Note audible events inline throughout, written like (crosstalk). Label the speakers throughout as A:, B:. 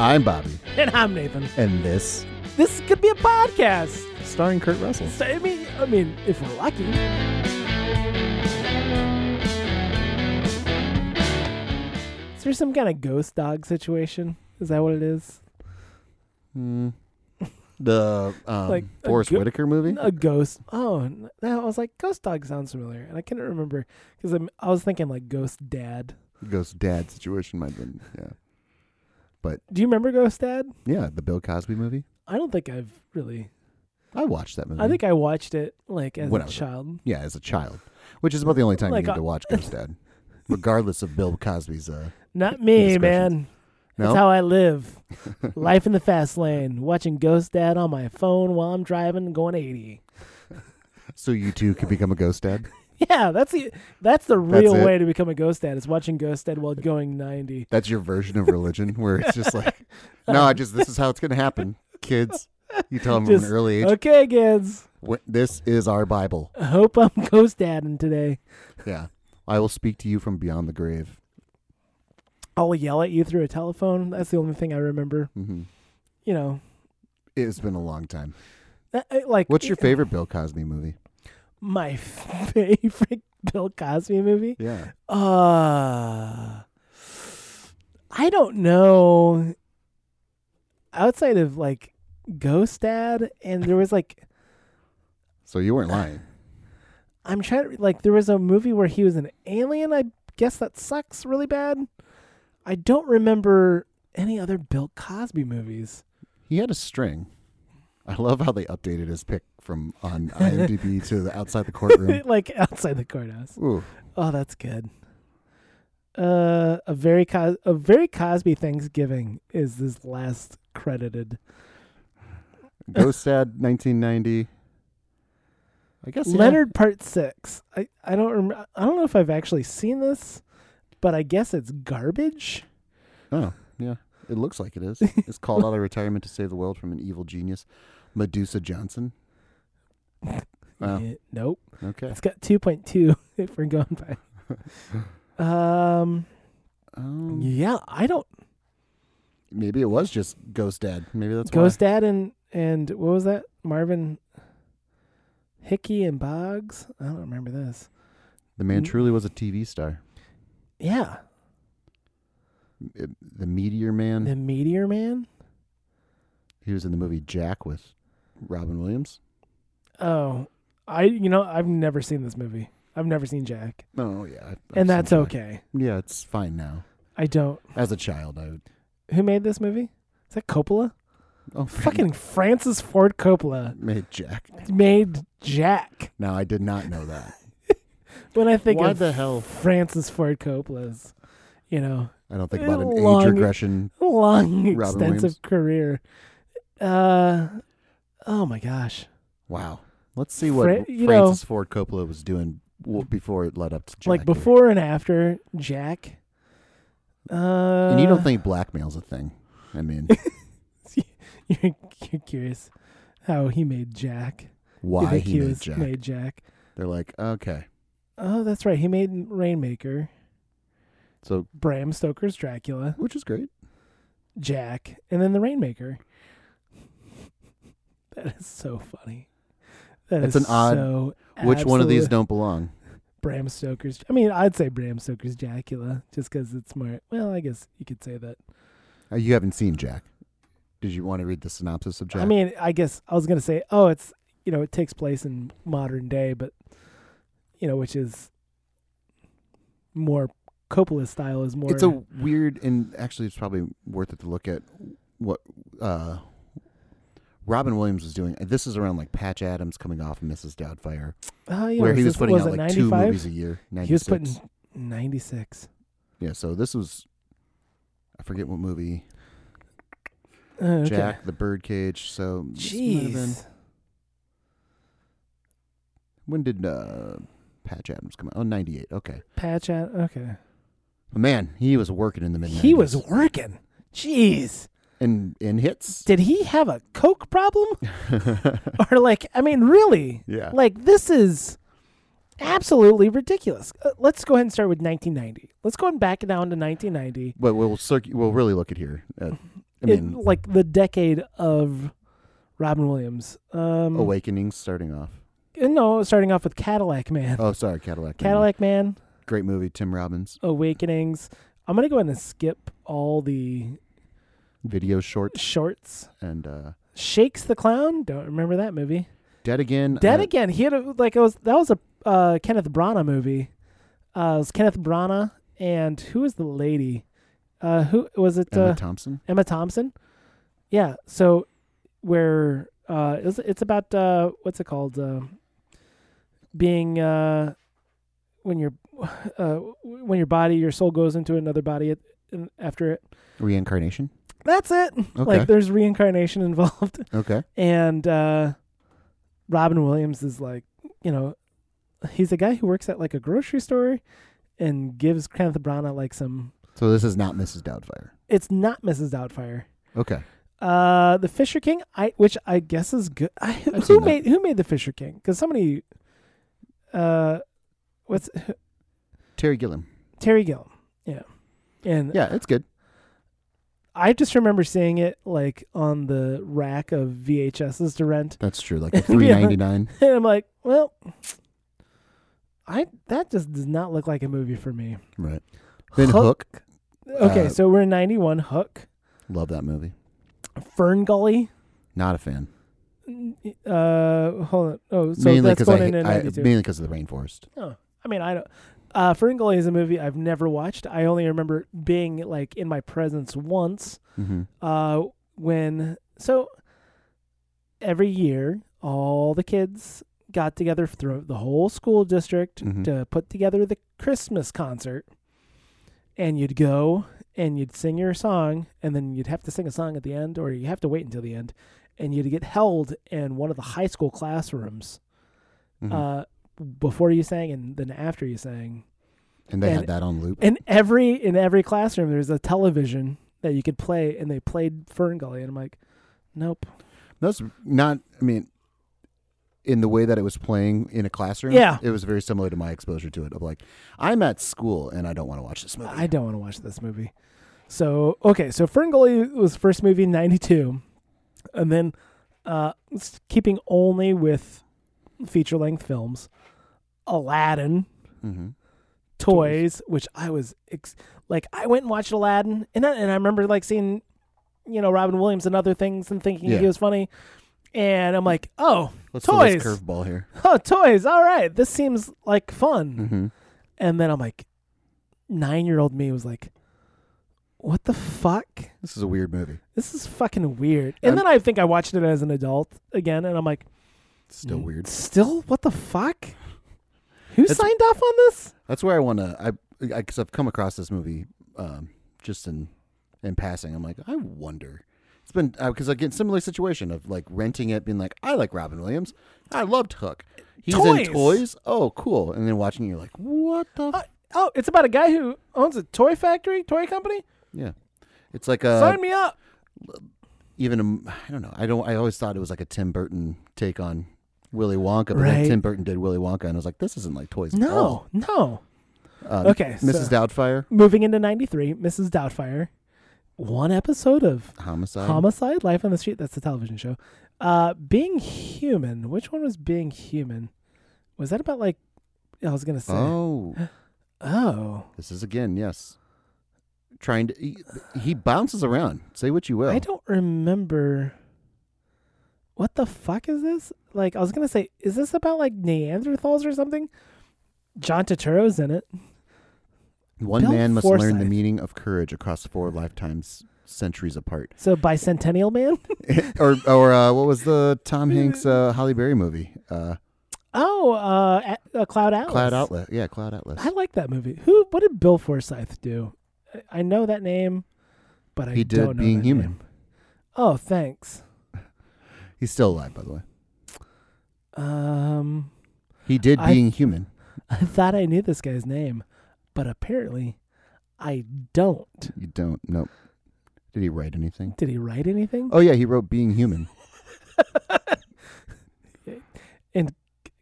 A: I'm Bobby,
B: And I'm Nathan.
A: and this
B: This could be a podcast.
A: starring Kurt Russell.
B: So, I mean, I mean, if we're lucky. Is there some kind of ghost dog situation? Is that what it is?
A: Mm.
B: (laughs)
A: The um,
B: Hmm. Like a
A: Forrest
B: go-
A: Whitaker movie.
B: A ghost. Oh, n- I was like, ghost dog sounds familiar, and I couldn't remember because I was thinking like ghost dad.
A: Ghost dad situation might have been yeah,
B: Do you remember Ghost Dad?
A: yeah. The Bill Cosby movie.
B: I don't think I've really.
A: I watched that movie.
B: I think I watched it like as
A: Mm. When I
B: a
A: was a-
B: child.
A: yeah, as a child, which is about the only time
B: Like,
A: you need
B: uh,
A: to watch Ghost Dad, regardless of Bill Cosby's. Uh,
B: Not me,
A: discussions.
B: man. That's
A: no,
B: how
A: (laughs)
B: I live. Life in the fast lane, watching Ghost Dad on my phone while I'm driving, going 80.
A: so you too could become a ghost dad.
B: Yeah, that's the that's the real
A: it.
B: way to become a ghost dad is watching Ghost Dad while going 90.
A: That's your version of religion, where it's just
B: (laughs)
A: like, no, I just this is how it's gonna happen, kids. You tell them
B: Just,
A: from an early age.
B: Okay, kids.
A: "Wh- This is our Bible.
B: I hope I'm (laughs) ghost dadding today.
A: Yeah, I will speak to you from beyond the grave.
B: I'll yell at you through a telephone. That's the only thing I remember.
A: hmm
B: You know,
A: It's been a long time.
B: I- I- like uh,
A: What's your favorite Bill Cosby movie?
B: my (laughs) favorite Bill Cosby movie?
A: Yeah,
B: Uh, I don't know. Outside of like Ghost Dad, and there was like
A: so you weren't lying.
B: I'm trying to like there was a movie where he was an alien. I guess that sucks really bad. I don't remember any other Bill Cosby movies.
A: (sighs) He had a string. I love how they updated his pick from (laughs) on IMDb to the outside the (laughs) courtroom.
B: (laughs) like outside the courthouse.
A: Ooh,
B: Oh, that's good. Uh, a very Cos- a very Cosby Thanksgiving is this last credited.
A: Ghost Dad, 1990. I guess yeah.
B: Leonard Part Six. I, I don't remember. I don't know if I've actually seen this, but I guess it's garbage.
A: Oh, yeah. It looks like it is. It's called out of retirement to save the world from an evil genius, Medusa Johnson. Wow.
B: Yeah, nope.
A: Oh. Okay.
B: It's got two point two. (laughs) If we're going
A: (laughs)
B: by. um.
A: Um,
B: Yeah, I don't.
A: Maybe it was just Ghost Dad. Maybe that's
B: Ghost Dad and and what was that? Marvin Hickey and Boggs. I don't remember this.
A: why. The man truly was a TV star.
B: Yeah,
A: It- the Meteor Man.
B: the Meteor Man.
A: He was in the movie Jack with Robin Williams.
B: Oh, I. You know, I've never seen this movie. I've never seen Jack,
A: Oh, yeah. I- I've seen
B: and that's
A: Jack.
B: okay.
A: Yeah, it's fine now.
B: I don't.
A: As a child, I would.
B: Who made this movie? Is that Coppola?
A: Oh, (laughs)
B: Fucking Francis Ford Coppola
A: made Jack.
B: made Jack.
A: Now I did not know that.
B: When I think
A: Why
B: of
A: the hell?
B: Francis Ford Coppola's, you know,
A: I don't
B: (laughs)
A: think about an age
B: Long-
A: regression.
B: long
A: Robin Williams.
B: extensive career. Uh, oh my gosh,
A: Wow. Let's see what
B: Fra-
A: Francis
B: you know- Mm.
A: Ford Coppola was doing w- before it led up to Jack.
B: like
A: here.
B: before and after Jack. Uh,
A: And you don't think blackmail's a thing? I
B: (laughs)
A: mean,
B: you're, you're curious how he made Jack? You
A: why
B: think
A: he made
B: was-
A: Jack?
B: made Jack?
A: They're like, okay,
B: Oh, that's right. He made Rainmaker,
A: so
B: Bram Stoker's Dracula.
A: which is great.
B: Jack, and then the Rainmaker. (laughs) That is so funny. That
A: That's
B: is
A: an odd-
B: So
A: Which one of these
B: absolute-
A: don't belong?
B: Bram Stoker's? I mean, I'd say Bram Stoker's Dracula, just because it's more. Well, I guess you could say that.
A: Uh, You haven't seen Jack. Did you want to read the synopsis of Jack?
B: I mean, I guess I was gonna say, oh, it's you know, it takes place in modern day, but you know, which is more Coppola style is more.
A: it's a weird and actually it's probably worth it to look at what uh, Robin Williams was doing. This is around like Patch Adams coming off of Mrs. Doubtfire,
B: oh, yeah,
A: where he was
B: this-
A: putting
B: was
A: out
B: it
A: like
B: 95?
A: two movies a year. 96.
B: He was putting ninety six.
A: yeah. So this was I forget what movie
B: Uh, okay.
A: Jack the Birdcage. So this might have been-
B: Jeez.
A: when did uh, Patch Adams come out? Oh, 98. Okay,
B: Patch out. Okay.
A: but man, he was working in the mid.
B: He was working. Jeez.
A: in in hits.
B: Did he have a coke problem? (laughs) or like, I mean, really?
A: (laughs) yeah.
B: Like this is absolutely ridiculous. Uh, let's go ahead and start with 1990. Let's go and back down to 1990.
A: But we'll circ- we'll really look at here at I mean,
B: it, like the decade of Robin Williams. Um,
A: Awakenings starting off.
B: uh, No, starting off with Cadillac Man.
A: Oh, sorry, Cadillac. Manor.
B: Cadillac Man,
A: Great movie, Tim Robbins.
B: Awakenings. I'm gonna go ahead and skip all the
A: Video short
B: shorts.
A: and uh,
B: Shakes the Clown. Don't remember that movie.
A: Dead Again.
B: Dead
A: uh,
B: Again. He had a, like it was that was a uh, Kenneth Branagh movie. Uh, it was Kenneth Branagh and who was the lady? Uh, who was it?
A: Emma
B: uh,
A: Thompson.
B: Emma Thompson. Yeah. So where uh, it's, it's about uh, what's it called? Uh, being uh, when your (sighs) uh, when your body, your soul goes into another body at, in- after it.
A: Reincarnation.
B: That's it.
A: Okay.
B: Like there's reincarnation (laughs) involved
A: okay.
B: and uh, Robin Williams is like, you know, he's a guy who works at like a grocery store and gives Kenneth Branagh like some.
A: So this is not Mrs. Doubtfire.
B: It's not Mrs. Doubtfire.
A: Okay.
B: Uh, the Fisher King, I which I guess is good. (laughs) I,
A: seen
B: who
A: that.
B: made who made the Fisher King? Because somebody, uh, what's
A: Terry Gilliam.
B: Terry Gilliam? Yeah, and
A: Yeah, it's good.
B: I just remember seeing it like on the rack of VHSs to rent,
A: That's true.
B: (laughs)
A: Like three ninety nine.
B: and I'm like, well, I that just does not look like a movie for me.
A: Right. Then
B: Hook.
A: Hook.
B: Okay,
A: Uh,
B: so we're in '91. Hook,
A: Love that movie.
B: Fern Gully.
A: Not a fan.
B: Uh, hold on. Oh, so
A: mainly
B: that's
A: because
B: going
A: I,
B: into
A: I
B: '92.
A: mainly because of the rainforest.
B: oh, I mean, I don't. Uh, Fern Gully is a movie I've never watched. I only remember being like in my presence once.
A: Mm-hmm.
B: Uh, when so every year all the kids got together throughout the whole school district
A: Mhm.
B: to put together the Christmas concert. And you'd go and you'd sing your song, and then you'd have to sing a song at the end, or you have to wait until the end, and you'd get held in one of the high school classrooms
A: Mm-hmm.
B: uh, before you sang and then after you sang.
A: and they
B: and-
A: had that on loop.
B: In every in every classroom, there's a television that you could play, and they played Fern Gully, and I'm like, nope.
A: That's not. I mean, in the way that it was playing in a classroom.
B: Yeah.
A: It was very similar to my exposure to it. Of like, I'm at school and I don't want to watch this movie.
B: I don't want to watch this movie. So okay, so Ferngully was first movie in '92, and then uh, s- keeping only with feature length films, Aladdin,
A: Mhm.
B: Toys, which I was ex- like, I went and watched Aladdin, and I, and I remember like seeing, you know, Robin Williams and other things, and thinking
A: Yeah.
B: he was funny, and I'm like, oh,
A: Let's throw
B: toys,
A: this curveball here.
B: oh, toys, all right, this seems like fun.
A: Mm-hmm.
B: And then I'm like, nine year old me was like, what the fuck?
A: This is a weird movie.
B: This is fucking weird. And
A: I'm-
B: then I think I watched it as an adult again, and I'm like,
A: It's still
B: "Mm,
A: weird.
B: Still, what the fuck? Who
A: That's-
B: signed off on this?
A: That's where I want to. I because I've come across this movie um, just in in passing. I'm like, I wonder. It's been uh, because I get similar situation of like renting it, being like, I like Robin Williams. I loved Hook. He's
B: Toys!
A: in toys. Oh, cool. And then watching it, you're like, what the?
B: Uh, oh, it's about a guy who owns a toy factory, toy company.
A: yeah. It's like uh, a
B: Sign me up.
A: even a, I don't know. I don't. I always thought it was like a Tim Burton take on Willy Wonka, but
B: Right.
A: then Tim Burton did Willy Wonka, and I was like, this isn't like toys. at all.
B: No, no.
A: Um,
B: Okay,
A: Mrs.
B: so-
A: Doubtfire,
B: Moving into '93, Mrs. Doubtfire, one episode of
A: homicide.
B: Homicide, Life on the Street. That's the television show. Uh, Being Human. Which one was Being Human? Was that about like? I was gonna say.
A: oh.
B: Oh.
A: This is again, yes. Trying to, he, he bounces around. Say what you will.
B: I don't remember. What the fuck is this? Like, I was gonna say, is this about like Neanderthals or something? John Turturro's in it.
A: One
B: Bill
A: man must learn the
B: Forsyth.
A: meaning of courage across four lifetimes, centuries apart. (laughs)
B: So Bicentennial Man. (laughs)
A: or, or uh, what was the Tom Hanks uh, Holly Berry movie? Uh,
B: oh, uh, a- uh, Cloud Atlas.
A: Cloud Outlet. Yeah, Cloud Atlas.
B: I like that movie. Who? What did Bill Forsyth do? I- I know that name, but I
A: He did
B: don't know
A: Being
B: that
A: Human.
B: name. Oh, thanks.
A: He's still alive, by the way.
B: Um, (laughs)
A: He did
B: I-
A: Being Human.
B: I thought I knew this guy's name, but apparently, I don't.
A: You don't. Nope. Did he write anything?
B: Did he write anything?
A: Oh, yeah, he wrote Being Human.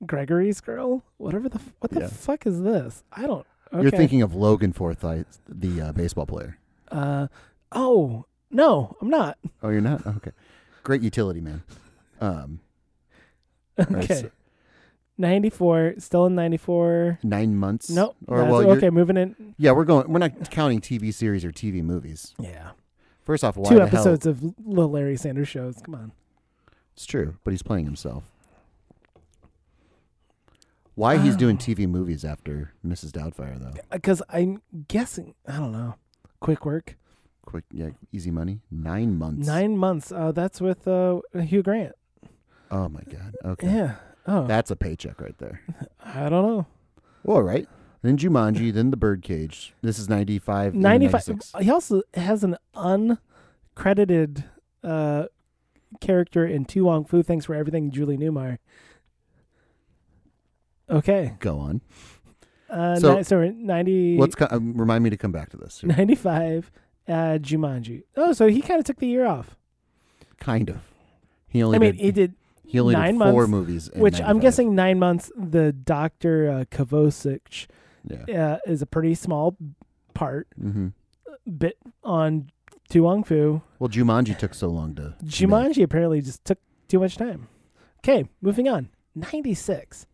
B: Gregory's girl, whatever the f- what the
A: Yeah.
B: fuck is this? I don't. Okay.
A: You're thinking of Logan Forsythe, the uh, baseball player.
B: Uh, oh, No, I'm not. (laughs)
A: Oh, you're not? Okay. Great utility man. Um, right,
B: Okay.
A: so
B: 94, still in 94.
A: nine months.
B: Nope.
A: Or
B: that's-
A: well, you're-
B: okay, moving in.
A: Yeah, we're going. We're not counting TV series or TV movies.
B: Yeah.
A: First off, why
B: Two
A: the
B: episodes of Little Larry Sanders shows. Come on.
A: Hell, it's true, but he's playing himself. Why he's doing TV movies after Mrs. Doubtfire though?
B: Because Uh, I'm guessing, I don't know. Quick work.
A: Quick, yeah, easy money. Nine months.
B: Nine months. Uh, that's with uh, Hugh Grant.
A: Oh my god. Okay.
B: Yeah. Oh,
A: That's a paycheck right there.
B: I don't know.
A: All right. Then Jumanji, then The Birdcage. This is 95, even
B: 95.
A: 96.
B: He also has an uncredited uh, character in Tu Wong Fu Thanks for Everything, Julie Newmar. Okay.
A: Go on.
B: Uh,
A: So-
B: so, ni- so we're at 90, (laughs)
A: Let's co- um, remind me to come back to this.
B: 95, uh, Jumanji. Oh, so he kind of took the year off.
A: Kind of. He only
B: I mean,
A: did,
B: he did,
A: he only
B: nine
A: did four
B: months,
A: movies, in
B: which I'm
A: 95.
B: guessing nine months, the Dr. Uh, Kovacic
A: Yeah.
B: uh, is a pretty small part,
A: hmm
B: bit on Tu Wong Fu.
A: Well, Jumanji took so long to make.
B: Jumanji apparently just took too much time. Okay, moving on. 96.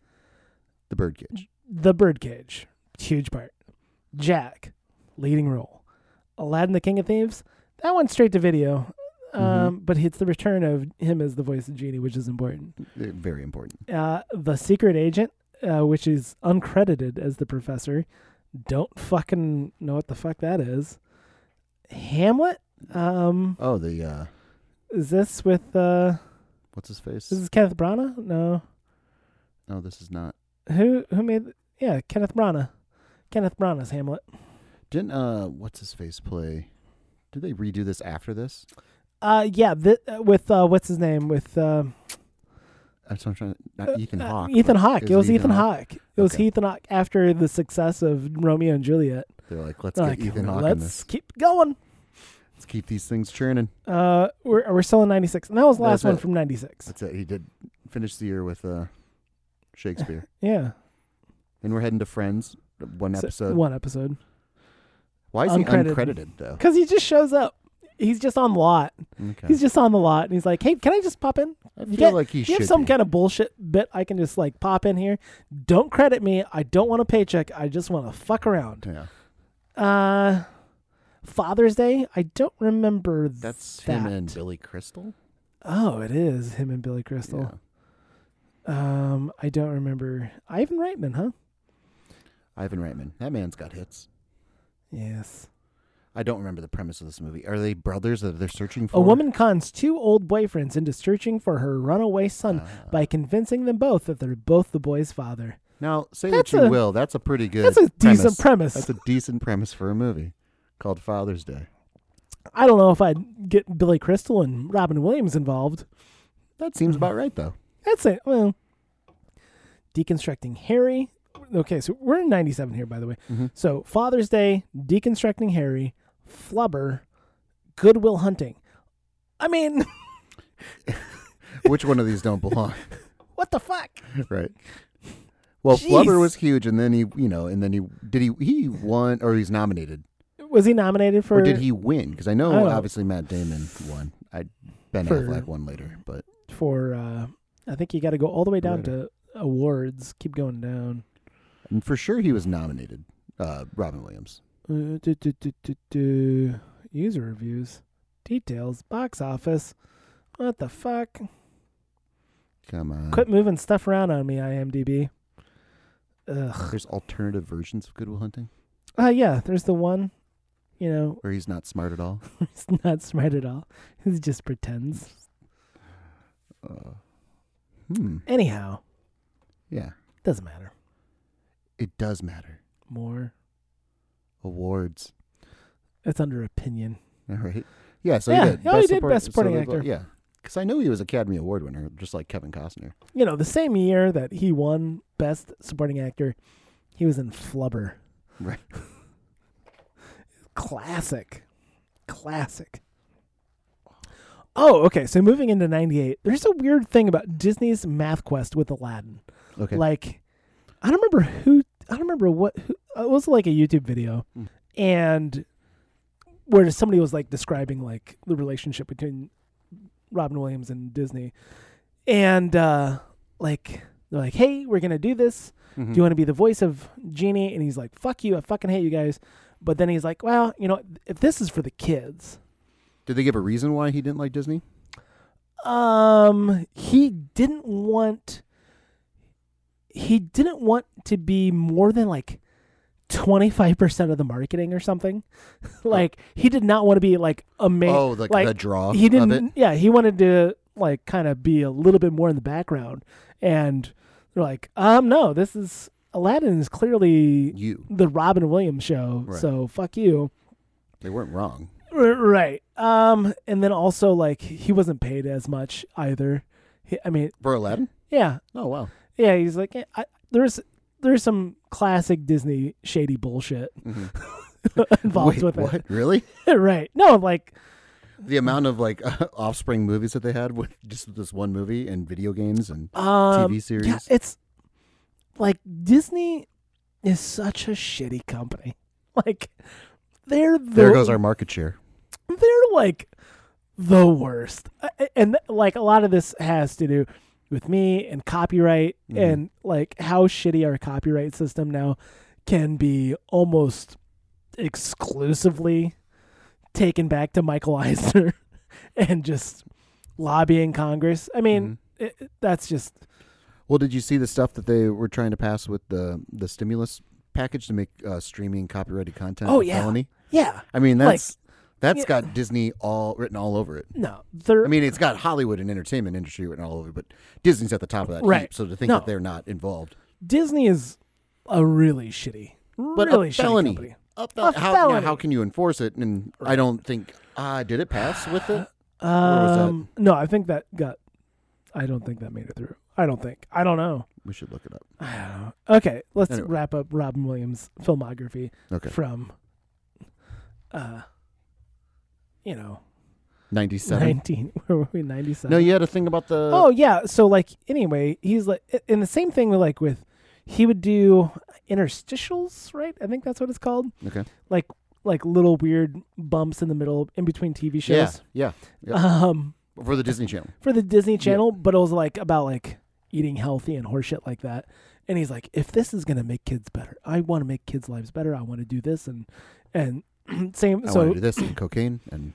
A: The Birdcage.
B: The Birdcage. Huge part. Jack. Leading role. Aladdin the King of Thieves. That went straight to video. Um, But it's the return of him as the voice of Genie, which is important.
A: They're Very important.
B: Uh, the Secret Agent, uh, which is uncredited as the professor. Don't fucking know what the fuck that is. Hamlet? Um,
A: Oh, the uh,
B: is this with. Uh,
A: what's his face?
B: this is Kenneth Branagh? No.
A: oh, this is not.
B: Who who made? Yeah, Kenneth Branagh. Kenneth Branagh's Hamlet.
A: Didn't uh, what's his face play? Did they redo this after this?
B: Uh, yeah, th- with uh, what's his name? With uh,
A: I'm so- I'm trying. Not Ethan
B: uh,
A: Hawke.
B: Ethan
A: but
B: Hawke.
A: is
B: It was Ethan Hawke. It was
A: Okay.
B: Ethan Hawke after the success of Romeo and Juliet.
A: They're like, let's
B: Like,
A: get Ethan Hawke in this.
B: let's keep going.
A: Let's keep these things churning.
B: Uh, we're we're still in '96, and that was the
A: That was
B: last one
A: it.
B: from '96.
A: That's it. He did finish the year with uh,
B: (laughs)
A: Shakespeare,
B: Yeah,
A: and we're heading to Friends. One
B: So,
A: episode.
B: one episode.
A: Why is he
B: uncredited.
A: uncredited though?
B: Because he just shows up. He's just on the lot.
A: Okay.
B: (laughs) He's just on the lot, and he's like, "Hey, can I just pop in?
A: I
B: you
A: feel
B: got-
A: like he
B: Do you
A: should
B: have some
A: be.
B: kind of bullshit bit I can just like pop in here? Don't credit me. I don't want a paycheck. I just want to fuck around.
A: yeah,
B: Uh, Father's Day. I don't remember.
A: that's
B: that.
A: him and Billy Crystal.
B: Oh, it is him and Billy
A: Yeah.
B: Crystal. Um, I don't remember Ivan Reitman, huh?
A: Ivan Reitman. That man's got hits.
B: Yes.
A: I don't remember the premise of this movie. Are they brothers that they're searching for?
B: A woman cons two old boyfriends into searching for her runaway son
A: Ah.
B: by convincing them both that they're both the boy's father.
A: Now, say
B: That's
A: what you
B: a-
A: will, that's a pretty good.
B: That's a
A: premise.
B: decent premise.
A: That's a decent premise for a movie called Father's Day.
B: I don't know if I'd get Billy Crystal and Robin Williams involved.
A: That
B: (laughs)
A: seems about right, though.
B: That's it. Well, deconstructing Harry. Okay, so we're in 97 here, by the way.
A: Mhm.
B: So Father's Day, deconstructing Harry, Flubber, Goodwill Hunting. I mean, (laughs)
A: Which one of these don't belong,
B: what the fuck?
A: right? Well,
B: Jeez.
A: Flubber was huge, and then he, you know, and then he did he he won or he's nominated
B: Was he nominated for?
A: or did he win? Because I know
B: I don't-
A: obviously Matt Damon won. I Ben
B: For-
A: Affleck won later, but
B: For uh, I think you got to go all the way down
A: Writer.
B: to awards. Keep going down.
A: and for sure he was nominated. Uh, Robin Williams.
B: Uh, do, do, do, do, do. User reviews, details, box office. What the fuck?
A: Hmm. Come on.
B: Quit moving stuff around on me, IMDb. Ugh.
A: There's alternative versions of Goodwill Hunting
B: Uh, yeah, there's the one, you know, (laughs)
A: where he's not smart at all.
B: he's not smart at all. He just pretends.
A: Uh, hmm.
B: Anyhow,
A: Yeah,
B: doesn't matter.
A: it does matter.
B: More.
A: Awards.
B: It's under opinion.
A: All right. Yeah. So
B: Yeah,
A: he did.
B: oh, he did Best
A: so
B: Supporting
A: they vo-
B: Actor.
A: Yeah. Because I know he was Academy Award winner, just like Kevin Costner.
B: You know, the same year that he won Best Supporting Actor, he was in Flubber.
A: Right.
B: (laughs) Classic. Classic. Oh, okay. So moving into 98, there's a weird thing about Disney's Math Quest with Aladdin.
A: Okay.
B: Like, I don't remember uh, who. I don't remember what. Who, it was like a YouTube video,
A: Mm.
B: and where somebody was like describing like the relationship between Robin Williams and Disney, and uh, like they're like, "Hey, we're gonna do this.
A: Mm-hmm.
B: Do you
A: Hmm.
B: want to be the voice of Genie?" And he's like, "Fuck you! I fucking hate you guys." But then he's like, "Well, you know, if this is for the kids,
A: Did they give a reason why he didn't like Disney?
B: um, he didn't want, he didn't want to be more than like." 25% of the marketing or something. (laughs) like he did not want to be like a main
A: oh, like,
B: like,
A: the draw
B: he didn't
A: of it.
B: yeah he wanted to like kind of be a little bit more in the background and they're like um no this is aladdin is clearly
A: You.
B: the robin williams show
A: Right.
B: so fuck you
A: They weren't wrong.
B: R- right um and then also like he wasn't paid as much either he, i mean
A: For Aladdin?
B: yeah
A: Oh, wow.
B: yeah he's like eh, I, there's there's some classic disney shady bullshit (laughs) involved
A: Mm-hmm. Wait,
B: with
A: what? Really?
B: it (laughs) right no like
A: The amount of like (laughs) offspring movies that they had with just this one movie and video games and
B: um
A: TV series.
B: Yeah, it's like Disney is such a shitty company. (laughs) Like they're the,
A: there goes our market share.
B: they're like the worst. I- And like a lot of this has to do with me and copyright
A: Mhm.
B: and like how shitty our copyright system now can be almost exclusively taken back to Michael (laughs) Eisner and just lobbying Congress. I mean, it- it- that's just
A: Mm-hmm. Well, did you see the stuff that they were trying to pass with the the stimulus package to make uh, streaming copyrighted content?
B: Oh,
A: a
B: yeah.
A: felony?
B: yeah.
A: I mean
B: Like-
A: that's that's
B: Yeah.
A: got Disney all written all over it.
B: No, they're
A: I mean, it's got Hollywood and entertainment industry written all over it, but Disney's at the top of that
B: Right.
A: heap. So to think
B: No.
A: that they're not involved,
B: Disney is a really shitty,
A: but
B: really
A: a
B: shitty
A: felony,
B: company.
A: A fel-
B: A
A: how, now,
B: felony.
A: how can you enforce it? And I don't think uh, did it pass with it. was that?
B: Um, no, I think that got. I don't think that made it through. I don't think. I don't know.
A: We should look it up.
B: I don't know. Okay, let's
A: Anyway.
B: wrap up Robin Williams' filmography
A: Okay,
B: from, uh, you know,
A: ninety-seven.
B: nineteen. (laughs) Where were we? Ninety-seven.
A: No, you had a thing about the
B: oh yeah. So like, anyway, he's like, and the same thing with like with, he would do interstitials, right? I think that's what it's called.
A: okay,
B: like little weird bumps in the middle in between TV
A: yeah,
B: shows.
A: yeah, yeah.
B: Um,
A: for the Disney Channel.
B: for the Disney Channel, but it was like about like eating healthy and horseshit like that. And he's like, if this is gonna make kids better, I want to make kids' lives better. I want to do this and and (clears throat) same.
A: I want to
B: so
A: do this and cocaine, and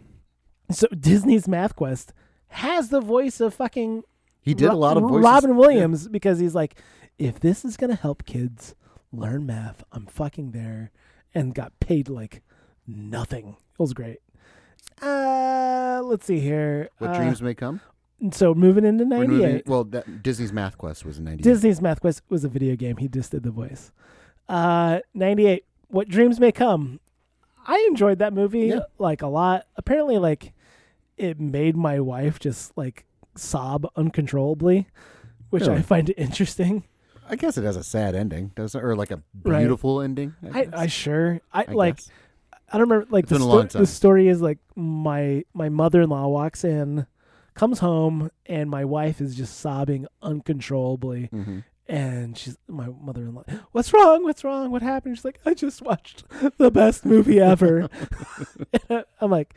B: so Disney's Math Quest has the voice of fucking
A: he did
B: Ro-
A: a lot of voices.
B: Robin Williams because he's like, if this is gonna help kids learn math, I'm fucking there, and got paid like nothing. It was great. Uh, let's see here.
A: What
B: Uh,
A: dreams may come.
B: So moving into
A: We're moving,
B: '98,
A: well, that, Disney's Math Quest was in ninety.
B: Disney's Math Quest was a video game. He just did the voice. Uh, '98, What Dreams May Come. I enjoyed that movie
A: Yeah.
B: like a lot. Apparently, like it made my wife just like sob uncontrollably, which I
A: Really?
B: find interesting.
A: I guess it has a sad ending, doesn't it? Or like a
B: Right.
A: beautiful ending. I,
B: I,
A: guess.
B: I sure I,
A: I
B: like
A: guess.
B: I don't remember like
A: It's
B: the,
A: been a
B: sto-
A: long time.
B: the story is like my my mother-in-law walks in comes home and my wife is just sobbing uncontrollably
A: Mhm.
B: and she's my mother-in-law what's wrong what's wrong what happened she's like I just watched the best
A: (laughs)
B: movie ever (laughs) I'm like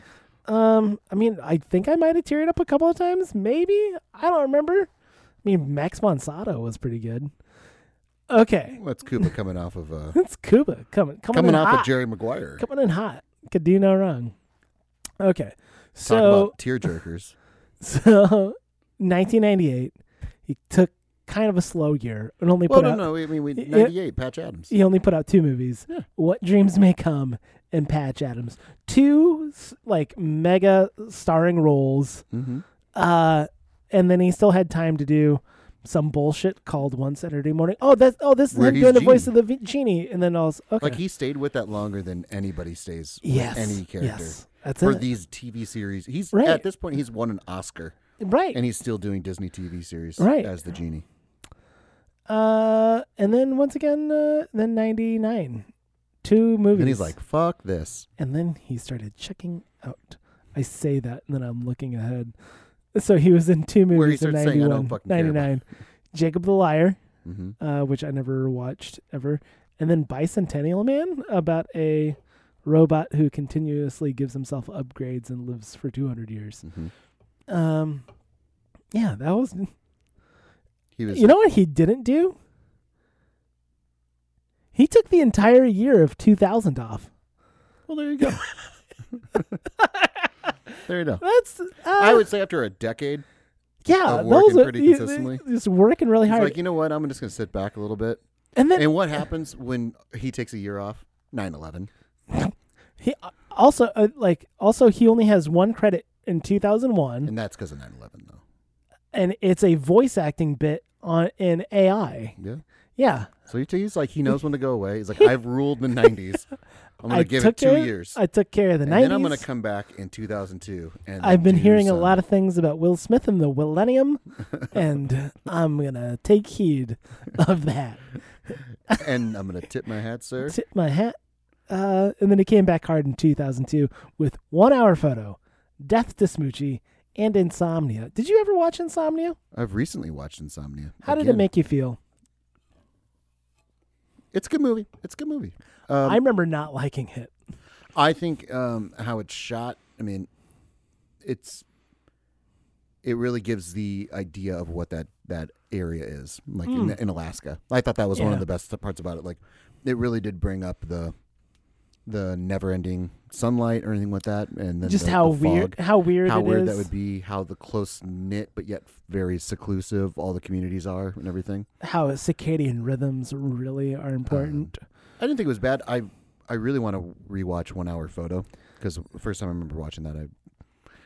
B: um I mean I think I might have teared up a couple of times maybe I don't remember I mean Max Monsato was pretty good okay
A: What's Cuba coming off
B: (laughs)
A: of? Uh,
B: it's Cuba coming coming,
A: coming
B: in
A: off
B: hot.
A: of Jerry Maguire. Talk
B: coming in hot. Could do no wrong. Okay, so
A: about tear jerkers.
B: (laughs) so 1998, he took kind of a slow year and only
A: well,
B: put
A: no,
B: out
A: no. I mean, we,
B: Yeah.
A: ninety-eight. Patch Adams.
B: he only put out two movies:
A: Yeah.
B: What Dreams May Come and Patch Adams. Two s- like mega starring roles,
A: Mm-hmm.
B: uh, and then he still had time to do some bullshit called One Saturday Morning. Oh, that's oh this is
A: Where
B: him
A: he's
B: doing the voice of
A: Genie.
B: the vi- genie, and then I was okay.
A: Like he stayed with that longer than anybody stays with
B: yes,
A: any character.
B: yes, that's
A: For
B: it.
A: these TV series, he's
B: Right.
A: at this point he's won an Oscar,
B: right.
A: and he's still doing Disney TV series
B: Right.
A: as the genie.
B: Uh, and then once again, uh, then ninety nine, two movies.
A: And he's like, "Fuck this!"
B: and then he started checking out. I say that, and then I'm looking ahead. So he was in two
A: Where he
B: movies in
A: starts saying, I
B: 91,
A: don't fucking care about
B: 99. Jacob the Liar,
A: hmm
B: uh, which I never watched ever, and then Bicentennial Man about a robot who continuously gives himself upgrades and lives for 200 years.
A: hmm
B: Um, yeah, that was.
A: He was
B: You know what he didn't do? He took the entire year of 2000 off.
A: well. There you go. there you go.
B: (laughs) That's uh,
A: I would say after a decade,
B: yeah,
A: of
B: those
A: working
B: are
A: pretty
B: you-
A: consistently.
B: Just working really
A: he's
B: hard,
A: like, you know what? I'm just gonna sit back a little bit.
B: and then
A: And what happens when he takes a year off? 9/11.
B: Mm-hmm. he also uh, like also he only has one credit in 2001,
A: and that's because of 9/11, though.
B: and it's a voice acting bit on in AI.
A: Yeah.
B: Yeah,
A: So he- he's like, he knows when to go away. He's
B: (laughs)
A: like, I've ruled the 90s. I'm gonna
B: I
A: give
B: took
A: it two
B: care-
A: years,
B: I took care of the
A: and
B: 90s.
A: then I'm gonna come back in 2002. And
B: I've been hearing a lot
A: Of-
B: of things about Will
A: (laughs)
B: Smith and the millennium, and I'm gonna take heed of that.
A: (laughs) and I'm gonna tip my hat, sir.
B: (laughs) Tip my hat. Uh, and then he came back hard in 2002 with One Hour Photo, Death to Smoochie, and Insomnia. Did you ever watch Insomnia?
A: I've recently watched Insomnia.
B: How did it
A: Again,
B: make you feel?
A: It's a good movie. It's a good movie. Um,
B: I remember not liking it.
A: I think um, how it's shot. I mean, it's it really gives the idea of what that that area is like in, in Alaska. I thought that was one
B: Hmm. Yeah.
A: of the best parts about it. Like, it really did bring up the the never ending sunlight or anything like that, and then
B: Just
A: the-
B: how
A: the
B: weird,
A: fog,
B: how weird
A: how
B: it
A: weird
B: is.
A: that would be, how the close knit but yet very seclusive all the communities are and everything.
B: How circadian rhythms really
A: Uh,
B: are important.
A: I didn't think it was bad. I I really want to rewatch One Hour Photo because the first time I remember watching that, I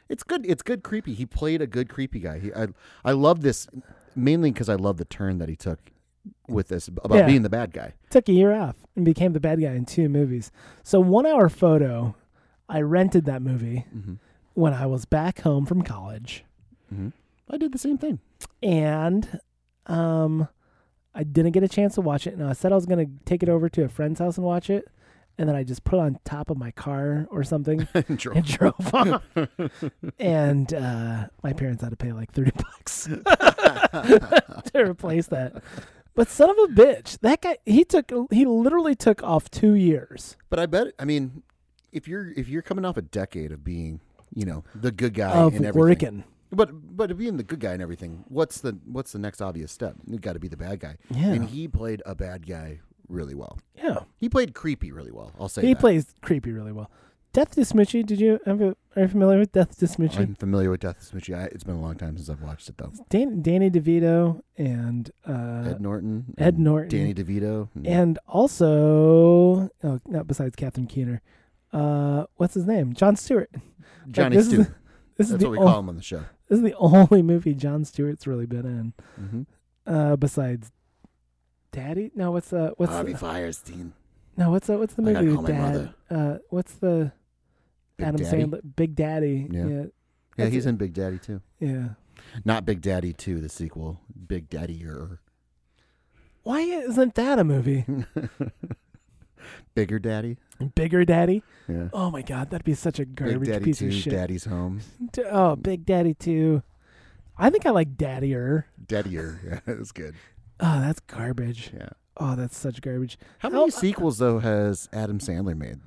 A: it's good. It's good. Creepy. He played a good creepy guy. He, I I love this mainly because I love the turn that he took with this about
B: Yeah.
A: being the bad guy.
B: took a year off and became the bad guy in two movies. So one hour photo, I rented that movie when I was back home from college,
A: Mm-hmm. I did the same thing.
B: and um, I didn't get a chance to watch it. And I said I was gonna take it over to a friend's house and watch it, and then I just put it on top of my car
A: (laughs)
B: or something
A: Intro.
B: and
A: (laughs)
B: drove off. and uh, my parents had to pay like thirty
A: (laughs)
B: bucks (laughs) to replace that. But son of a bitch, that guy he took he literally took off two years.
A: But I bet. I mean, if you're if you're coming off a decade of being you know the good guy
B: of
A: and everything,
B: working.
A: But but being the good guy and everything, what's the what's the next obvious step? You got to be the bad guy.
B: Yeah.
A: And he played a bad guy really well.
B: Yeah,
A: He played creepy really well. I'll say
B: he
A: that.
B: plays creepy really well. Death to Smoochie. Did you ever are you familiar with Death to Smoochie?
A: I'm familiar with Death to Smoochie. I, it's been a long time since I've watched it though.
B: Dan, Danny DeVito and uh,
A: Ed Norton,
B: Ed
A: and
B: Norton.
A: Danny DeVito, and
B: and also oh, not besides Catherine Keener. Uh, what's his name? John Stewart. Like,
A: Johnny
B: (laughs) this
A: Stew.
B: Is, this is
A: That's
B: the
A: what we
B: on-
A: call him on the show.
B: This is the (laughs) only movie John Stewart's really been in.
A: Mm-hmm.
B: Uh, besides Daddy. No, what's uh, what's
A: Harvey
B: the,
A: Firestein,
B: no, what's uh, what's the
A: I gotta
B: movie?
A: call
B: with
A: my
B: Dad. Uh, what's the
A: Big
B: Adam
A: Daddy.
B: Sandler? Big Daddy.
A: Yeah.
B: yeah.
A: Yeah,
B: That's
A: he's
B: it.
A: in Big Daddy too.
B: yeah.
A: Not Big Daddy Two, the sequel. Big Daddy er. or
B: Why isn't that a movie?
A: (laughs) Bigger Daddy.
B: Bigger Daddy.
A: Yeah.
B: Oh my God, that'd be such a
A: Big
B: garbage
A: Daddy
B: piece
A: Two,
B: of shit.
A: Daddy's Home,
B: D- Oh, Big Daddy Two. I think I like Daddier.
A: Daddier. er. (laughs) Yeah, that's good.
B: Oh, that's garbage.
A: Yeah.
B: Oh, that's such garbage.
A: How many
B: Oh,
A: sequels though has Adam Sandler made?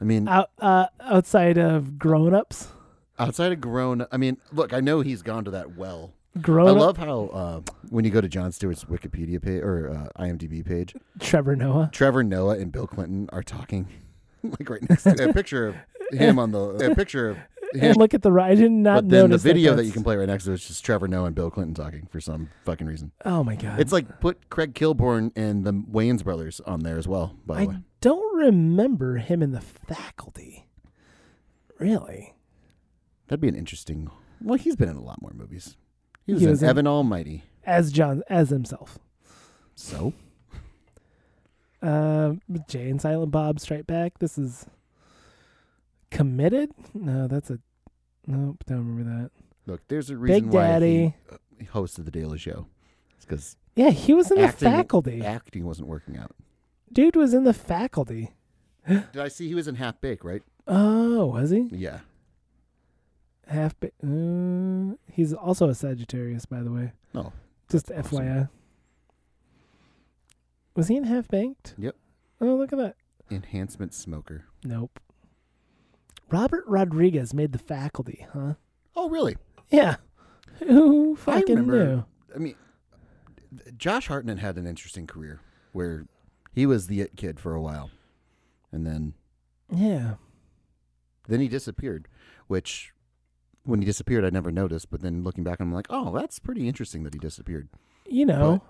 A: I mean,
B: Out uh, outside of Grown Ups.
A: outside of Grown, I mean, look, I know he's gone to that well.
B: Grown
A: I
B: Up.
A: love how uh, when you go to John Stewart's Wikipedia page or uh, IMDb page,
B: Trevor Noah.
A: Trevor Noah and Bill Clinton are talking, (laughs) like right next to a picture of him on the a picture of him.
B: And look at the right. I did (laughs) not
A: But then the
B: notice that
A: video that,
B: that's-
A: you can play right next to it is just Trevor Noah and Bill Clinton talking for some fucking reason.
B: Oh my God.
A: It's like put Craig Kilborn and the Wayans brothers on there as well. By the
B: I
A: way,
B: don't remember him in the faculty. Really?
A: that'd be an interesting. Well, he's been in a lot more movies. He was,
B: He was
A: in
B: in-
A: Evan Almighty.
B: As John, as himself.
A: So
B: Um, Jay and Silent Bob Strike Back. This is committed. No, that's a nope. Don't remember that.
A: look, there's a reason why
B: Daddy.
A: he uh, hosted the Daily Show. It's because
B: Yeah, he was in
A: Acting-
B: the faculty.
A: acting wasn't working out.
B: Dude was in the faculty.
A: Did I see he was in Half Bake, right?
B: Oh, was he
A: Yeah.
B: half? Ba- uh, he's also a Sagittarius, by the way.
A: Oh.
B: just
A: That's awesome.
B: FYI. Was he in Half Banked?
A: Yep.
B: Oh, look at that.
A: Enhancement smoker.
B: Nope. Robert Rodriguez made the faculty, huh?
A: Oh, really?
B: Yeah. Who fucking
A: remember-
B: knew?
A: I mean, Josh Hartnett had an interesting career where he was the it kid for a while, and then
B: Yeah.
A: then he disappeared. Which, when he disappeared, I never noticed. But then looking back, I'm like, oh, that's pretty interesting that he disappeared.
B: You know.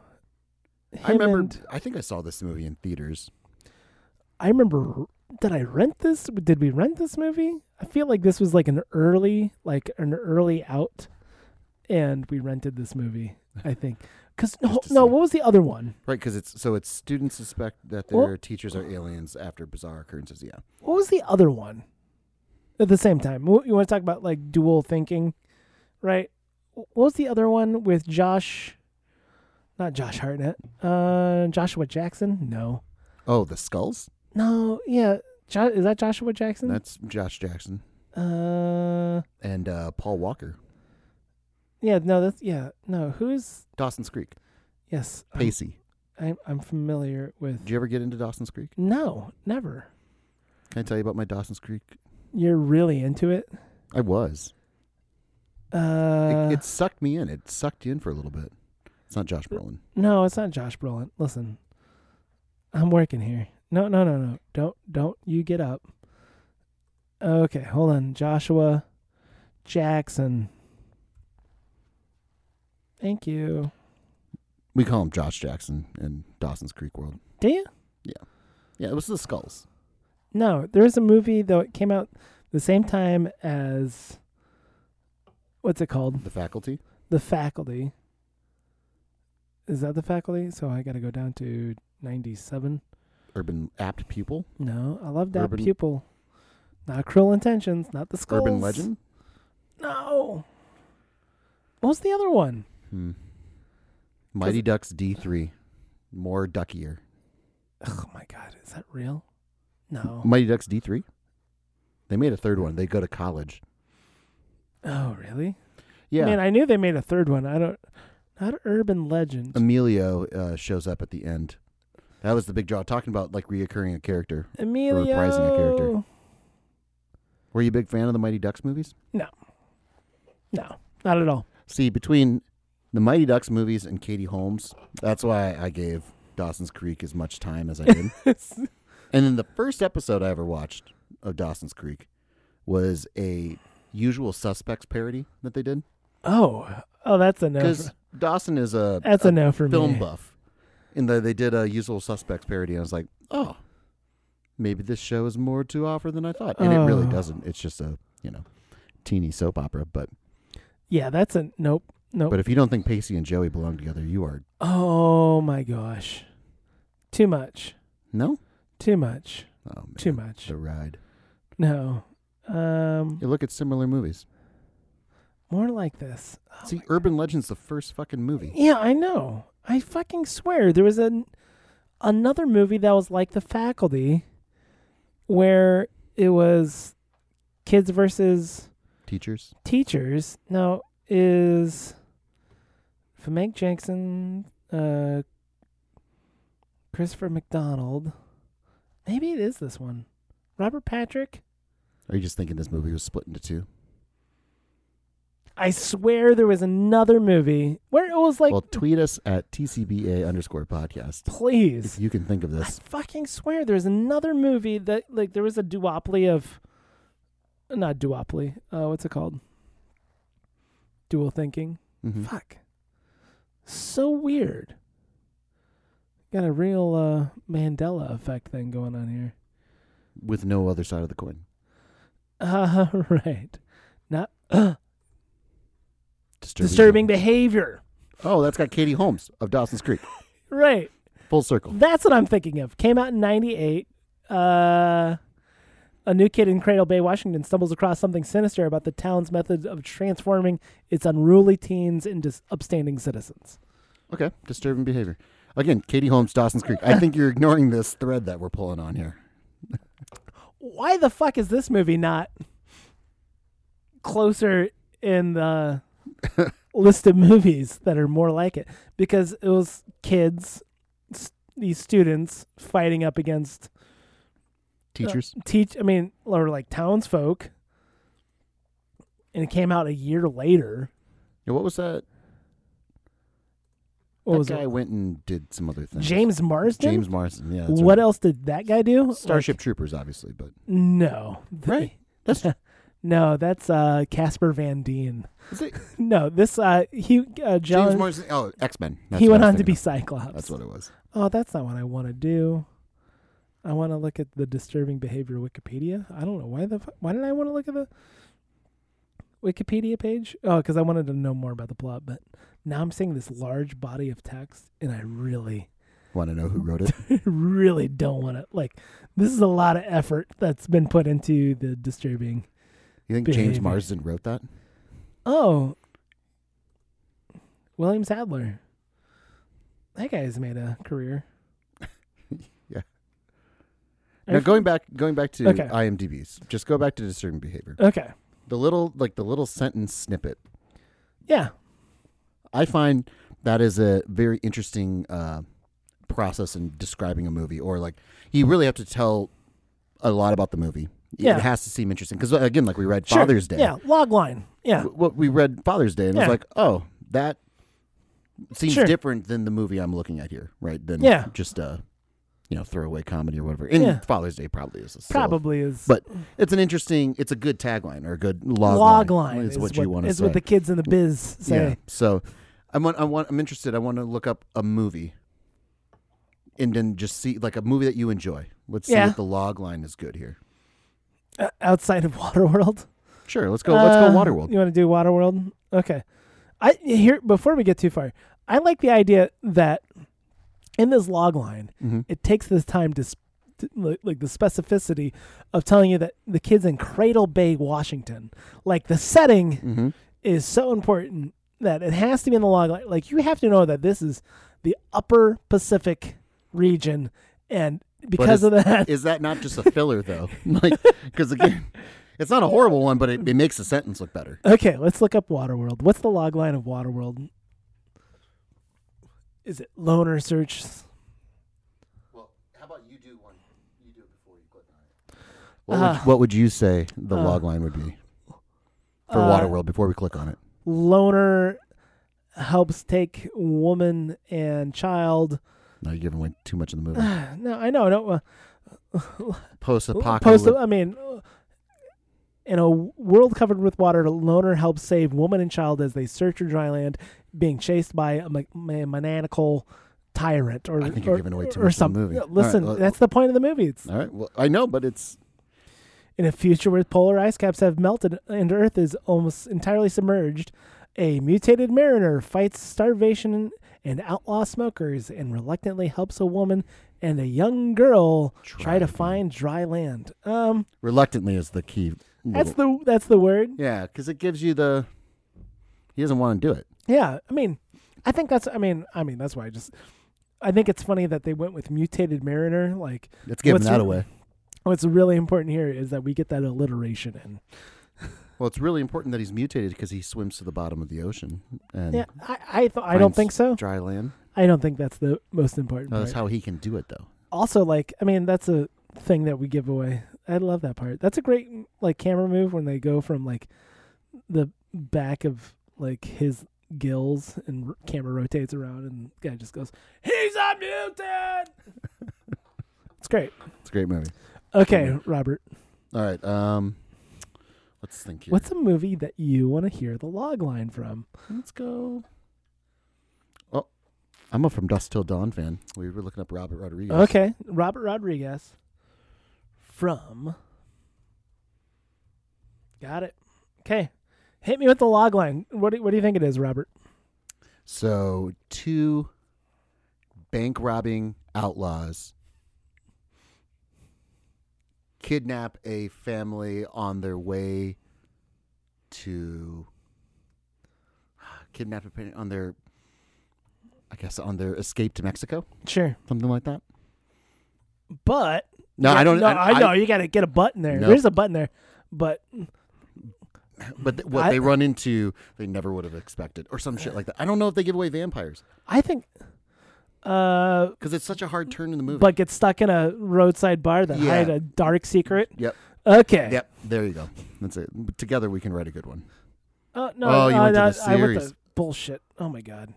A: I
B: him
A: remember.
B: and-
A: I think I saw this movie in theaters.
B: I remember. Did I rent this? Did we rent this movie? I feel like this was like an early, like an early out, and we rented this movie. I think because no,
A: (laughs) Just to
B: no,
A: see.
B: what was the other one?
A: Right, because it's so it's students suspect that their
B: Well-
A: teachers are aliens after bizarre occurrences. Yeah,
B: What was the other one? At the same time, Wh- you want to talk about like dual thinking, right? Wh- What was the other one with Josh? Not Josh Hartnett. Uh, Joshua Jackson? No,
A: Oh, the skulls?
B: no, yeah. Jo- is that Joshua Jackson?
A: That's Josh Jackson
B: uh,
A: and uh, Paul Walker.
B: yeah. No, that's yeah. No, who's
A: Dawson's Creek.
B: Yes, I'm,
A: Pacey.
B: I'm, I'm familiar with.
A: Did you ever get into Dawson's Creek?
B: No, never.
A: Can I tell you about my Dawson's Creek?
B: You're really into it.
A: I was.
B: Uh,
A: it, it sucked me in. It sucked you in for a little bit. It's not Josh Brolin.
B: no, it's not Josh Brolin. Listen, I'm working here. No, no, no, no. Don't, don't. You get up. Okay, hold on, Joshua Jackson. Thank you.
A: We call him Josh Jackson in Dawson's Creek world.
B: Do you?
A: Yeah, it was the skulls.
B: No, there is a movie though. It came out the same time as what's it called?
A: The faculty.
B: the faculty. Is that the faculty? So I got to go down to 97.
A: Urban apt pupil.
B: No, I love that
A: Urban-
B: pupil. Not cruel intentions, not the skulls.
A: Urban legend.
B: No. What was the other one?
A: Hmm. Mighty Ducks D three. More duckier.
B: Oh my god, is that real? No.
A: Mighty Ducks D three. They made a third one. They go to college.
B: Oh, really?
A: Yeah.
B: Man, I knew they made a third one. I don't. Not urban legend.
A: Emilio uh, shows up at the end. That was the big draw. Talking about like reoccurring a character.
B: Emilio.
A: reprising a character. Were you a big fan of the Mighty Ducks movies?
B: No, not at all.
A: See, between the Mighty Ducks movies and Katie Holmes, that's why I gave Dawson's Creek as much time as I
B: (laughs)
A: did. and then the first episode I ever watched of Dawson's Creek was a Usual Suspects parody that they did
B: oh, oh, that's a no.
A: because
B: For,
A: Dawson is a,
B: that's a,
A: a
B: no for
A: film
B: me.
A: buff, and the, they did a Usual Suspects parody. And I was like, oh, maybe this show is more to offer than I thought, and it really
B: Oh.
A: doesn't. It's just a you know teeny soap opera. But
B: Yeah, that's a nope. Nope.
A: but if you don't think Pacey and Joey belong together, you are
B: Oh my gosh. Too much.
A: no.
B: Too much.
A: Oh, man.
B: Too much.
A: The ride.
B: No. Um
A: You look at similar movies.
B: more like this. Oh
A: See,
B: my-
A: Urban Legends, the first fucking movie.
B: Yeah, I know. I fucking swear there was an another movie that was like The Faculty where it was kids versus
A: Teachers.
B: teachers. Now is Famek Jackson, uh, Christopher McDonald. Maybe it is this one. Robert Patrick.
A: Are you just thinking this movie was split into two?
B: I swear there was another movie where it was like,
A: well, tweet us at TCBA underscore podcast. If
B: please.
A: you can think of
B: I
A: this.
B: fucking swear there was another movie that like there was a duopoly of, not duopoly. Uh, what's it called? Dual thinking.
A: Mhm.
B: Fuck. So weird. Got a real uh, Mandela effect thing going on here. (laughs)
A: Mm-hmm. With no other side of the coin.
B: Uh, right. Not (clears throat) uh,
A: Disturbing.
B: disturbing behavior.
A: Oh, that's got Katie Holmes of Dawson's Creek.
B: Right.
A: Full circle.
B: That's what I'm thinking of. Came out in 98. Uh, a new kid in Cradle Bay, Washington stumbles across something sinister about the town's method of transforming its unruly teens into s- upstanding citizens.
A: Okay. Disturbing behavior. Again, Katie Holmes, Dawson's Creek. I think
B: (laughs)
A: you're ignoring this thread that we're pulling on
B: Uh,
A: here.
B: why the fuck is this movie not closer in
A: (laughs)
B: the list of movies that are more like it? Because it was kids, s- these students fighting up against
A: Teachers.
B: teach I mean or like townsfolk and it came out a year later.
A: Yeah, what was that?
B: What
A: that
B: was
A: guy
B: it?
A: went and did some other things.
B: James Marsden?
A: James Marsden. Yeah. that's
B: what
A: right.
B: else did that guy do?
A: Starship Troopers, obviously, but
B: Like, no. (laughs)
A: right. That's
B: No, that's uh Casper Van Dien.
A: is it
B: No, this uh he
A: (laughs)
B: uh
A: James
B: John
A: Marsden. Oh, X Men.
B: he went on to be Cyclops.
A: That's what it was.
B: Oh, that's not what I want to do. I want to look at the disturbing behavior Wikipedia. I don't know why the fu- why did I want to look at the Wikipedia page? Oh, because I wanted to know more about the plot. But now I'm seeing this large body of text, and I really, (laughs)
A: Want to know who wrote it?
B: really don't want to. Like, this is a lot of effort that's been put into the disturbing.
A: You think James
B: Behavior.
A: Marsden wrote that?
B: Oh, William Sadler. That guy's made a career.
A: (laughs) Yeah. Now
B: Every-
A: going back, going back to
B: Okay.
A: IMDb's. Just go back to disturbing behavior.
B: Okay.
A: The little, like the little sentence snippet.
B: Yeah.
A: I find that is a very interesting uh, process in describing a movie, or like you really have to tell a lot about the movie.
B: Yeah.
A: It has to seem interesting because again, like we read
B: Sure.
A: Father's Day.
B: Yeah, log line. Yeah.
A: W- What we read Father's Day, and it
B: Yeah.
A: was like, oh, that seems
B: Sure.
A: different than the movie I'm looking at here, right? Than
B: Yeah.
A: just a you know throwaway comedy or whatever. And
B: Yeah.
A: Father's Day probably is a silly-
B: Probably is.
A: But it's an interesting, it's a good tagline or a good log,
B: log line
A: is, what, you want to
B: is
A: say.
B: what the kids in the biz
A: Yeah.
B: say.
A: So I want I want I'm interested. I want to look up a movie and then just see like a movie that you enjoy. Let's
B: Yeah.
A: see if the log line is good here.
B: Uh, outside of (laughs) Waterworld.
A: Sure, let's go let's go
B: Uh,
A: Waterworld.
B: You want to do Waterworld? Okay. I here before we get too far, I like the idea that in this log line,
A: Mhm.
B: it takes this time to, sp- to li- like the specificity of telling you that the kids in Cradle Bay, Washington, like the setting
A: Mhm.
B: is so important that it has to be in the log line. Like you have to know that this is the Upper Pacific region, and because
A: is-
B: of that,
A: Is that not just a filler though? (laughs) like cuz again, it's not a horrible one, but it, it makes the sentence look better.
B: (laughs) okay, let's look up Waterworld. What's the log line of Waterworld? Is it loner search?
A: Well, how about you do one? You do it before you click on it. What, would, what would you say the
B: uh,
A: log line would be for
B: uh,
A: Waterworld before we click on it?
B: Loner helps take woman and child.
A: Now you're giving away too much of the movie.
B: (sighs) no, I know. I don't. Uh,
A: Post apocalypse.
B: Post, I mean, uh, in a world covered with water, a loner helps save woman and child as they search for dry land, being chased by a ma- ma- maniacal tyrant or,
A: I think you're
B: or-
A: giving away too
B: or
A: much of the
B: something.
A: movie.
B: Yeah, Listen,
A: All right,
B: that's the point of the movie. It's
A: All right. Well, I know, but it's
B: in a future where polar ice caps have melted and Earth is almost entirely submerged. A mutated mariner fights starvation and outlaw smokers and reluctantly helps a woman and a young girl try to
A: Dry
B: find dry land. Um,
A: reluctantly is the key.
B: that's
A: little-
B: the that's the word.
A: yeah, because it gives you the. He doesn't want to do it.
B: Yeah, I mean, I think that's. I mean, I mean that's why I just. I think it's funny that they went with mutated mariner. Like,
A: It's giving
B: What's
A: that
B: your-
A: away.
B: what's really important here is that we get that alliteration in.
A: Well, it's really important that he's mutated because he swims to the bottom of the ocean and
B: Yeah, I, I, th- I don't
A: finds
B: think so.
A: dry land.
B: I don't think that's the most important
A: No,
B: part.
A: that's how he can do it, though.
B: also, like, I mean, that's a thing that we give away. I love that part. That's a great like camera move when they go from like the back of like his gills and r- camera rotates around and the guy just goes, "He's a mutant." it's great.
A: It's a great movie.
B: Okay, Robert.
A: All right. Um, let's think here.
B: What's a movie that you want to hear the log line from?
A: Let's go. Oh, I'm a from Dust Till Dawn fan. We were looking up Robert Rodriguez.
B: Okay, Robert Rodriguez from. Got it. Okay, hit me with the log line. What do, what do you think it is, Robert?
A: So two bank robbing outlaws kidnap a family on their way to (sighs) kidnap a pa- on their I guess on their escape to Mexico,
B: Sure,
A: something like that.
B: but
A: No, I don't.
B: No, I, know you got to get a button there.
A: No.
B: There's a button there, but
A: but th- what
B: I-
A: they run into, they never would have expected, or some shit like that. I don't know if they give away vampires.
B: I think uh,
A: because it's such a hard turn in the movie.
B: but gets stuck in a roadside bar that
A: Yeah.
B: hide a dark secret.
A: Yep.
B: Okay.
A: Yep, there you go. That's it. Together we can write a good one.
B: Oh no!
A: Oh, you
B: uh,
A: went to
B: no,
A: the
B: I went
A: series.
B: to bullshit. Oh my god.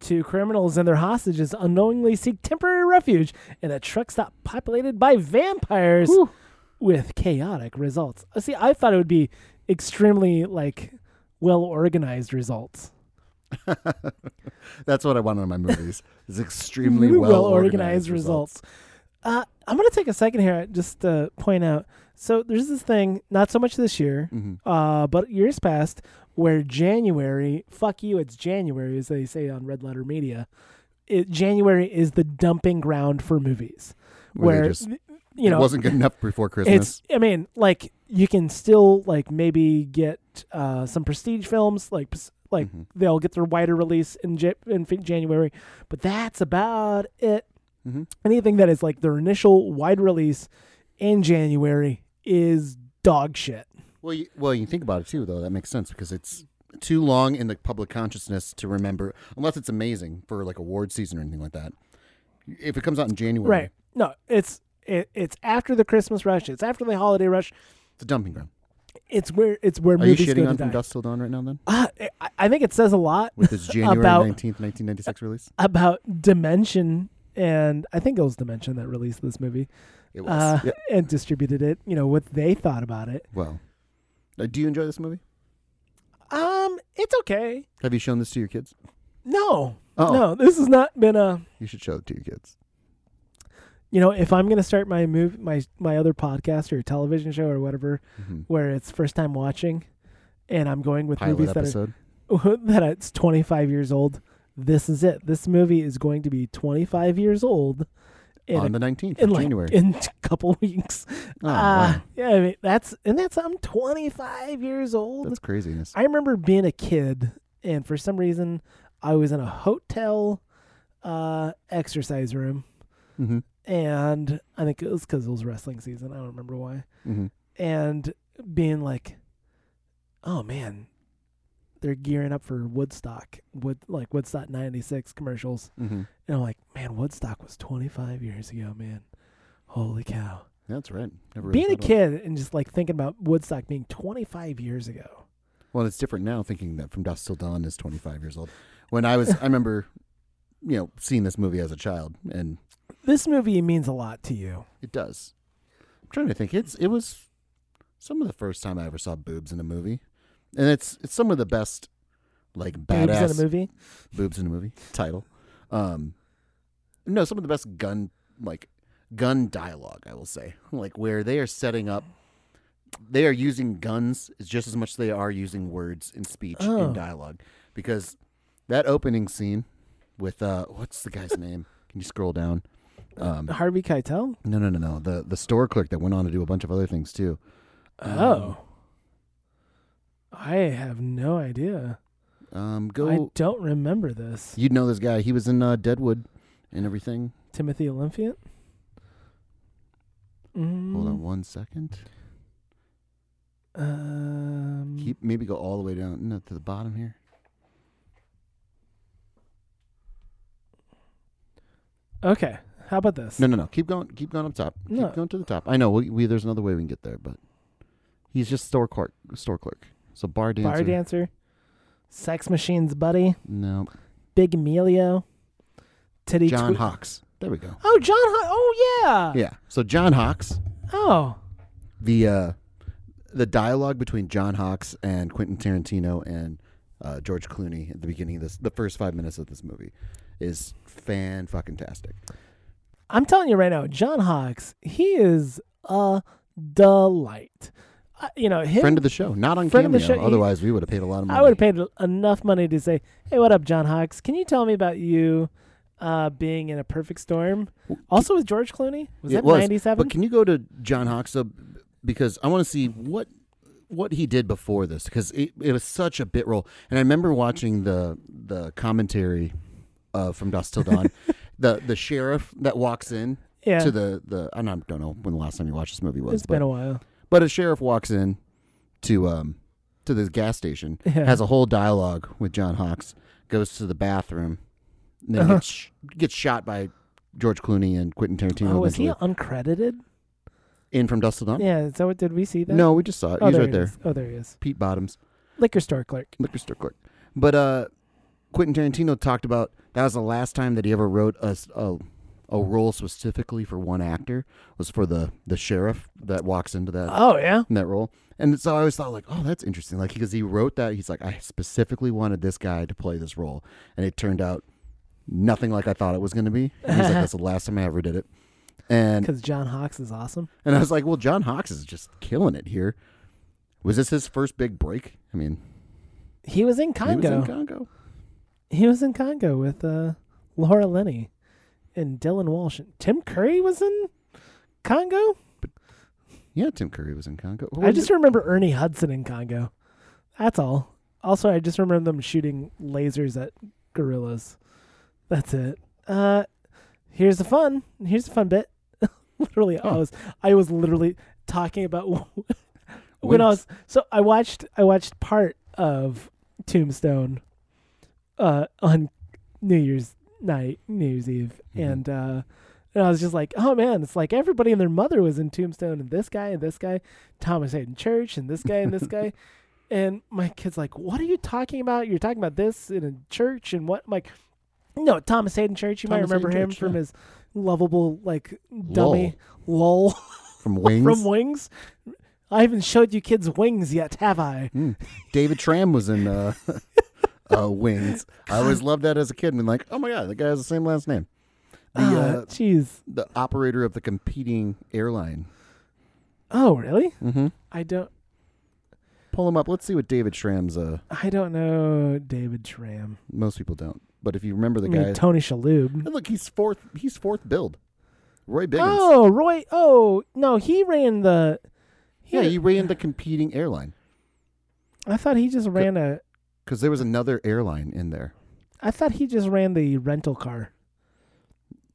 B: Two criminals and their hostages unknowingly seek temporary refuge in a truck stop populated by vampires,
A: Whew.
B: with chaotic results. Uh, See, I thought it would be extremely like well organized results.
A: (laughs) That's what I want on my movies. It's
B: (laughs)
A: extremely well, organized results.
B: Uh, I'm going to take a second here just to point out. So there's this thing, not so much this year,
A: Mm-hmm.
B: uh, but years past, where January, fuck you, it's January, as they say on Red Letter Media. It, January is the dumping ground for movies,
A: Where they
B: where
A: just-
B: you
A: it
B: know
A: wasn't good enough before Christmas.
B: it's. I mean, like you can still like maybe get uh, some prestige films, like pres- like
A: Mm-hmm.
B: they'll get their wider release in Ja- in fin- January, but that's about it.
A: Mhm.
B: Anything that is like their initial wide release in January is dog shit.
A: Well, you, well, you think about it too, though. That makes sense because it's too long in the public consciousness to remember, unless it's amazing for like award season or anything like that. If it comes out in January,
B: Right? No, it's it, it's after the Christmas rush. It's after the holiday rush.
A: it's a dumping ground.
B: It's where it's where
A: Are you
B: movies go
A: shitting
B: to
A: on From
B: die.
A: Dust Till Dawn right now, then?
B: Ah, I, I think it says a lot
A: With
B: (laughs)
A: its January
B: About-
A: 19th, 1996 release?
B: about Dimension, and I think it was Dimension that released this movie.
A: It was.
B: uh,
A: Yeah.
B: and distributed it. You know what they thought about it.
A: Well, uh, do you enjoy this movie?
B: Um, it's okay.
A: Have you shown this to your kids?
B: No,
A: Oh,
B: no, this has not been a.
A: you should show it to your kids.
B: You know, if I'm gonna start my move, my my other podcast or television show or whatever,
A: Mhm.
B: where it's first time watching, and I'm going with
A: Pilot
B: movies that
A: episode.
B: are (laughs) that it's 25 years old. This is it. This movie is going to be 25 years old in
A: on
B: a,
A: the 19th
B: in
A: of
B: like
A: January.
B: in a (laughs) couple weeks.
A: oh,
B: uh,
A: wow.
B: Yeah, I mean that's and that's I'm 25 years old.
A: That's craziness.
B: I remember being a kid, and for some reason, I was in a hotel uh, exercise room,
A: hmm
B: and I think it was because it was wrestling season. I don't remember why.
A: hmm
B: And being like, "Oh man, they're gearing up for Woodstock, Wood like Woodstock '96 commercials,"
A: hmm
B: and I'm like, "Man, Woodstock was 25 years ago, man." Holy cow.
A: That's right. Never really
B: Being a
A: thought about it.
B: kid and just like thinking about Woodstock being 25 years ago.
A: Well, it's different now thinking that From Dusk Till Dawn is 25 years old. When I was, I remember, you know, seeing this movie as a child, and
B: This movie means a lot to you.
A: it does. I'm trying to think. It's it was some of the first time I ever saw boobs in a movie, and it's it's some of the best like badass
B: Boobs in a movie.
A: boobs in a movie title. Um, no, some of the best gun like gun dialogue, I will say, (laughs) like where they are setting up, they are using guns as just as much as they are using words in speech and
B: Oh.
A: in dialogue, because that opening scene with uh, what's the guy's (laughs) name? Can you scroll down? Um,
B: Harvey Keitel.
A: no, no, no, no. The the store clerk that went on to do a bunch of other things too. Um,
B: Oh. I have no idea.
A: um,
B: I
A: go.
B: don't remember this.
A: You'd know this guy. He was in uh, Deadwood and everything.
B: Timothy Olympian. Mm,
A: Hold on one second.
B: Um,
A: Keep maybe go all the way down no, to the bottom here.
B: okay. How about this?
A: No, no, no. Keep going. Keep going up top. Keep
B: No.
A: going to the top. I know. We, we there's another way we can get there, but he's just store clerk. Store clerk. So bar dancer.
B: Bar dancer. Sex Machines Buddy.
A: No.
B: Big Emilio. Teddy.
A: John
B: Twi-
A: Hawks. There we go.
B: oh, John. Ho- oh yeah.
A: Yeah. So John Hawks.
B: Oh.
A: The uh, the dialogue between John Hawks and Quentin Tarantino and uh, George Clooney at the beginning of this, the first five minutes of this movie, is fan fucking tastic.
B: I'm telling you right now, John Hawks. He is a delight. Uh, you know him.
A: Friend of the show, not on
B: Friend of the
A: cameo.
B: show, he-
A: Otherwise, we would have paid a lot of money.
B: I would have paid enough money to say, "Hey, what up, John Hawks? Can you tell me about you uh, being in a perfect storm?" Also with George Clooney, was
A: It
B: that
A: was,
B: ninety-seven?
A: But can you go to John Hawks uh, because I want to see what what he did before this because it, it was such a bit role. And I remember watching the the commentary uh, from Dust Till
B: (laughs)
A: Dawn, the the sheriff that walks in
B: Yeah,
A: to the the I don't don't know when the last time you watched this movie was,
B: it's
A: but
B: been a while. (laughs)
A: but a sheriff walks in to um to this gas station,
B: Yeah.
A: has a whole dialogue with John Hawks, goes to the bathroom, And then
B: Uh-huh.
A: gets, sh- gets shot by George Clooney and Quentin Tarantino
B: oh, is he
A: eventually.
B: uncredited?
A: in from Dust Till Dawn.
B: Yeah, is that what did we see that?
A: no, we just saw it.
B: oh,
A: He's
B: there
A: right
B: he
A: there.
B: is. Oh, there he is.
A: Pete Bottoms.
B: Liquor store clerk.
A: liquor store clerk. But uh, Quentin Tarantino talked about that was the last time that he ever wrote a, s- a, a role specifically for one actor was for the the sheriff that walks into that
B: Oh yeah.
A: in that role. And so I always thought like, oh, that's interesting. Like because he wrote that, he's like, I specifically wanted this guy to play this role, and it turned out nothing like I thought it was going to be. And
B: (laughs)
A: he's like, that's the last time I ever did it. And
B: Because John Hawks is awesome.
A: and I was like, well, John Hawks is just killing it here. Was this his first big break? I mean,
B: He was in Congo.
A: he was in Congo.
B: He was in Congo with uh, Laura Linney and Dylan Walsh. Tim Curry was in Congo.
A: Yeah, Tim Curry was in Congo. Who
B: I
A: was
B: just
A: it?
B: remember Ernie Hudson in Congo. That's all. Also, I just remember them shooting lasers at gorillas. That's it. Uh, here's the fun. Here's the fun bit. (laughs) literally, I
A: Huh.
B: was I was literally talking about (laughs) when I was. So I watched I watched part of Tombstone uh, on New Year's night, New Year's Eve,
A: Mhm.
B: and uh, and I was just like, oh man, it's like everybody and their mother was in Tombstone, and this guy and this guy, Thomas Hayden Church, and this guy and
A: (laughs)
B: this guy. And my kid's like, "What are you talking about? You're talking about this in a church and what?" I'm like, "No, Thomas Hayden Church. You might
A: Thomas Hayden
B: remember him
A: Church,
B: from
A: yeah.
B: his lovable like dummy lol
A: from Wings.
B: (laughs) from Wings. I haven't showed you kids Wings yet, have I?
A: Mm. David Tram was in uh, (laughs) uh, Wings. I always loved that as a kid. And like, oh my god, the guy has the same last name. The
B: Ah,
A: uh,
B: Jeez.
A: the operator of the competing airline.
B: Oh, really?
A: Mm-hmm.
B: I don't.
A: Pull him up. Let's see what David Tram's. Uh,
B: I don't know David Tram.
A: most people don't, but if you remember the
B: I mean,
A: guy,
B: Tony Shalhoub.
A: and look, he's fourth. He's fourth build. Roy Biggins.
B: Oh, Roy. Oh no, he ran the. He,
A: yeah, he ran the competing airline
B: I thought he just ran a.
A: because there was another airline in there.
B: I thought he just ran the rental car.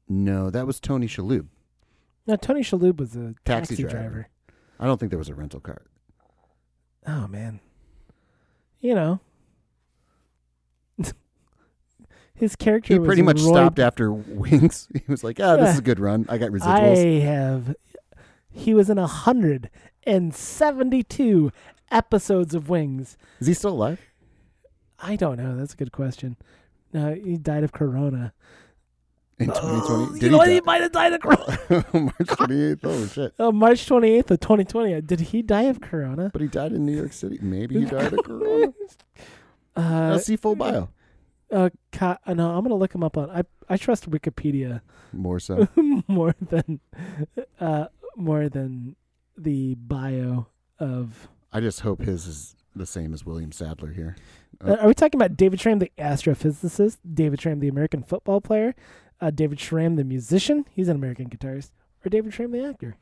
A: No, that was Tony Shalhoub.
B: No, Tony Shalhoub was a taxi,
A: Taxi
B: driver.
A: driver. I don't think there was a rental car.
B: Oh man. You know. (laughs) His character
A: He
B: was
A: pretty much
B: Roy-
A: stopped after Wings. (laughs) He was like, "Ah, this is a good run. I got residuals."
B: I have. He was in a hundred and seventy-two episodes of Wings.
A: is he still alive?
B: I don't know. That's a good question. No, he died of corona. (gasps)
A: In 2020?
B: Oh,
A: Did
B: you know what?
A: he
B: He might have died of corona. (laughs)
A: (laughs) die? March 28th. Oh shit!
B: Uh, March twenty-eighth of twenty twenty. Uh, Did he die of corona?
A: But he died in New York City. Maybe he died of
B: (laughs)
A: corona.
B: Uh,
A: I'll see full bio.
B: uh, ca- uh, no, I'm gonna look him up on. I I trust Wikipedia (laughs)
A: More so.
B: more than, (laughs) uh, more than the bio of.
A: I just hope his is the same as William Sadler here.
B: Uh, are we talking about David Tram, the astrophysicist? David Tram, the American football player? Uh, David Tram, the musician? He's an American guitarist. Or David Tram, the actor?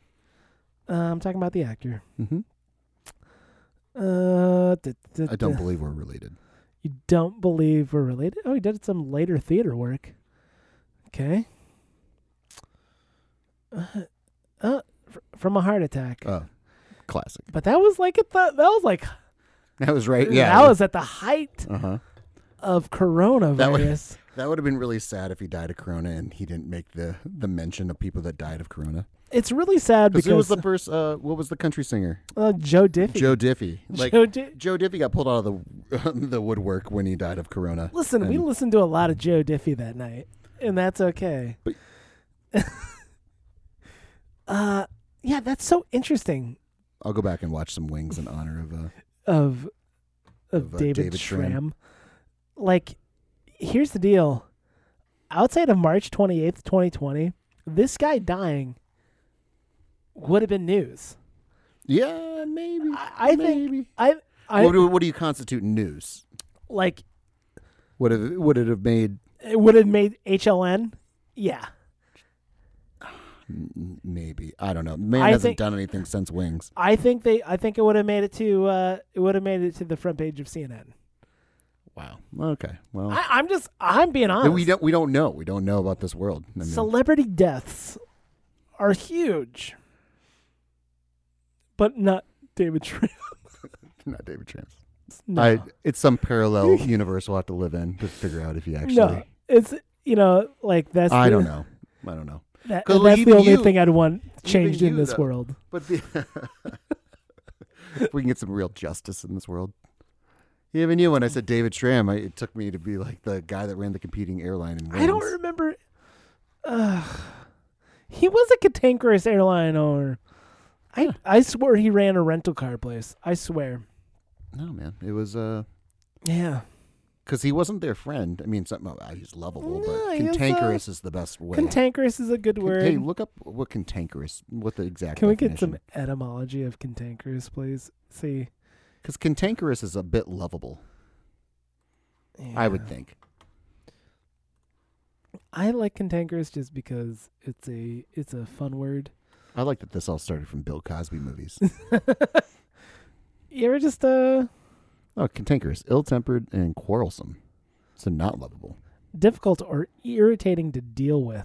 B: Uh, I'm talking about the actor.
A: hmm
B: Uh, duh, duh,
A: I don't
B: duh.
A: believe we're related.
B: You don't believe we're related? Oh, he did some later theater work. Okay. Uh, uh, fr- from a heart attack.
A: Oh, classic.
B: but that was like at the that was like
A: That was right. Uh, Yeah.
B: that was at the height
A: Uh huh.
B: of coronavirus.
A: That was- That would have been really sad if he died of corona and he didn't make the the mention of people that died of corona.
B: it's really sad
A: Because who was
B: because
A: the first? Uh, what was the country singer?
B: uh, Joe Diffie.
A: Joe
B: (laughs)
A: Diffie. Like
B: Joe Di-
A: Joe Diffie got pulled out of the (laughs) the woodwork when he died of corona.
B: Listen, we
A: And-
B: listened to a lot of Joe Diffie that night, and that's okay.
A: But-
B: (laughs) uh, yeah, that's so interesting
A: I'll go back and watch some Wings in honor of. Uh,
B: of of,
A: Of, uh,
B: David,
A: David
B: Tram.
A: Schramm.
B: Like, here's the deal: outside of March twenty eighth, twenty twenty, this guy dying would have been news.
A: yeah, maybe.
B: I, I think
A: maybe.
B: I I
A: what, do, what do you constitute news?
B: like
A: Would have would it have made
B: it would have made HLN. Yeah.
A: m- maybe? I don't know. Man
B: I
A: hasn't
B: think-
A: done anything since Wings.
B: I think they. I think it would have made it to. Uh, it would have made it to the front page of CNN.
A: Wow. Okay. Well,
B: I, I'm just. I'm being honest.
A: Oh. we don't we don't know. We don't know about this world. I mean,
B: Celebrity deaths are huge, but not David Tran.
A: not David Trams.
B: (laughs) No, (laughs)
A: I, it's some parallel universe we'll have to live in to figure out if he actually.
B: no. It's you know, like that's
A: I
B: the-
A: don't know. I don't know.
B: That,
A: 'Cause, well,
B: that's the
A: even
B: only
A: you-
B: thing I'd want changed in
A: you,
B: this
A: though.
B: world.
A: But the (laughs) if we can get some real justice in this world. You even knew when I said David Schramm, I, it took me to be like the guy that ran the competing airline. In
B: I don't
A: Wales.
B: remember. Uh, he was a cantankerous airline owner. I I swear he ran a rental car place. I swear.
A: No, man, it was uh,
B: Yeah.
A: because he wasn't their friend. I mean, some, well, uh, he's lovable,
B: No,
A: but
B: he was, uh,
A: cantankerous is the best way.
B: Cantankerous is a good
A: Can-
B: word.
A: Hey, look up what cantankerous. What the exact?
B: Can we get some etymology of cantankerous, please? See.
A: Because cantankerous is a bit lovable, I would
B: Yeah.
A: think.
B: I like cantankerous just because it's a it's a fun
A: (laughs)
B: word.
A: I like that this all started from Bill Cosby movies.
B: You ever just uh
A: oh, cantankerous, ill-tempered, and quarrelsome, so not lovable.
B: difficult or irritating to deal with?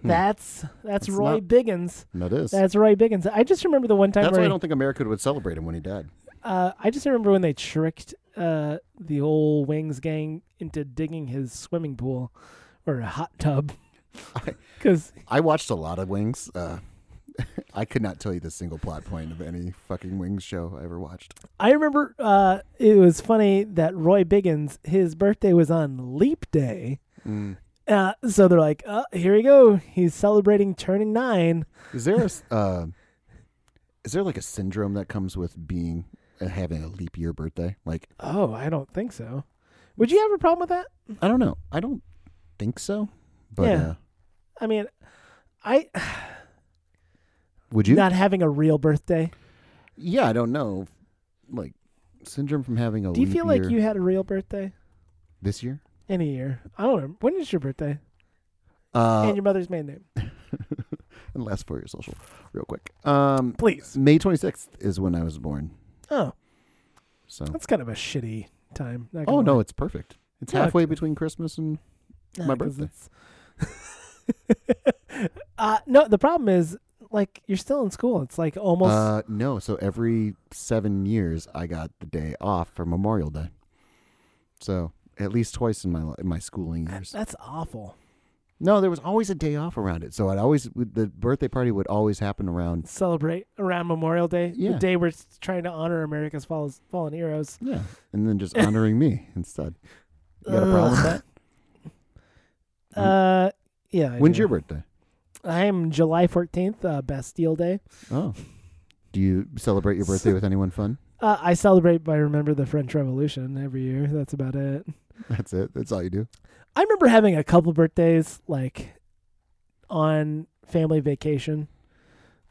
A: Hmm.
B: That's that's
A: That's
B: Roy
A: not-
B: Biggins.
A: That is.
B: That's Roy Biggins. I just remember the one time
A: That's
B: where
A: why I
B: he-
A: don't think America would celebrate him when he died.
B: Uh, I just remember when they tricked uh, the old Wings gang into digging his swimming pool or a hot tub. (laughs) Because
A: (laughs) I watched a lot of Wings. Uh, (laughs) I could not tell you the single plot point of any fucking Wings show I ever watched.
B: I remember uh, it was funny that Roy Biggins, his birthday was on Leap Day. Uh, so they're like, uh, here we go. He's celebrating turning nine.
A: Is there a s- uh, is there like a syndrome that comes with being uh, having a leap year birthday? Like
B: Oh, I don't think so. Would you have a problem with that?
A: I don't know. I don't think so. But
B: Yeah.
A: uh,
B: I mean, I
A: would you?
B: not having a real birthday.
A: yeah, I don't know. Like syndrome from having a
B: Do you
A: leap
B: feel like
A: year
B: you had a real birthday?
A: this year.
B: Any year. I don't know. When is your birthday?
A: Uh,
B: and your mother's maiden name.
A: and last for your social, real quick. Um,
B: Please.
A: May twenty sixth is when I was born.
B: Oh,
A: So
B: that's kind of a shitty time. not gonna
A: Oh
B: lie.
A: no, it's perfect. It's
B: Yeah,
A: halfway between Christmas and
B: Nah,
A: my
B: 'cause
A: birthday.
B: it's- (laughs) uh, no, the problem is like you're still in school. It's like almost.
A: uh, no, so every seven years I got the day off for Memorial Day. So at least twice in my li- in my schooling years.
B: that's awful.
A: No, there was always a day off around it. So I'd always would- the birthday party would always happen around.
B: Celebrate around Memorial Day,
A: Yeah.
B: the day we're s- trying to honor America's fallen, fallen heroes.
A: Yeah, and then just honoring
B: (laughs)
A: me instead. You got a problem with that?
B: (laughs) Uh, yeah. I
A: When's
B: do.
A: your birthday?
B: I am July fourteenth, uh, Bastille Day.
A: Oh, do you celebrate your birthday with anyone fun?
B: Uh, I celebrate by remember the French Revolution every year. That's about it.
A: (laughs) That's it. That's all you do.
B: I remember having a couple birthdays like on family vacation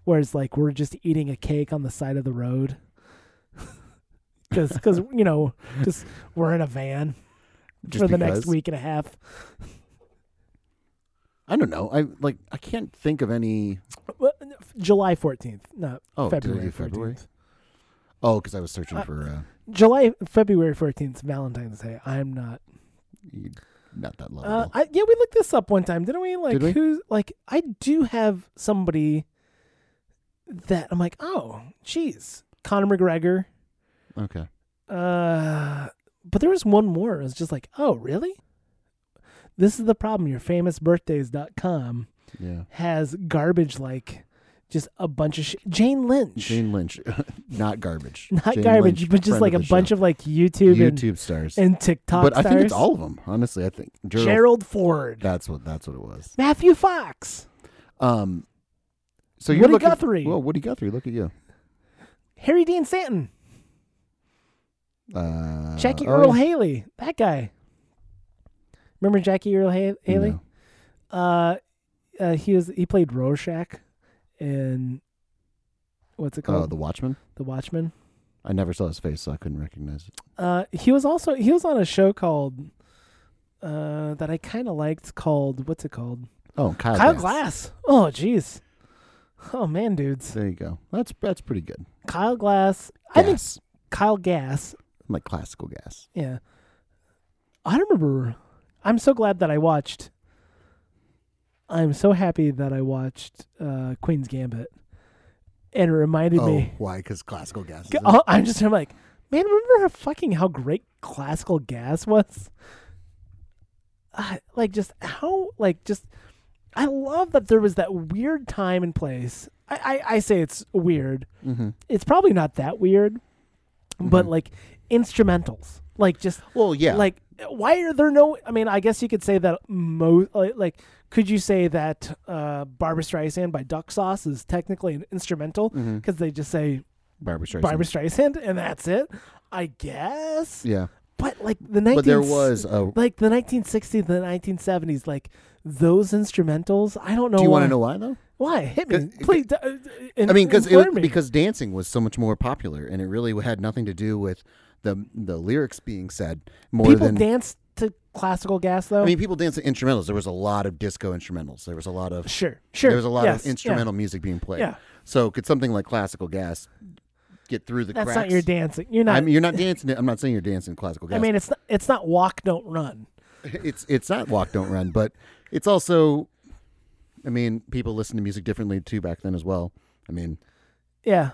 B: where it's like we're just eating a cake on the side of the road. (laughs) Cause, 'cause, you know, just we're in a van
A: Just
B: for the next
A: because?
B: week and a half.
A: I don't know. I like. I can't think of any.
B: Well, July fourteenth, not
A: Oh, did I
B: February
A: do February?
B: fourteenth.
A: Oh, because I was searching
B: I-
A: for. Uh,
B: July February fourteenth, Valentine's Day. I'm not.
A: you- not that lovable.
B: Uh, I, yeah, we looked this up one time, didn't we? Like
A: Did we?
B: who's like I do have somebody that I'm like, oh, jeez, Conor McGregor.
A: okay.
B: Uh, but there was one more. It was just like, oh, really? This is the problem. Your famousbirthdays.com
A: Yeah.
B: has garbage like just a bunch of shit. Jane Lynch.
A: Jane Lynch, (laughs) not garbage.
B: (laughs) Not
A: Jane
B: garbage,
A: Lynch,
B: but just
A: friend
B: like a
A: of the
B: bunch
A: show.
B: of like YouTube,
A: YouTube stars.
B: and, and TikTok
A: but
B: stars.
A: I think it's all of them. Honestly, I think Gerald-
B: Gerald Ford,
A: That's what that's what it was.
B: Matthew Fox,
A: Um. So you're
B: Woody
A: looking.
B: Guthrie,
A: Whoa, Woody Guthrie! Look at you.
B: Harry Dean Stanton,
A: Uh,
B: Jackie
A: oh,
B: Earl
A: yeah.
B: Haley, that guy. Remember Jackie Earl Ha- Haley?
A: No.
B: uh, uh he was he played Rorschach in what's it
A: Oh,
B: called?
A: the
B: the,
A: Watchman.
B: Watchmen.
A: I never saw his face, so I couldn't recognize it.
B: Uh he was also he was on a show called uh that I kind of liked called what's it called?
A: Oh, Kyle,
B: Kyle Glass. Oh jeez. Oh man, dudes.
A: There you go. That's that's pretty good.
B: Kyle Glass. I think
A: Gas.
B: Kyle Gas.
A: like classical gas.
B: Yeah. I remember I'm so glad that I watched I'm so happy that I watched uh Queen's Gambit. And it reminded
A: Oh,
B: me
A: why? Because classical gas. Is
B: G- oh, (laughs) I'm just I'm like, man, remember how fucking how great classical gas was? uh, like just how like just I love that there was that weird time and place. I I, I say it's weird.
A: Mm-hmm.
B: It's probably not that weird, but
A: Mhm.
B: like instrumentals, like just
A: Well, yeah.
B: like why are there no? I mean, I guess you could say that mo like, like could you say that uh, "Barbra Streisand" by Duck Sauce is technically an instrumental
A: Mhm.
B: because they just say
A: Barbara Streisand.
B: Barbra Streisand and that's it, I guess.
A: Yeah,
B: But like the 19-
A: but there was a.
B: like the 1960s, the 1970s, like those instrumentals. I don't know.
A: Do you
B: why.
A: want to know why though?
B: why? Hit
A: 'Cause-
B: me, please. d- uh, in-
A: I mean, because
B: inform me.
A: because dancing was so much more popular, and it really had nothing to do with the the lyrics being said more
B: people
A: than.
B: dance to classical gas though.
A: I mean, people danced to instrumentals. There was a lot of disco instrumentals. There was a lot of
B: sure, sure.
A: There was a lot
B: yes,
A: of instrumental music being played.
B: Yeah.
A: So could something like classical gas get through the
B: Yeah. That's
A: cracks?
B: not your dancing. You're not.
A: I mean, you're not dancing. I'm not saying you're dancing classical gas.
B: (laughs) I mean, it's not, it's not walk, don't run.
A: it's it's not walk, don't run, but it's also. I mean, people listened to music differently too back then as well. I mean,
B: Yeah,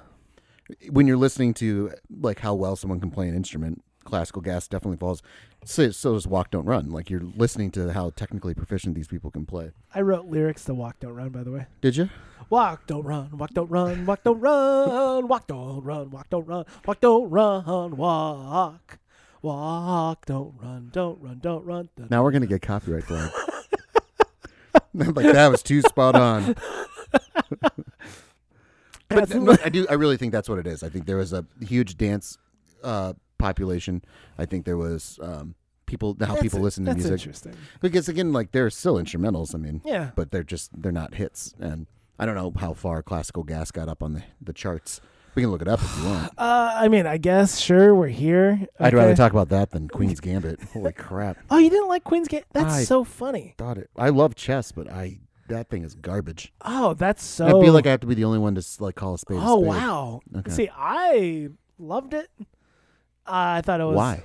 A: when you're listening to like how well someone can play an instrument, classical gas definitely falls. So, so does walk, don't run. Like you're listening to how technically proficient these people can play.
B: I wrote lyrics to walk, don't run. By the way,
A: Did you?
B: walk, don't run, walk, don't run, walk, don't run, walk, don't run, walk, don't run, walk, don't run, walk, walk, don't run, don't run, don't run. dun,
A: Now we're gonna get copyright flag. (laughs) like that was too spot on. (laughs) but (laughs)
B: That's-
A: no, I do. I really think that's what it is. I think there was a huge dance uh, population. I think there was um, people how
B: That's
A: people
B: it.
A: listen to
B: That's
A: music
B: interesting.
A: because again, like they're still instrumentals. I mean,
B: Yeah.
A: but they're just they're not hits. And I don't know how far classical gas got up on the, the charts. We can look it up if you want.
B: Uh, I mean, I guess sure we're here.
A: (sighs) I'd rather
B: Okay.
A: talk about that (laughs) than Queen's Gambit. Holy crap!
B: Oh, you didn't like Queen's Gate? That's
A: I-
B: so funny.
A: Thought it. I love chess, but I that thing is garbage.
B: Oh, that's so.
A: I feel like I have to be the only one to s- like call a spade. a
B: oh
A: spade.
B: wow.
A: Okay.
B: See, I loved it. Uh, I thought it was.
A: Why?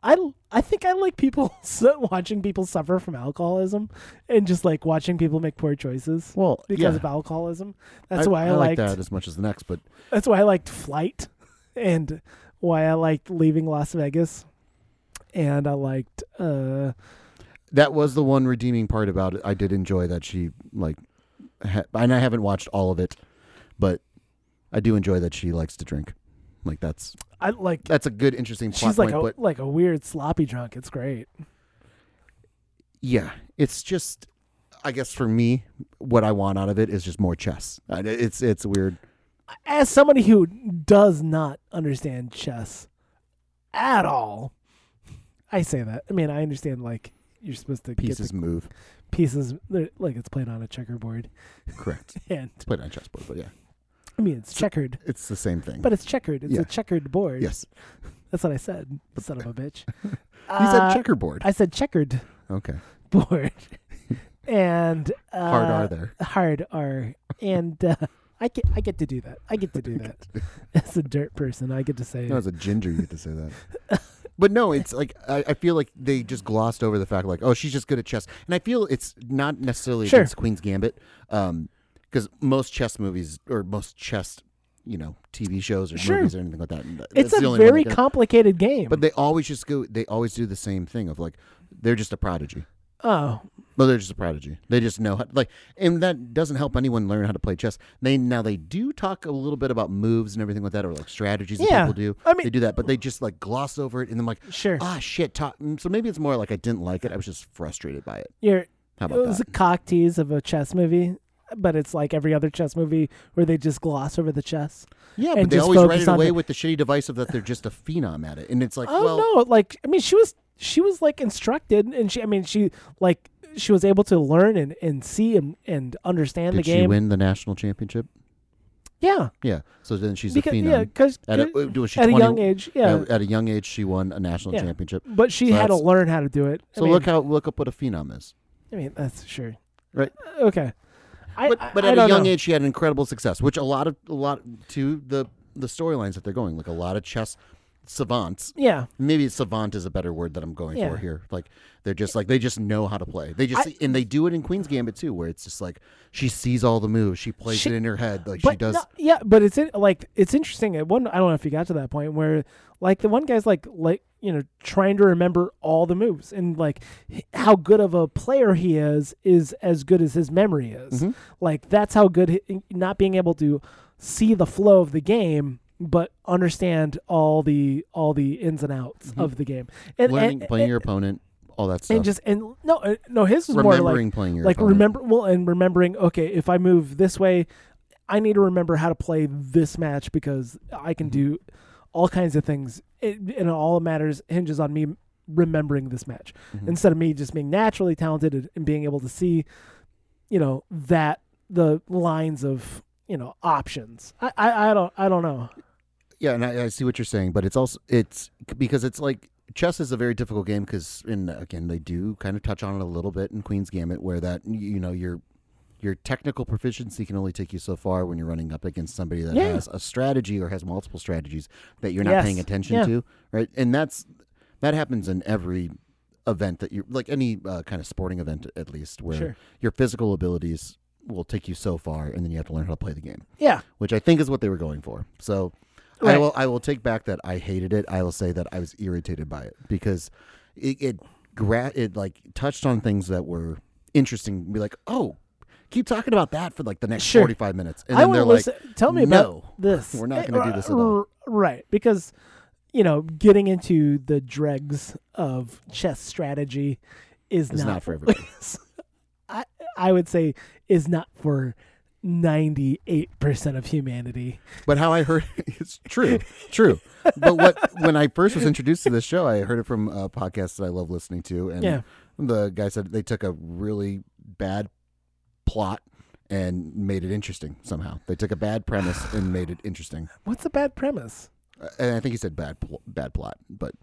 B: I I think I like people (laughs) su- watching people suffer from alcoholism and just like watching people make poor choices
A: Well,
B: because
A: yeah.
B: of alcoholism. That's why I,
A: like
B: liked.
A: that as much as the next, but
B: That's why I liked Flight, and why I liked leaving Las Vegas, and I liked. uh
A: that was the one redeeming part about it. I did enjoy that she like, ha- and I haven't watched all of it, but I do enjoy that she likes to drink. Like that's
B: I like
A: that's a good, interesting plot
B: She's like
A: point.
B: a,
A: but
B: like a weird sloppy drunk. It's great.
A: yeah, it's just, I guess for me, what I want out of it is just more chess. I- It's it's weird.
B: As somebody who does not understand chess at all, I say that. I mean, I understand like you're supposed to
A: Pieces (laughs)
B: get
A: move.
B: the pieces they're- like it's played on a checkerboard, (laughs)
A: Correct.
B: and
A: It's played on a chessboard, but yeah,
B: I mean it's checkered,
A: it's the same thing.
B: but it's checkered. It's
A: Yeah.
B: a checkered board.
A: yes,
B: that's what I said. Son of a bitch.
A: (laughs) you said
B: Uh,
A: checkerboard.
B: I said checkered (laughs)
A: okay, (laughs)
B: board, and uh,
A: hard R there.
B: hard R, and uh, I get I get to do that. I
A: (laughs)
B: get to do that as a dirt person. I get to say
A: No, as a ginger, you get to say that.
B: (laughs)
A: but no, it's like I, I feel like they just glossed over the fact, like, oh, she's just good at chess, and I feel it's not necessarily
B: Sure.
A: against Queen's Gambit, because most chess movies or most chess, you know, TV shows or
B: Sure.
A: movies or anything like that. and
B: it's
A: that's the
B: a
A: only one
B: very
A: that can-
B: complicated game.
A: But they always just go. They always do the same thing of like, they're just a prodigy.
B: oh,
A: Well, they're just a prodigy. They just know how, like, and that doesn't help anyone learn how to play chess. They now they do talk a little bit about moves and everything like that, or like strategies
B: Yeah.
A: that people do.
B: I mean-
A: they do that, but they just like gloss over it, and then like,
B: sure.
A: ah, shit. Ta-. mm, So maybe it's more like I didn't like it. I was just frustrated by it.
B: You're,
A: How
B: it
A: about
B: was
A: that?
B: a cock tease of a chess movie, but it's like every other chess movie where they just gloss over the chess.
A: yeah,
B: and
A: but they
B: just
A: always write
B: focus
A: it
B: on
A: away
B: the-
A: with the shitty device of that they're just a phenom at it, and it's like,
B: Oh
A: well,
B: no! Like I mean, she was she was like instructed, and she I mean she like she was able to learn and and see and and understand
A: did
B: the game.
A: she win the national championship?
B: Yeah,
A: Yeah. So then she's
B: because
A: a phenom.
B: yeah, because
A: at a, uh, was she
B: at a
A: 20
B: young age, yeah.
A: At, at a young age, she won a national
B: Yeah.
A: championship.
B: but she
A: so
B: had to
A: that's-
B: learn how to do it. I
A: So
B: mean,
A: look how look up what a phenom is.
B: I mean, that's sure. Uh,
A: Right.
B: Okay. I,
A: but,
B: I-
A: but
B: I
A: at a
B: don't
A: young
B: know.
A: age, she had incredible success, which a lot of a lot to the the storylines that they're going like a lot of chess savants.
B: Yeah.
A: Maybe savant is a better word that I'm going
B: Yeah.
A: for here. Like they're just like they just know how to play. They just and they do it in Queen's Gambit too, where it's just like she sees all the moves, she plays
B: She-
A: it in her head, like
B: but
A: she does.
B: no- yeah, but it's in, like it's interesting. At one, I don't know if you got to that point where like the one guy's like like you know trying to remember all the moves and like h- how good of a player he is is as good as his memory is.
A: Mhm.
B: Like that's how good he, not being able to see the flow of the game. But understand all the all the ins and outs of the game, and,
A: Mm-hmm. learning,
B: and,
A: playing your opponent, all that stuff.
B: and just and no uh, no his was more like
A: remembering playing your
B: like
A: opponent.
B: remember well and remembering okay if i move this way i need to remember how to play this match because i can do all kinds of things it, and all that matters hinges on me remembering this match instead of me just being naturally talented and, and being able to see you know that the lines of you know options i i, I don't i don't know
A: Yeah, and I, I see what you're saying, but it's also it's because it's like chess is a very difficult game because, and again, they do kind of touch on it a little bit in Queen's Gambit, where that you know your your technical proficiency can only take you so far when you're running up against somebody that
B: Yeah.
A: has a strategy or has multiple strategies that you're not
B: Yes,
A: paying attention
B: yeah.
A: to, right? And that's that happens in every event that you like any uh, kind of sporting event at least where
B: Sure.
A: your physical abilities will take you so far and then you have to learn how to play the game
B: yeah
A: which I think is what they were going for. So I
B: Right.
A: will I will take back that I hated it. I will say that I was irritated by it because it it, gra- it like touched on things that were interesting. Be like, oh, keep talking about that for like the next
B: Sure.
A: forty five minutes, and
B: I
A: then
B: want
A: they're
B: to
A: like,
B: listen. tell me
A: "No,
B: about this.
A: (laughs) we're not
B: Eh,
A: gonna do
B: r-
A: this at all."
B: r- (laughs) Right, because you know, getting into the dregs of chess strategy is
A: It's
B: not,
A: not for everybody.
B: (laughs) I I would say is not for ninety eight percent of humanity.
A: But how I heard (laughs) it's true, true. But what when I first was introduced to this show, I heard it from a podcast that I love listening to, and
B: Yeah.
A: the guy said they took a really bad plot and made it interesting somehow. They took a bad premise and made it interesting.
B: What's a bad premise?
A: Uh, And I think he said bad pl- bad plot, but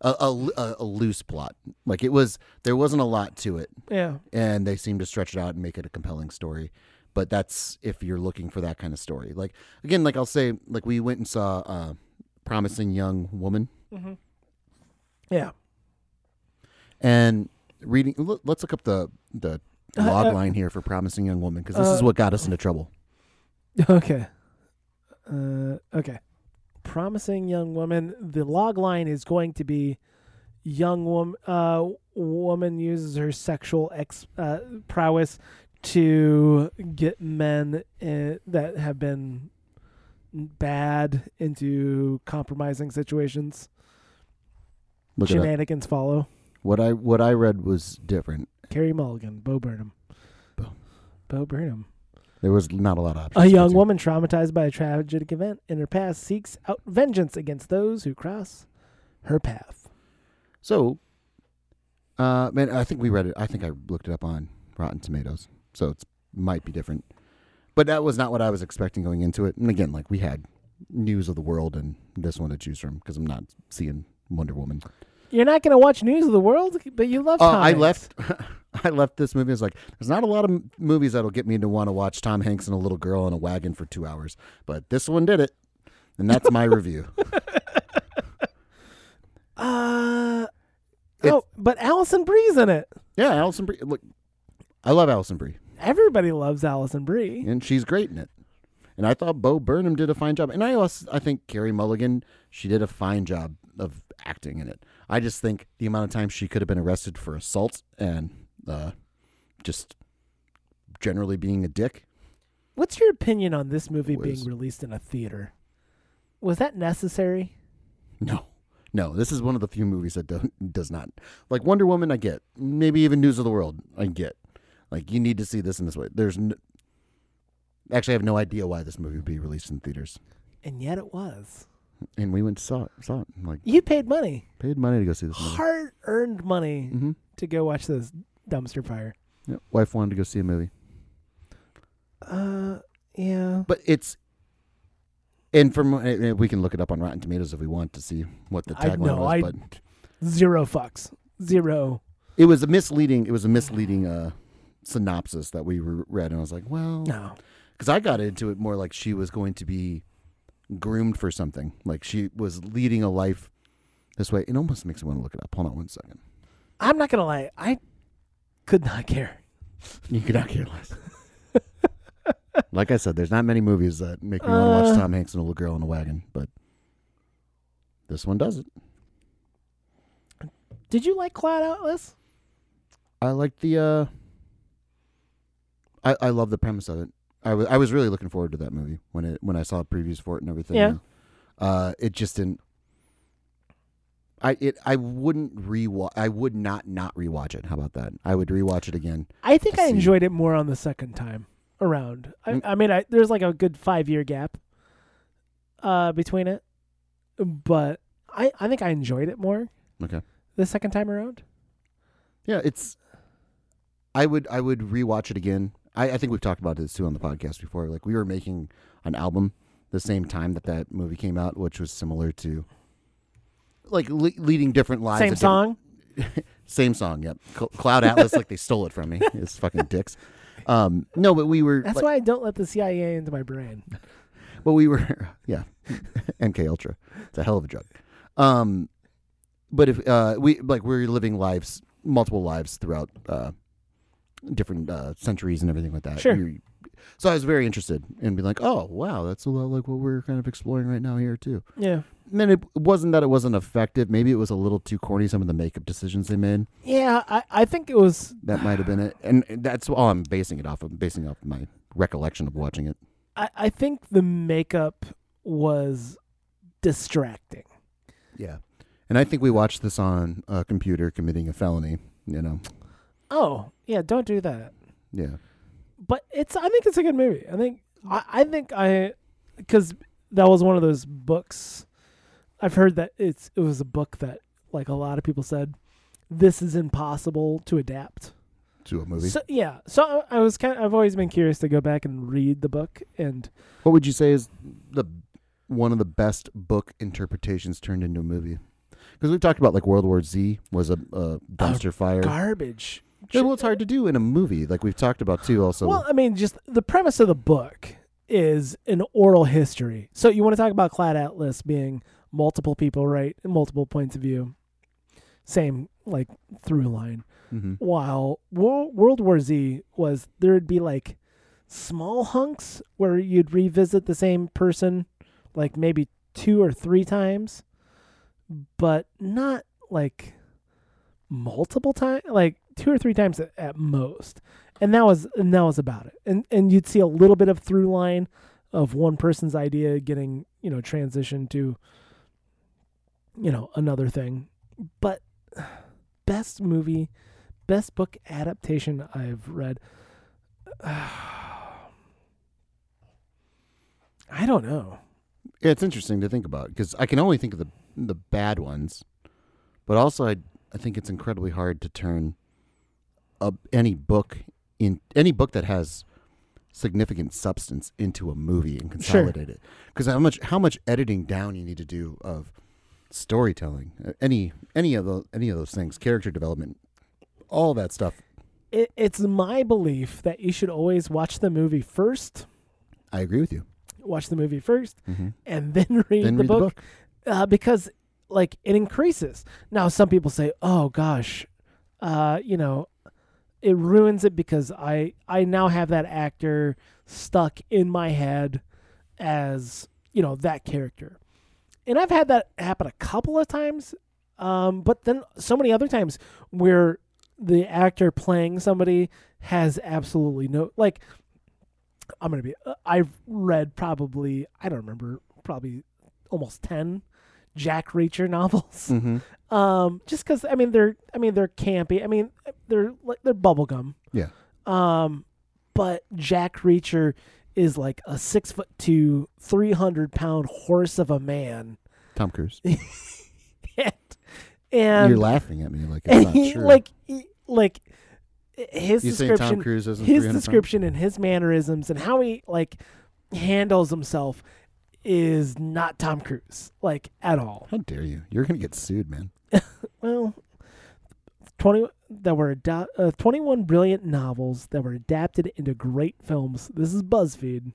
A: a, a, a- a loose plot. Like it was there wasn't a lot to it,
B: Yeah,
A: and they seem to stretch it out and make it a compelling story. But that's if you're looking for that kind of story. Like again, like I'll say, like we went and saw uh, "Promising Young Woman"
B: yeah.
A: and reading. l- Let's look up the the log line here for "Promising Young Woman" because this is
B: uh,
A: what got us into trouble.
B: (laughs) Okay. Uh, okay. Promising young woman. The log line is going to be young woman uh, woman uses her sexual ex uh, prowess to get men uh that have been bad into compromising situations.
A: Look at
B: Shenanigans follow.
A: what I what I read was different.
B: Carrie Mulligan, Bo Burnham.
A: Bo-
B: Bo Burnham.
A: There was not a lot of options.
B: A young
A: Was there?
B: woman traumatized by a tragic event in her past seeks out vengeance against those who cross her path.
A: So, uh, man, I think we read it. I think I looked it up on Rotten Tomatoes, so it might be different. But that was not what I was expecting going into it. And again, like we had news of the world and this one to choose from because I'm not seeing Wonder Woman.
B: You're not going to watch News of the World, but you love
A: Uh, I
B: comics.
A: left. (laughs) I left this movie. I was like, there's not a lot of m- movies that'll get me to want to watch Tom Hanks and a little girl in a wagon for two hours, but this one did it, and that's my review.
B: Uh,
A: It's-
B: oh, but Allison Brie's in it.
A: Yeah, Allison Brie. Look, I love Allison Brie.
B: Everybody loves Allison Brie.
A: and she's great in it. And I thought Bo Burnham did a fine job, and I also I think Carrie Mulligan she did a fine job of acting in it. I just think the amount of time she could have been arrested for assault and uh, just generally being a dick.
B: What's your opinion on this movie
A: Whiz.
B: being released in a theater? Was that necessary?
A: No, no, this is one of the few movies that don't, does not like Wonder Woman. I get maybe even News of the World. I get like you need to see this in this way. There's n actually I have no idea why this movie would be released in theaters,
B: And yet it was.
A: and we went to saw it, saw it, and, like
B: You paid money,
A: paid money to go see this movie.
B: hard earned money,
A: Mm-hmm.
B: to go watch this dumpster fire.
A: Yep. Wife wanted to go see a movie,
B: Uh, yeah.
A: but it's and from uh, uh, we can look it up on Rotten Tomatoes if we want to see what the
B: I
A: tagline
B: know,
A: was.
B: I-
A: But
B: Zero fucks. Zero.
A: it was a misleading. It was a misleading uh, synopsis that we re- read, and I was like, well,
B: No.
A: because I got into it more like she was going to be groomed for something. Like she was leading a life this way. It almost makes me want to look it up. Hold on one second.
B: I'm not gonna lie, I could not (laughs) care.
A: You could not care less. (laughs) like I said, there's not many movies that make me want to watch
B: Uh.
A: Tom Hanks and a little girl in a wagon, but this one does it.
B: Did you like Cloud Atlas?
A: I like the. uh I I love the premise of it. I was I was really looking forward to that movie when it when I saw previews for it and everything.
B: Yeah.
A: Uh, it just didn't. I it I wouldn't rewatch. I would not not rewatch it. How about that? I would rewatch it again.
B: I think
A: I
B: I,
A: see.
B: enjoyed it more on the second time around. I,
A: Mm.
B: I mean, I, there's like a good five year gap uh, between it, but I, I think I enjoyed it more
A: Okay.
B: the second time around.
A: Yeah, it's. I would I would rewatch it again. I, I think we've talked about this too on the podcast before. Like we were making an album the same time that that movie came out, which was similar to. Like le- leading different lives,
B: Same
A: at different-
B: song.
A: Same song, yep. Cl- Cloud Atlas, like they stole it from me. (laughs) It's fucking dicks. Um, no, but we were,
B: That's
A: like,
B: why I don't let the CIA into my brain.
A: but we were, (laughs) yeah. MK Ultra, it's a hell of a drug. Um, but if uh, we like, we're living lives, multiple lives throughout uh, different uh, centuries and everything like that.
B: Sure.
A: You're- so I was very interested and be like, oh wow, that's a lot like what we're kind of exploring right now here too.
B: (laughs) Yeah.
A: And then it wasn't that it wasn't effective. Maybe it was a little too corny. Some of the makeup decisions they made.
B: Yeah, I, I think it was.
A: That might have been it, and that's all I'm basing it off of. Basing off my recollection of watching it.
B: I, I think the makeup was distracting.
A: Yeah, and I think we watched this on a computer committing a felony. You know,
B: Oh, yeah, don't do that.
A: yeah,
B: but it's I think it's a good movie. I think I, I think I because that was one of those books. I've heard that it's it was a book that like a lot of people said this is impossible to adapt.
A: to a movie.
B: So yeah, so I, I was kind I've always been curious to go back and read the book and
A: what would you say is the one of the best book interpretations turned into a movie? Because we've talked about like World War Z was a,
B: Oh,
A: a dumpster fire.
B: garbage.
A: Yeah, well, it's hard to do in a movie. Like we've talked about too. Also,
B: Well, I mean, just the premise of the book is an oral history. So you want to talk about Cloud Atlas being multiple people, right? Multiple points of view, same like through line.
A: Mhm.
B: While Wo- World War Z was there would be like small hunks where you'd revisit the same person like maybe two or three times, but not like multiple times, like two or three times at, at most. And that was and that was about it. And and you'd see a little bit of through line of one person's idea getting you know transitioned to you know another thing, but (sighs) best movie, best book adaptation I've read. (sighs) I don't know.
A: Yeah, it's interesting to think about because I can only think of the the bad ones, but also I I think it's incredibly hard to turn a, any book in any book that has significant substance into a movie and consolidate it because how much how much editing down you need to do of storytelling uh, any any of those any of those things character development all that stuff
B: it, it's my belief that you should always watch the movie first.
A: i agree with you
B: Watch the movie first,
A: Mhm.
B: and then (laughs) read,
A: then
B: the,
A: read
B: book,
A: the book
B: Uh, because like it increases. Now some people say, "Oh gosh, uh, you know, it ruins it because I I now have that actor stuck in my head as you know that character," and I've had that happen a couple of times. Um, but then so many other times where the actor playing somebody has absolutely no like I'm gonna be. uh, I've read probably I don't remember probably almost ten Jack Reacher (laughs) novels.
A: hmm
B: Um, just because I mean they're I mean they're campy. I mean they're like they're bubblegum.
A: Yeah.
B: Um, but Jack Reacher is like a six foot two, three hundred pound horse of a man,
A: tom cruise
B: and, and
A: you're laughing at me like i'm
B: and
A: not
B: (laughs) he,
A: sure
B: like he, like his
A: you saying
B: description
A: tom cruise isn't
B: his
A: 300 pounds?
B: description and his mannerisms and how he like handles himself is not Tom Cruise like at all.
A: How dare you? You're gonna get sued, man.
B: Well, twenty that were ado- uh, twenty one brilliant novels that were adapted
A: (laughs)
B: into great films. This is BuzzFeed,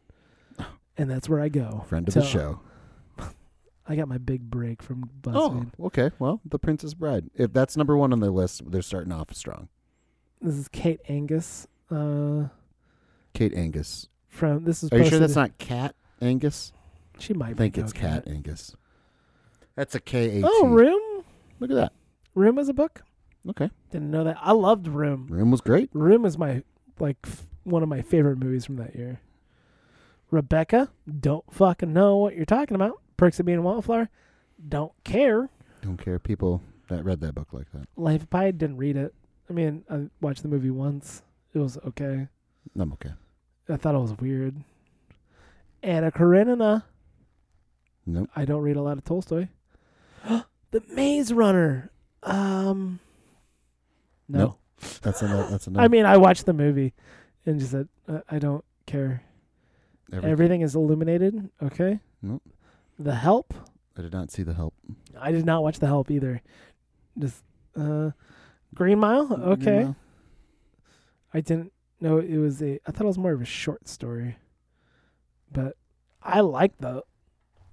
B: and that's where I go.
A: Friend of
B: to
A: the show.
B: I got my big break from BuzzFeed.
A: Oh, okay. Well, The Princess Bride. If that's number one on their list, they're starting off strong.
B: This is Kate Angus. Uh,
A: Kate Angus.
B: from this is.
A: Are you sure
B: posted-
A: that's not Cat Angus?
B: She might.
A: I think
B: be
A: it's
B: okay.
A: Cat Angus. That's a K A T.
B: Oh, Room.
A: Look at that.
B: Room is a book.
A: Okay.
B: Didn't know that. I loved Room.
A: Room was great.
B: Room is my like f- one of my favorite movies from that year. Rebecca, don't fucking know what you're talking about. Perks of Being a Wallflower, don't care.
A: Don't care people that read that book like that.
B: Life of Pi didn't read it. I mean, I watched the movie once. It was okay.
A: I'm okay.
B: I thought it was weird. Anna Karenina.
A: Nope.
B: I don't read a lot of Tolstoy. (gasps) the Maze Runner. Um. No.
A: Nope. That's another. That's another.
B: (laughs) I mean, I watched the movie, and just said uh, I don't care.
A: every-
B: Everything, is illuminated. Okay.
A: Nope.
B: The Help.
A: I did not see the help.
B: I did not watch The Help either. Just uh, Green Mile. Okay.
A: No.
B: I didn't know it was a. I thought it was more of a short story, but I like the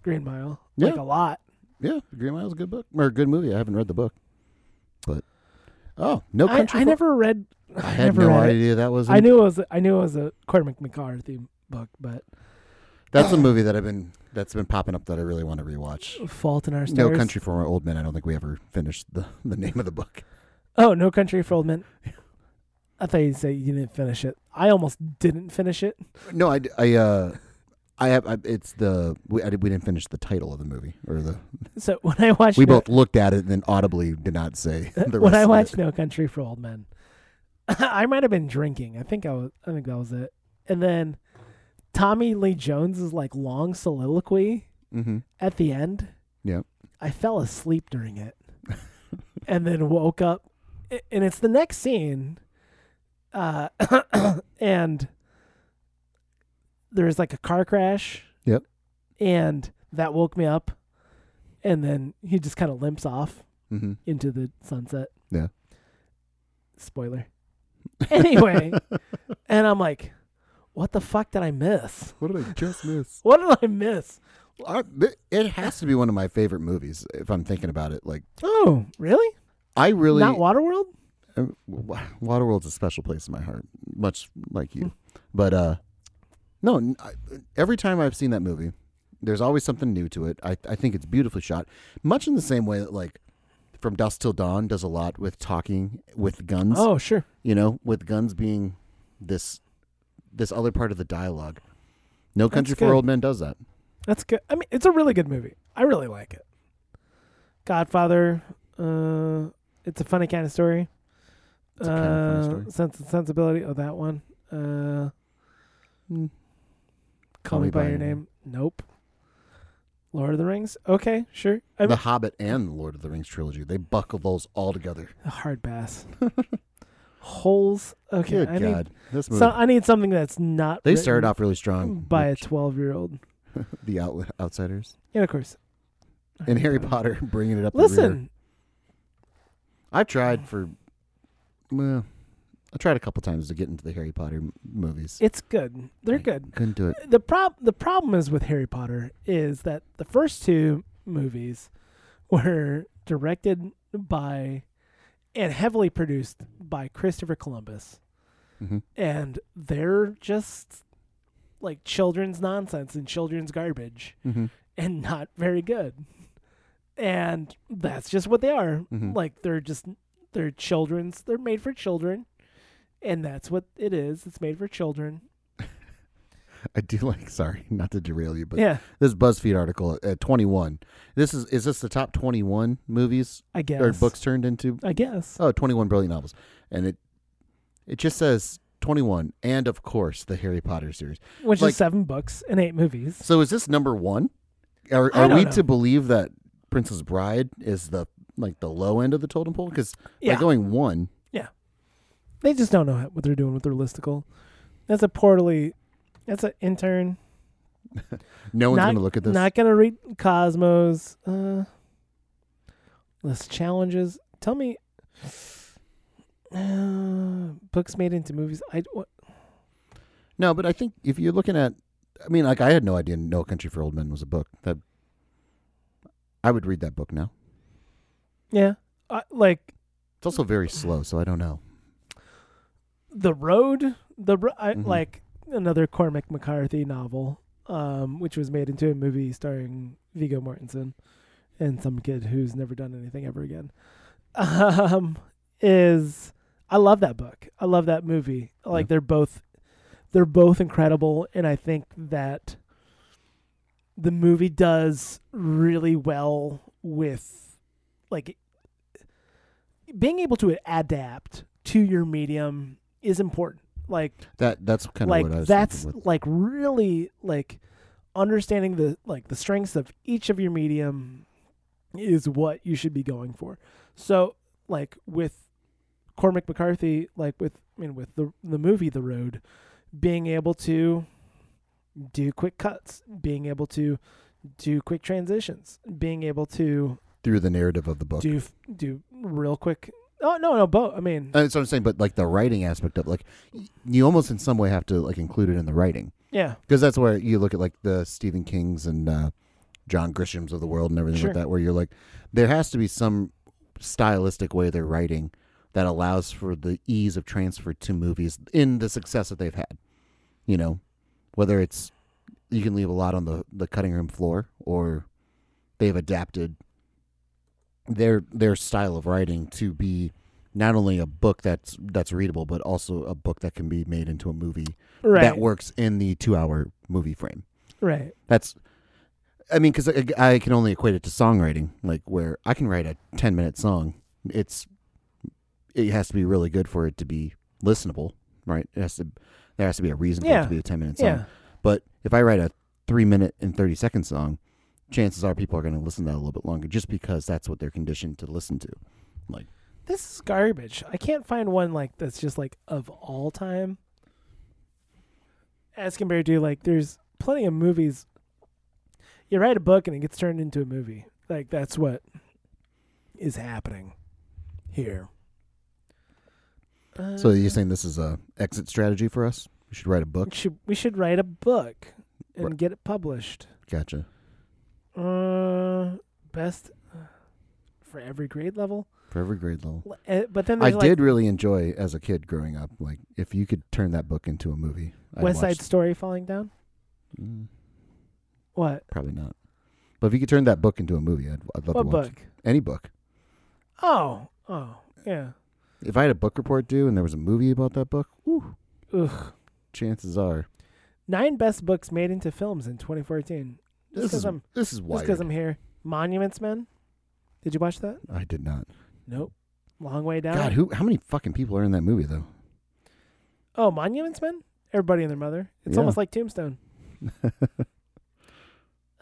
B: Green Mile like
A: Yeah.
B: a lot.
A: Yeah, Green Mile is a good book or a good movie. I haven't read the book, but oh, no
B: I,
A: country.
B: I
A: for-
B: never read.
A: I
B: I
A: had
B: never
A: no
B: read it.
A: idea that was.
B: I
A: in-
B: knew it was. I knew it was a Cormac McCarthy book, but (sighs)
A: That's a movie that I've been that's been popping up that I really want to rewatch.
B: Fault in Our Stars.
A: No Country for Old Men. I don't think we ever finished the, the name of the book.
B: Oh, No Country for Old Men. I thought you'd say you didn't finish it. I almost didn't finish it.
A: No, I, I uh I have I, it's the we I, did- we didn't finish the title of the movie or the
B: So (laughs) when I watched,
A: we
B: No-
A: both looked at it and then audibly did not say the rest.
B: when Uh, I
A: of
B: watched
A: it.
B: No Country for Old Men, (laughs) I might have been drinking. I think I was. I think that was it. And then Tommy Lee Jones's like long soliloquy
A: hmm
B: at the end.
A: Yep.
B: I fell asleep during it, (laughs) and then woke up, a- and it's the next scene, uh, (coughs) and there's like a car crash.
A: Yep.
B: And that woke me up, and then he just kind of limps off
A: hmm
B: into the sunset.
A: Yeah.
B: Spoiler. (laughs) Anyway, and I'm like, what the fuck did I miss?
A: (laughs)
B: (laughs)
A: What did I just miss?
B: What did I miss?
A: I, it- it has to be one of my favorite movies if I'm thinking about it. Like
B: Oh, really?
A: I really
B: Not Waterworld?
A: Uh, Wa- Waterworld's a special place in my heart, much like you. But uh, no, n- I- every time I've seen that movie, there's always something new to it. I, I think it's beautifully shot, much in the same way that like From Dusk Till Dawn does a lot with talking with guns.
B: Oh, sure.
A: You know, with guns being this this other part of the dialogue. No Country for
B: good.
A: Old Men does that.
B: That's good. I mean, it's a really good movie. I really like it. Godfather, uh, it's a funny kind of story.
A: It's a kind of funny
B: Uh,
A: story.
B: Sense and Sensibility. Oh, that one. Uh, hmm.
A: Mm.
B: Call, Me by, Your name. Nope. Lord of the Rings. Okay, sure. I
A: the Hobbit and Lord of the Rings trilogy. They buckle those all together.
B: A hard pass. (laughs) Holes. Okay,
A: Good
B: I
A: God. this
B: need
A: movie.
B: so I need something that's not.
A: they
B: written
A: started off really strong.
B: by a
A: which-
B: twelve-year-old,
A: the out- outsiders
B: and of course,
A: and Harry Potter (laughs) bringing it up. the rear.
B: Listen,
A: I've tried for, well, I tried a couple times to get into the Harry Potter m- movies.
B: it's good. They're
A: I
B: good.
A: Couldn't do it.
B: The prob the problem is with Harry Potter is that the first two movies were directed by and heavily produced by Christopher Columbus.
A: hmm
B: and they're just like children's nonsense and children's garbage
A: Mhm.
B: and not very good. And that's just what they are.
A: Mhm.
B: Like they're just they're children's they're made for children. And that's what it is. It's made for children.
A: I do like. (laughs) Sorry, not to derail you, but
B: yeah,
A: this BuzzFeed article at 21. This is is this the top 21 movies
B: I guess.
A: or books turned into?
B: I guess.
A: Oh, 21 brilliant novels, and it it just says 21, and of course the Harry Potter series.
B: Which
A: like-
B: is seven books and eight movies.
A: So is this number one? Are,
B: I
A: are
B: don't
A: we
B: know.
A: to believe that Princess Bride is the like the low end of the totem pole? Because
B: Yeah.
A: by going one,
B: They just don't know how- what they're doing with their listicle. That's a poorly that's an intern.
A: no one's
B: Not-
A: going to look at this.
B: Not gonna read Cosmos. Uh, list challenges. Tell me, uh, books made into movies. I what,
A: no, but I think if you're looking at, I mean, like I had no idea No Country for Old Men was a book. That I would read that book now.
B: Yeah, I, like
A: It's also very slow, so I don't know.
B: the road the Ro- I,
A: Mhm.
B: like another cormac mccarthy novel um, which was made into a movie starring vigo mortensen and some kid who's never done anything ever again um, is i love that book i love that movie like
A: Yeah.
B: they're both they're both incredible and i think that the movie does really well with like being able to adapt to your medium is important like
A: That that's kind of
B: like
A: what I was
B: that's
A: thinking with-
B: like really like understanding the like the strengths of each of your medium is what you should be going for so like with cormac mccarthy like with i mean with the the movie the road being able to do quick cuts being able to do quick transitions being able to
A: through the narrative of the book.
B: do f- do real quick oh no no both i mean
A: Uh, That's what I'm saying, but like the writing aspect of like y- you almost in some way have to like include it in the writing
B: yeah
A: because that's where you look at like the Stephen Kings and uh, John Grishams of the world and everything
B: Sure.
A: like that, where you're like, there has to be some stylistic way they're writing that allows for the ease of transfer to movies in the success that they've had. You know, whether it's you can leave a lot on the the cutting room floor or they've adapted their their style of writing to be not only a book that's that's readable but also a book that can be made into a movie
B: right
A: that works in the two hour movie frame.
B: right
A: That's, I mean, because I, I can only equate it to songwriting, like where I can write a 10 minute song. It's, it has to be really good for it to be listenable, right? It has to, there has to be a reason for it
B: Yeah.
A: to be a 10 minute song.
B: yeah
A: But if I write a three minute and 30 second song, chances are people are going to listen to that a little bit longer just because that's what they're conditioned to listen to.
B: This is garbage. I can't find one like that's just like of all time. As compared to like there's plenty of movies. You write a book and it gets turned into a movie. Like that's what is happening here.
A: So
B: Mm-hmm.
A: you're saying this is a exit strategy for us? We should write a
B: Uh,
A: book.
B: should, we should write a book and
A: Right.
B: get it published.
A: Gotcha.
B: Uh, best uh, for every grade level.
A: For every grade level.
B: L- eh, But then
A: I
B: there's like
A: did really enjoy as a kid growing up. Like, if you could turn that book into a movie, I'd
B: West
A: watch-
B: Side Story falling down.
A: Mm,
B: What?
A: probably not. But if you could turn that book into a movie, I'd, I'd love
B: What
A: to watch
B: book?
A: it. any book.
B: Oh, oh, yeah.
A: If I had a book report due and there was a movie about that book,
B: Ooh. Ugh.
A: chances are
B: Nine best books made into films in 2014. Just
A: this
B: because
A: is
B: I'm,
A: this is
B: just
A: why
B: 'cause I'm here. Monuments Men. Did you watch that?
A: I did not.
B: Nope. Long Way Down.
A: God, who? How many fucking people are in that movie though?
B: Oh, Monuments Men. Everybody and their mother. It's
A: Yeah.
B: almost like
A: (laughs)
B: Tombstone.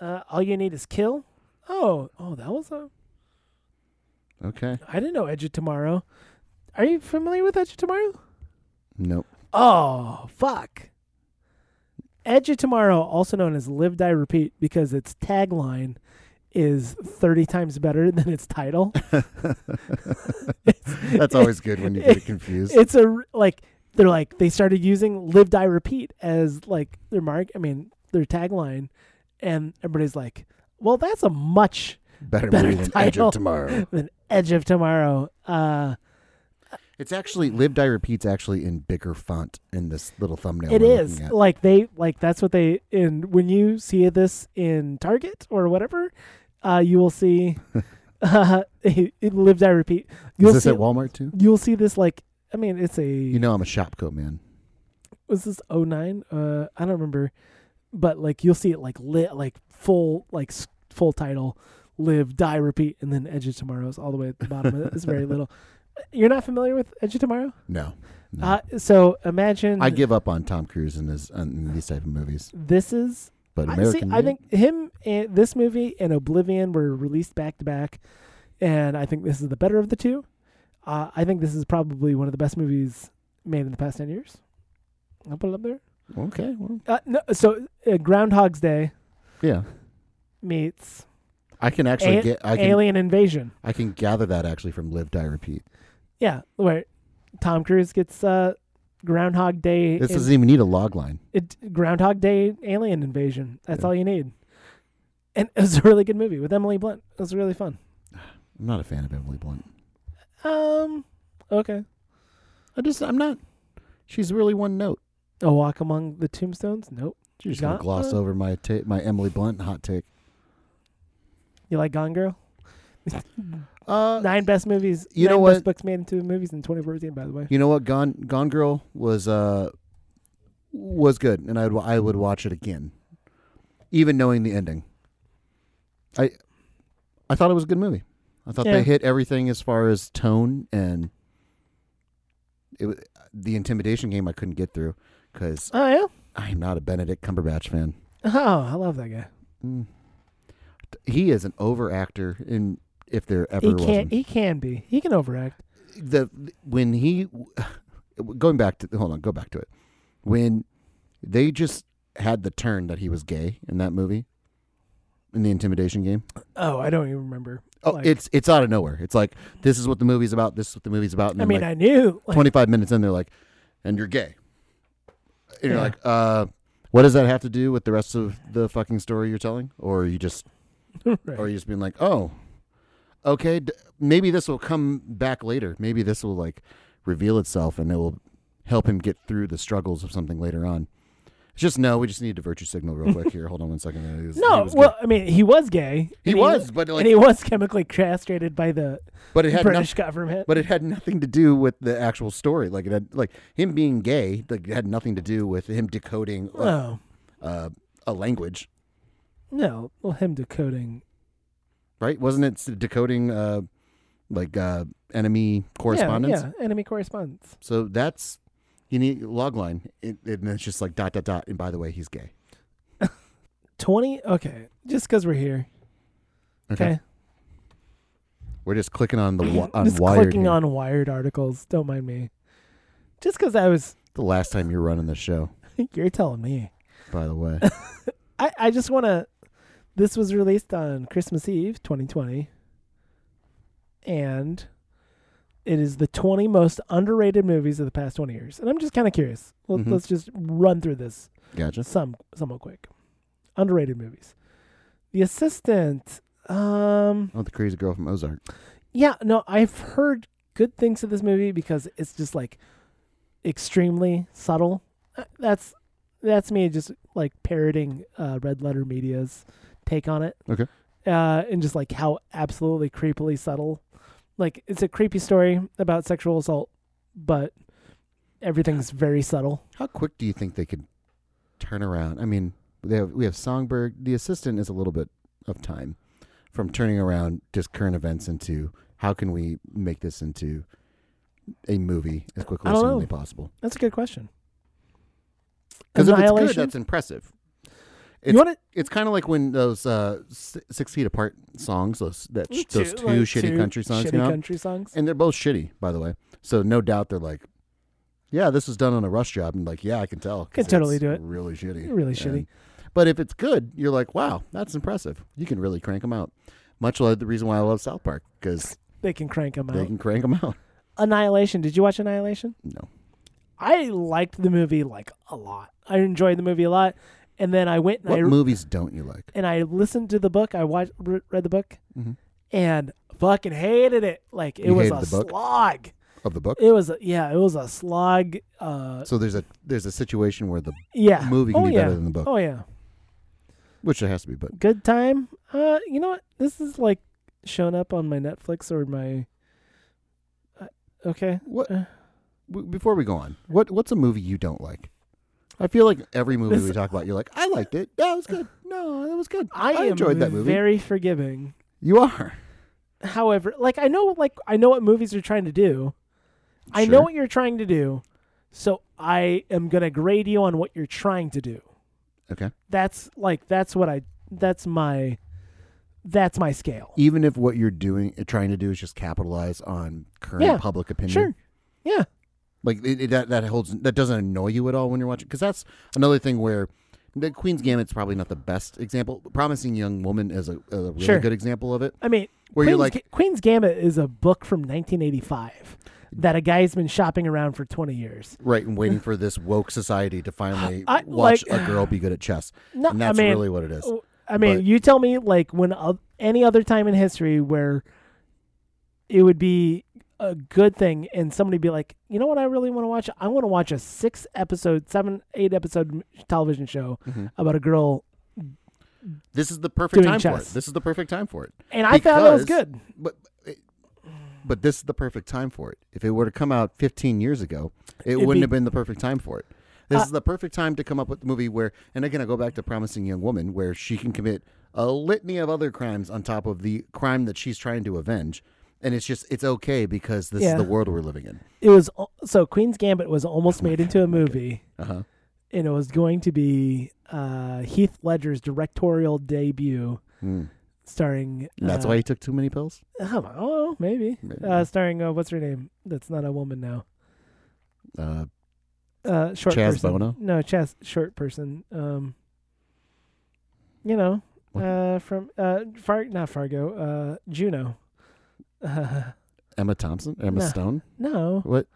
B: uh, all you need is kill. Oh, oh, that was a.
A: Okay,
B: I didn't know Edge of Tomorrow. Are you familiar with Edge of Tomorrow? (laughs)
A: nope.
B: Oh, fuck. Edge of Tomorrow, also known as Live, Die, Repeat, because its tagline is 30 times better than its title.
A: That's always good when you get it confused.
B: (laughs) It's a, r- like, they're like, they started using Live, Die, Repeat as, like, their mark, I mean, their tagline. And everybody's like, well, that's a much
A: better,
B: better
A: movie than Edge
B: title.
A: of Tomorrow.
B: than Edge of Tomorrow. Uh,
A: It's actually Live Die Repeat's actually in bigger font in this little thumbnail.
B: it
A: we're
B: is
A: looking at.
B: like they like that's what they and when you see this in target or whatever uh you
A: (laughs)
B: will see (laughs) uh it, it lived i repeat you'll
A: Is this
B: see
A: at Walmart too?
B: you'll see this like i mean it's a
A: You know I'm a Shopko man.
B: was this 09 uh i don't remember but like you'll see it like lit like full like s- full title live die repeat and then edge of tomorrow is all the way at the bottom of it it's
A: (laughs)
B: very little you're not familiar with edge of tomorrow
A: No. no.
B: uh so imagine
A: I give up on Tom Cruise in, his, in these type of movies.
B: this is
A: But
B: I-
A: American,
B: See, I think him and this movie and Oblivion were released back to back, and I think this is the better of the two. Uh, I think this is probably one of the best movies made in the past ten years. I'll put it up there.
A: okay, well,
B: Uh, no, so uh, Groundhog's Day
A: yeah,
B: meets
A: I can actually
B: A-
A: get, I can,
B: Alien Invasion.
A: I can gather that actually from Live Die Repeat.
B: Yeah, where Tom Cruise gets uh, Groundhog Day.
A: This
B: in-
A: doesn't even need a log line.
B: it, Groundhog Day Alien Invasion. That's
A: Yeah.
B: all you need. and it was a really good movie with Emily Blunt. It was really fun.
A: I'm not a fan of Emily Blunt.
B: Um, okay.
A: I just I'm not. She's really one note.
B: A Walk Among the Tombstones? Nope.
A: She's just gonna
B: Not
A: gloss
B: a-
A: over my ta- my Emily Blunt hot take.
B: You like Gone Girl?
A: Uh,
B: Nine best movies.
A: you know
B: nine
A: what?
B: Best books made into movies in 2014, by the way.
A: you know what? Gone Gone Girl was uh was good, and I would I would watch it again, even knowing the ending. I I thought it was a good movie. I thought
B: Yeah.
A: they hit everything as far as tone and it was, the intimidation game. I couldn't get through because
B: Oh yeah.
A: I'm not a Benedict Cumberbatch fan.
B: Oh, I love that guy.
A: Mm. He is an over actor, in if there ever
B: He
A: was
B: can.
A: one.
B: He can be. He can overact.
A: the when he going back to hold on, go back to it. When they just had the turn that he was gay in that movie, in the intimidation game.
B: Oh, I don't even remember.
A: Oh,
B: Like-
A: it's it's out of nowhere. It's like this is what the movie's about. This is what the movie's about. And
B: I
A: then,
B: mean,
A: like,
B: I knew. Like,
A: twenty five minutes in, they're like, and you're gay. And you're
B: Yeah.
A: like, uh, what does that have to do with the rest of the fucking story you're telling? Or are you just
B: (laughs) right.
A: or you just being like, oh, okay, d- maybe this will come back later. Maybe this will like reveal itself and it will help him get through the struggles of something later on. It's just no, we just need to virtue signal real
B: (laughs)
A: quick here. Hold on one second. He was- he
B: no,
A: was
B: well,
A: good.
B: I mean, he was gay.
A: he
B: and
A: was, but
B: and
A: like,
B: he was chemically castrated by the
A: but it had nothing.
B: British government.
A: But it had nothing to do with the actual story. Like it had, like him being gay, like it had nothing to do with him decoding uh,
B: oh
A: uh, a language,
B: no, well, him decoding.
A: right? Wasn't it s- decoding uh, like uh, enemy correspondence?
B: Yeah, yeah, enemy correspondence.
A: So that's you need log line, it, and it's just like dot dot dot. And by the way, he's gay.
B: Twenty. Okay, just because we're here. Okay,
A: we're just clicking on the wi- on
B: (laughs) just
A: wired.
B: clicking
A: here.
B: on Wired articles. Don't mind me. Just because I was, (laughs)
A: the last time you're running the show.
B: you're telling me.
A: By the
B: (laughs)
A: way,
B: I I just want to. This was released on Christmas Eve, 2020, and it is the 20 most underrated movies of the past 20 years. And I'm just kind of curious. Well,
A: Mhm.
B: Let's just run through this.
A: gotcha.
B: some somewhat quick. Underrated movies. The Assistant. Um
A: Oh, the crazy girl from Ozark.
B: yeah, no, I've heard good things of this movie because it's just like extremely subtle. Uh, That's that's me just like parroting uh, Red Letter Media's take on it.
A: Okay.
B: Uh, and just like how absolutely creepily subtle. Like it's a creepy story about sexual assault, but everything's very subtle.
A: How quick do you think they could turn around? I mean, they have we have Songbird. The assistant is a little bit of time from turning around just current events into how can we make this into a movie as quickly
B: I
A: as
B: don't
A: humanly
B: know.
A: possible?
B: That's a good question.
A: Because if it's good,
B: Annihilation?
A: that's impressive.
B: you
A: it's-
B: want to
A: it's kind of like when those uh, s- six feet apart songs, those that sh- those two
B: like,
A: shitty
B: two
A: country songs
B: shitty
A: came out,
B: country songs.
A: and they're both shitty, by the way. So no doubt they're like, yeah, this was done on a rush job, and like, yeah, I can tell. 'cause
B: Could totally
A: it's
B: do it.
A: Really shitty.
B: Really shitty.
A: And- but if it's good, you're like, wow, that's impressive. You can really crank them out. Much like the reason why I love South Park because
B: They can crank them out.
A: they can crank them out.
B: Annihilation. Did you watch Annihilation?
A: No,
B: I liked the movie like a lot. I enjoyed the movie a lot, and then I went and
A: what
B: I
A: movies don't you like?
B: and I listened to the book. I watched re- read the book
A: Mhm.
B: and fucking hated it. Like it
A: You
B: was
A: hated
B: a
A: the book?
B: slog.
A: Of the book,
B: It was a, yeah, it was a slog. Uh,
A: so there's a there's a situation where the
B: yeah,
A: movie can
B: oh
A: be
B: yeah,
A: better than the book,
B: oh yeah.
A: which it has to be. But
B: good time. Uh, you know what? This is like shown up on my Netflix or my. Uh, okay,
A: What?
B: Uh.
A: w- before we go on, what what's a movie you don't like? I feel like every movie
B: This-
A: we talk about, you're like, I liked it. That was good. No, that was good.
B: I, am
A: enjoyed that movie.
B: Very forgiving.
A: you are.
B: However, like I know, like I know what movies are trying to do. I know
A: Sure.
B: what you're trying to do, so I am gonna grade you on what you're trying to do.
A: Okay.
B: That's like that's what I. That's my. That's my scale.
A: Even if what you're doing, trying to do, is just capitalize on current
B: Yeah,
A: public opinion.
B: Sure. Yeah.
A: Like it, it- that that holds that doesn't annoy you at all when you're watching because that's another thing where the Queen's Gambit's probably not the best example. Promising Young Woman is a, a really
B: Sure.
A: good example of it.
B: I mean,
A: Where
B: Queen's,
A: you're like,
B: Ga- Queen's Gambit is a book from 1985 that a guy's been shopping around for 20 years.
A: right and waiting for this woke society to finally
B: (sighs) I-
A: watch
B: like-
A: a girl be good at chess,
B: (sighs) No,
A: and that's
B: I mean, oh,
A: really what it is.
B: w- I mean,
A: But-
B: you tell me like when oth- any other time in history where it would be a good thing and somebody be like, you know what, I really want to watch. I want to watch a six episode, seven, eight episode m- television show
A: Mhm.
B: about a girl,
A: This is the perfect
B: Doing
A: time for
B: chess.
A: it. This is the perfect time for it.
B: and I found it was
A: Because-
B: good.
A: But but this is the perfect time for it. If it were to come out 15 years ago, it
B: It'd
A: wouldn't
B: be-
A: have been the perfect time for it. This
B: Uh,
A: is the perfect time to come up with the movie where, and again, I go back to Promising Young Woman, where she can commit a litany of other crimes on top of the crime that she's trying to avenge, and it's just it's okay because this
B: Yeah.
A: is the world we're living in.
B: It was al- so Queen's Gambit was almost made
A: (laughs)
B: into a movie,
A: Uh huh.
B: and it was going to be uh, Heath Ledger's directorial debut, starring.
A: Hmm. That's
B: uh,
A: why he took too many pills.
B: Oh, well, maybe.
A: Maybe.
B: Uh, starring uh, what's her name? That's not a woman now.
A: Uh,
B: Uh, short
A: Chaz
B: person.
A: Bono?
B: No, Chaz short person. Um, you know,
A: What?
B: uh, from uh, Far not Fargo. Uh, Juno. (laughs) Uh,
A: Emma Thompson, Emma
B: No.
A: Stone.
B: no,
A: What?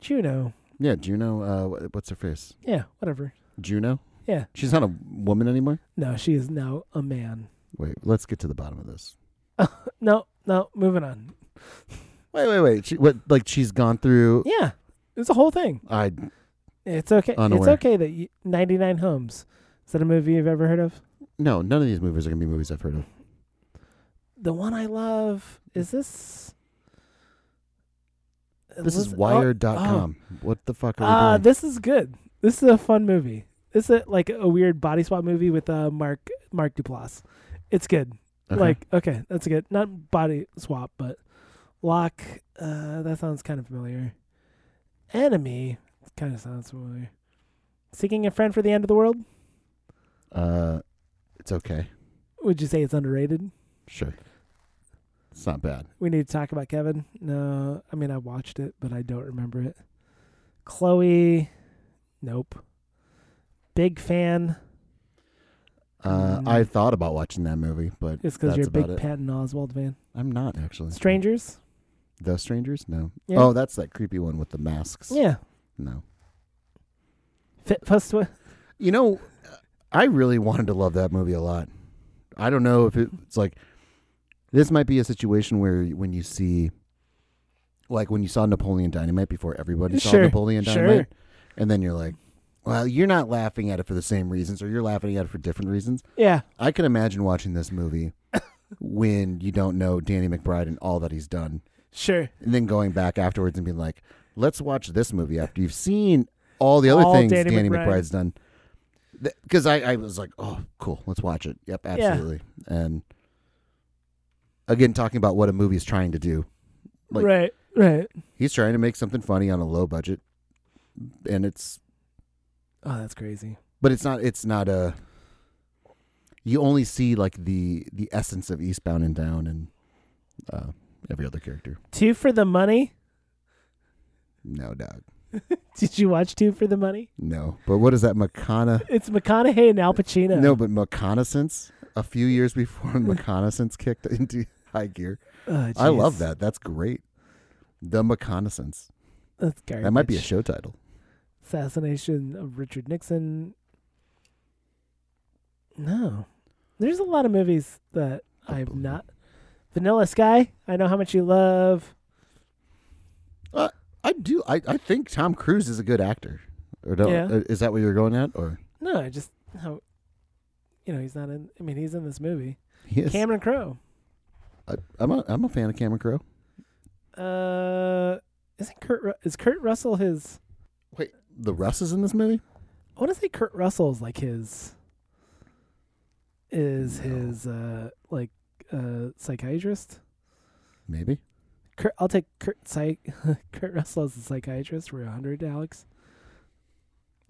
B: Juno.
A: Yeah, Juno. Uh, wh- what's her face?
B: Yeah, whatever.
A: Juno.
B: Yeah.
A: She's not a woman anymore.
B: No, she is now a man.
A: Wait, let's get to the bottom of this.
B: No, no. Moving on.
A: Wait, wait, wait. She, what? Like she's gone through.
B: Yeah, it's a whole thing.
A: I
B: It's okay.
A: Unaware.
B: It's okay that you, 99 Homes. Is that a movie you've ever heard of?
A: no, none of these movies are gonna be movies I've heard of.
B: The one I love is this.
A: This is
B: Eliz- oh,
A: Wired.com. What the fuck are
B: Uh,
A: we doing?
B: this is good. This is a fun movie. This is like a weird body swap movie with uh, Mark Mark Duplass. It's good.
A: Okay.
B: Like okay, that's good. Not body swap, but lock. Uh, that sounds kind of familiar. Enemy kind of sounds familiar. Seeking a friend for the end of the world.
A: uh, it's okay.
B: Would you say it's underrated?
A: Sure, it's not bad.
B: We need to talk about Kevin. No, I mean I watched it, but I don't remember it. Chloe, nope. Big fan.
A: Uh,
B: Mm.
A: I thought about watching that movie, but
B: It's because
A: that's
B: you're a big
A: about it.
B: Patton Oswald fan.
A: I'm not actually.
B: Strangers.
A: The strangers? No.
B: Yeah.
A: Oh, that's that creepy one with the masks.
B: Yeah.
A: No.
B: Fit Fist. Wi-
A: You know, I really wanted to love that movie a lot. I don't know if it- it's like this might be a situation where when you see, like when you saw Napoleon Dynamite before everybody saw
B: Sure,
A: Napoleon
B: sure.
A: Dynamite, and then you're like, well, you're not laughing at it for the same reasons, or you're laughing at it for different reasons.
B: Yeah.
A: I can imagine watching this
B: (laughs)
A: movie when you don't know Danny McBride and all that he's done,
B: Sure.
A: and then going back afterwards and being like, let's watch this movie after you've seen all the other
B: All
A: things
B: Danny
A: Danny,
B: McBride.
A: McBride's done. Because I, I was like, oh, cool, let's watch it. Yep, absolutely. And again, talking about what a movie's trying to do, Like-
B: right. Right.
A: he's trying to make something funny on a low budget, and it's
B: Oh, that's crazy.
A: but it's not it's not a. You only see like the the essence of Eastbound and Down and uh, every other character.
B: Two for the money. (laughs)
A: No, dog,
B: Did you watch Two for the Money?
A: no. But what is that, Makana?
B: It's McConaughey and Al Pacino.
A: No, but reconnaissance. A few years before (laughs) reconnaissance kicked into high gear,
B: Oh,
A: I love
B: jeez.
A: that. That's great. The reconnaissance.
B: That's garbage.
A: That might be a show title.
B: assassination of Richard Nixon. No, there's a lot of movies that I've
A: Unbelievable.
B: not. Vanilla Sky. I know how much you love.
A: I do. I, I think Tom Cruise is a good actor. Or don't,
B: Yeah.
A: uh, is that what you're going at? Or
B: No, I just how. You know he's not in. I mean he's in this movie.
A: he is.
B: Cameron Crowe.
A: I, I'm a I'm a fan of Cameron Crowe.
B: Uh, isn't Kurt Ru- is Kurt Russell his?
A: Wait, the Russ is in this movie?
B: I want to say Kurt Russell's like his. Is
A: No.
B: his uh like uh psychiatrist?
A: Maybe.
B: Kurt, I'll take Kurt psych. (laughs) Kurt Russell as a psychiatrist. We're hundred, Alex.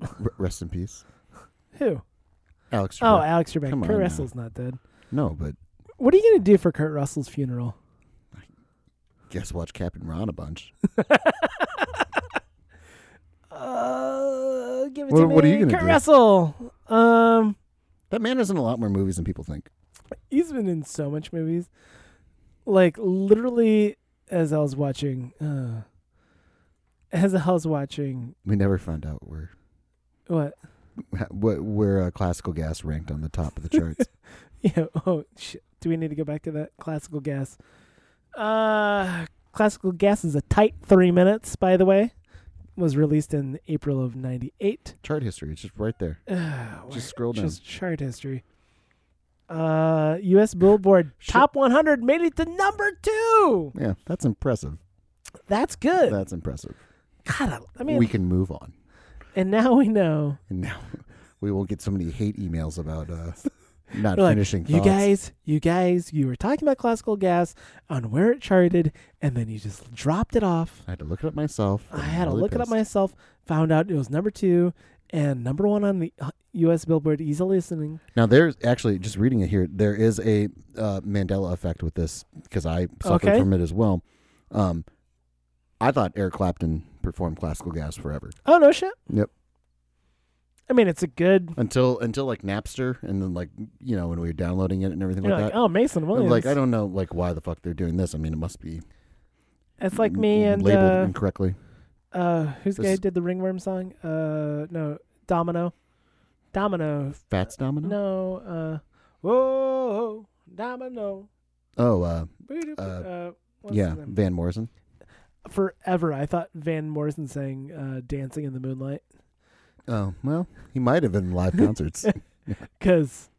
A: R- rest in peace,
B: Who?
A: Alex.
B: Oh,
A: Trebek.
B: Alex Trebek.
A: Come
B: Kurt
A: on now.
B: Russell's not dead.
A: no, but
B: What are you gonna do for Kurt Russell's funeral?
A: guess watch Captain Ron a bunch.
B: Uh, give it to
A: What-
B: me.
A: what are you gonna
B: Kurt
A: do?
B: Russell. Um,
A: That man is in a lot more movies than people think.
B: he's been in so much movies. Like literally, as I was watching, uh, as I was watching,
A: We never find out where (laughs)
B: what? (laughs)
A: what where uh, classical gas ranked on the top of the charts.
B: Yeah. Oh, shit. do we need to go back to that classical gas? Uh, classical gas is a tight three minutes. By the way, was released in April of (sighs) '98.
A: Chart history. It's just right there. Just scroll down.
B: just chart history. Uh, U.S. Billboard
A: Shit.
B: Top 100 made it to number two.
A: Yeah, that's impressive.
B: That's good.
A: That's impressive.
B: God, I- I mean,
A: we can move on.
B: and now we know.
A: And now we won't get so many hate emails about
B: (laughs)
A: uh, not
B: We're like,
A: finishing
B: you
A: thoughts.
B: guys, you guys, you were talking about classical gas on where it charted, and then you just dropped it off.
A: I had to look it up myself.
B: I
A: I'm
B: had to
A: really
B: look it up
A: pissed.
B: myself. Found out it was number two and number one on the uh, U.S. Billboard Easy Listening.
A: Now there's actually just reading it here. There is a uh, Mandela effect with this because I suffered
B: Okay.
A: from it as well. Um, I thought Eric Clapton performed classical jazz forever
B: Oh no shit.
A: Yep.
B: I mean, it's a good.
A: until until like Napster and then like you know when we were downloading it and everything
B: You're
A: like
B: like,
A: that.
B: oh, Mason
A: I'm
B: Williams.
A: like I don't know like why the fuck they're doing this. I mean it must be
B: It's like me
A: m-
B: and
A: labeled
B: uh,
A: incorrectly.
B: uh, who's the guy
A: This-
B: who did the ringworm song? Uh, no, Domino. Domino.
A: Fats Domino.
B: No. Uh, whoa, Domino.
A: Oh uh,
B: Uh, what's
A: yeah,
B: his name?
A: Van Morrison.
B: Forever, I thought Van Morrison sang uh, "Dancing in the Moonlight"
A: Oh well, he might have been live
B: (laughs)
A: concerts.
B: because,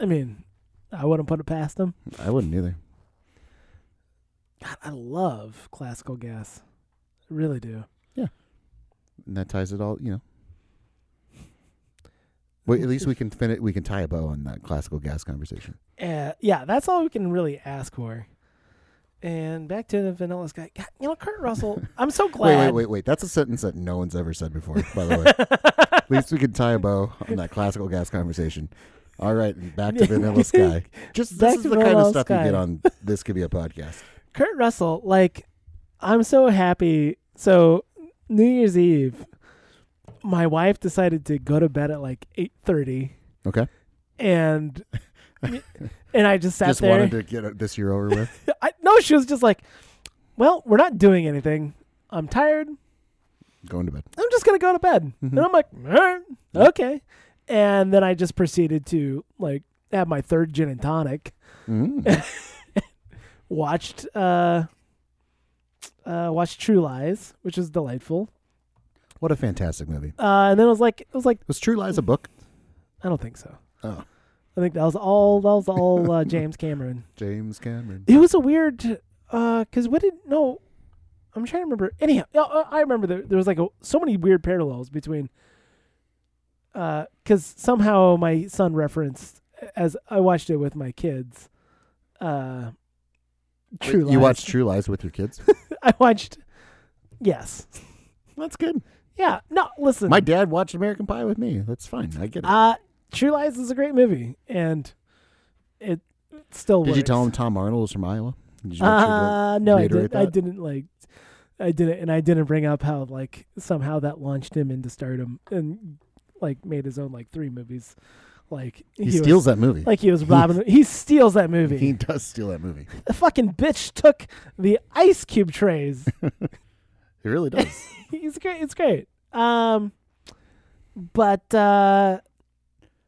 B: I mean, I wouldn't put it past him.
A: I wouldn't either.
B: God, I love classical gas. I really do.
A: and that ties it all. You know. Well, at least we can fin- we can tie a bow on that classical gas conversation.
B: Uh, yeah, that's all we can really ask for. And back to the Vanilla Sky. God, you know, Kurt
A: (laughs)
B: Russell. I'm so
A: Wait, wait,
B: glad.
A: wait, wait. That's a sentence that no one's ever said before. By
B: (laughs)
A: the way, at least we can tie a bow on that classical gas conversation. All right, and back to
B: (laughs)
A: Vanilla Sky. Just
B: Back
A: this is
B: to
A: the kind of
B: Vanilla
A: stuff you
B: Sky.
A: get on. This could be a
B: (laughs)
A: podcast.
B: Kurt Russell, like, I'm so happy. So New Year's Eve, my wife decided to go to bed at like 8:30,
A: Okay, (laughs)
B: and and I just sat
A: just
B: there.
A: wanted to get it this year over with.
B: (laughs) I, no, she was just like, "Well, we're not doing anything. I'm tired.
A: Going to bed.
B: I'm just gonna go to bed."
A: Mm-hmm.
B: And I'm like, "Alright, "Okay," and then I just proceeded to like have my third gin and tonic.
A: Mm.
B: Watched uh, uh, watched True Lies, which was delightful.
A: what a fantastic movie!
B: Uh, and then it was like, it was like,
A: Was True Lies a book?
B: I don't think so.
A: Oh,
B: I think that was all. That was all uh, James Cameron.
A: James Cameron.
B: It was a weird, uh, cause what did no, I'm trying to remember. Anyhow, uh, uh, I remember there, there was like a, so many weird parallels between, uh, cause somehow my son referenced as I watched it with my kids, uh, (laughs) True
A: you
B: Lies.
A: watched True Lies with your kids?
B: (laughs) I watched. Yes.
A: That's good.
B: Yeah. No. Listen.
A: My dad watched American Pie with me. That's fine. I get it.
B: uh, True Lies is a great movie, and it still.
A: Did you
B: works.
A: tell him Tom Arnold was from Iowa? Did you make sure to-
B: Uh, no, I
A: reiterate
B: didn't. I
A: that?
B: didn't like. I didn't, and I didn't bring up how like somehow that launched him into stardom and like made his own like three movies. Like
A: he, steals
B: was,
A: that movie.
B: Like he was Robin. he steals that movie.
A: He does steal that movie.
B: the fucking bitch took the ice
A: (laughs)
B: cube trays.
A: He really does.
B: (laughs) He's great. It's great. Um, but uh,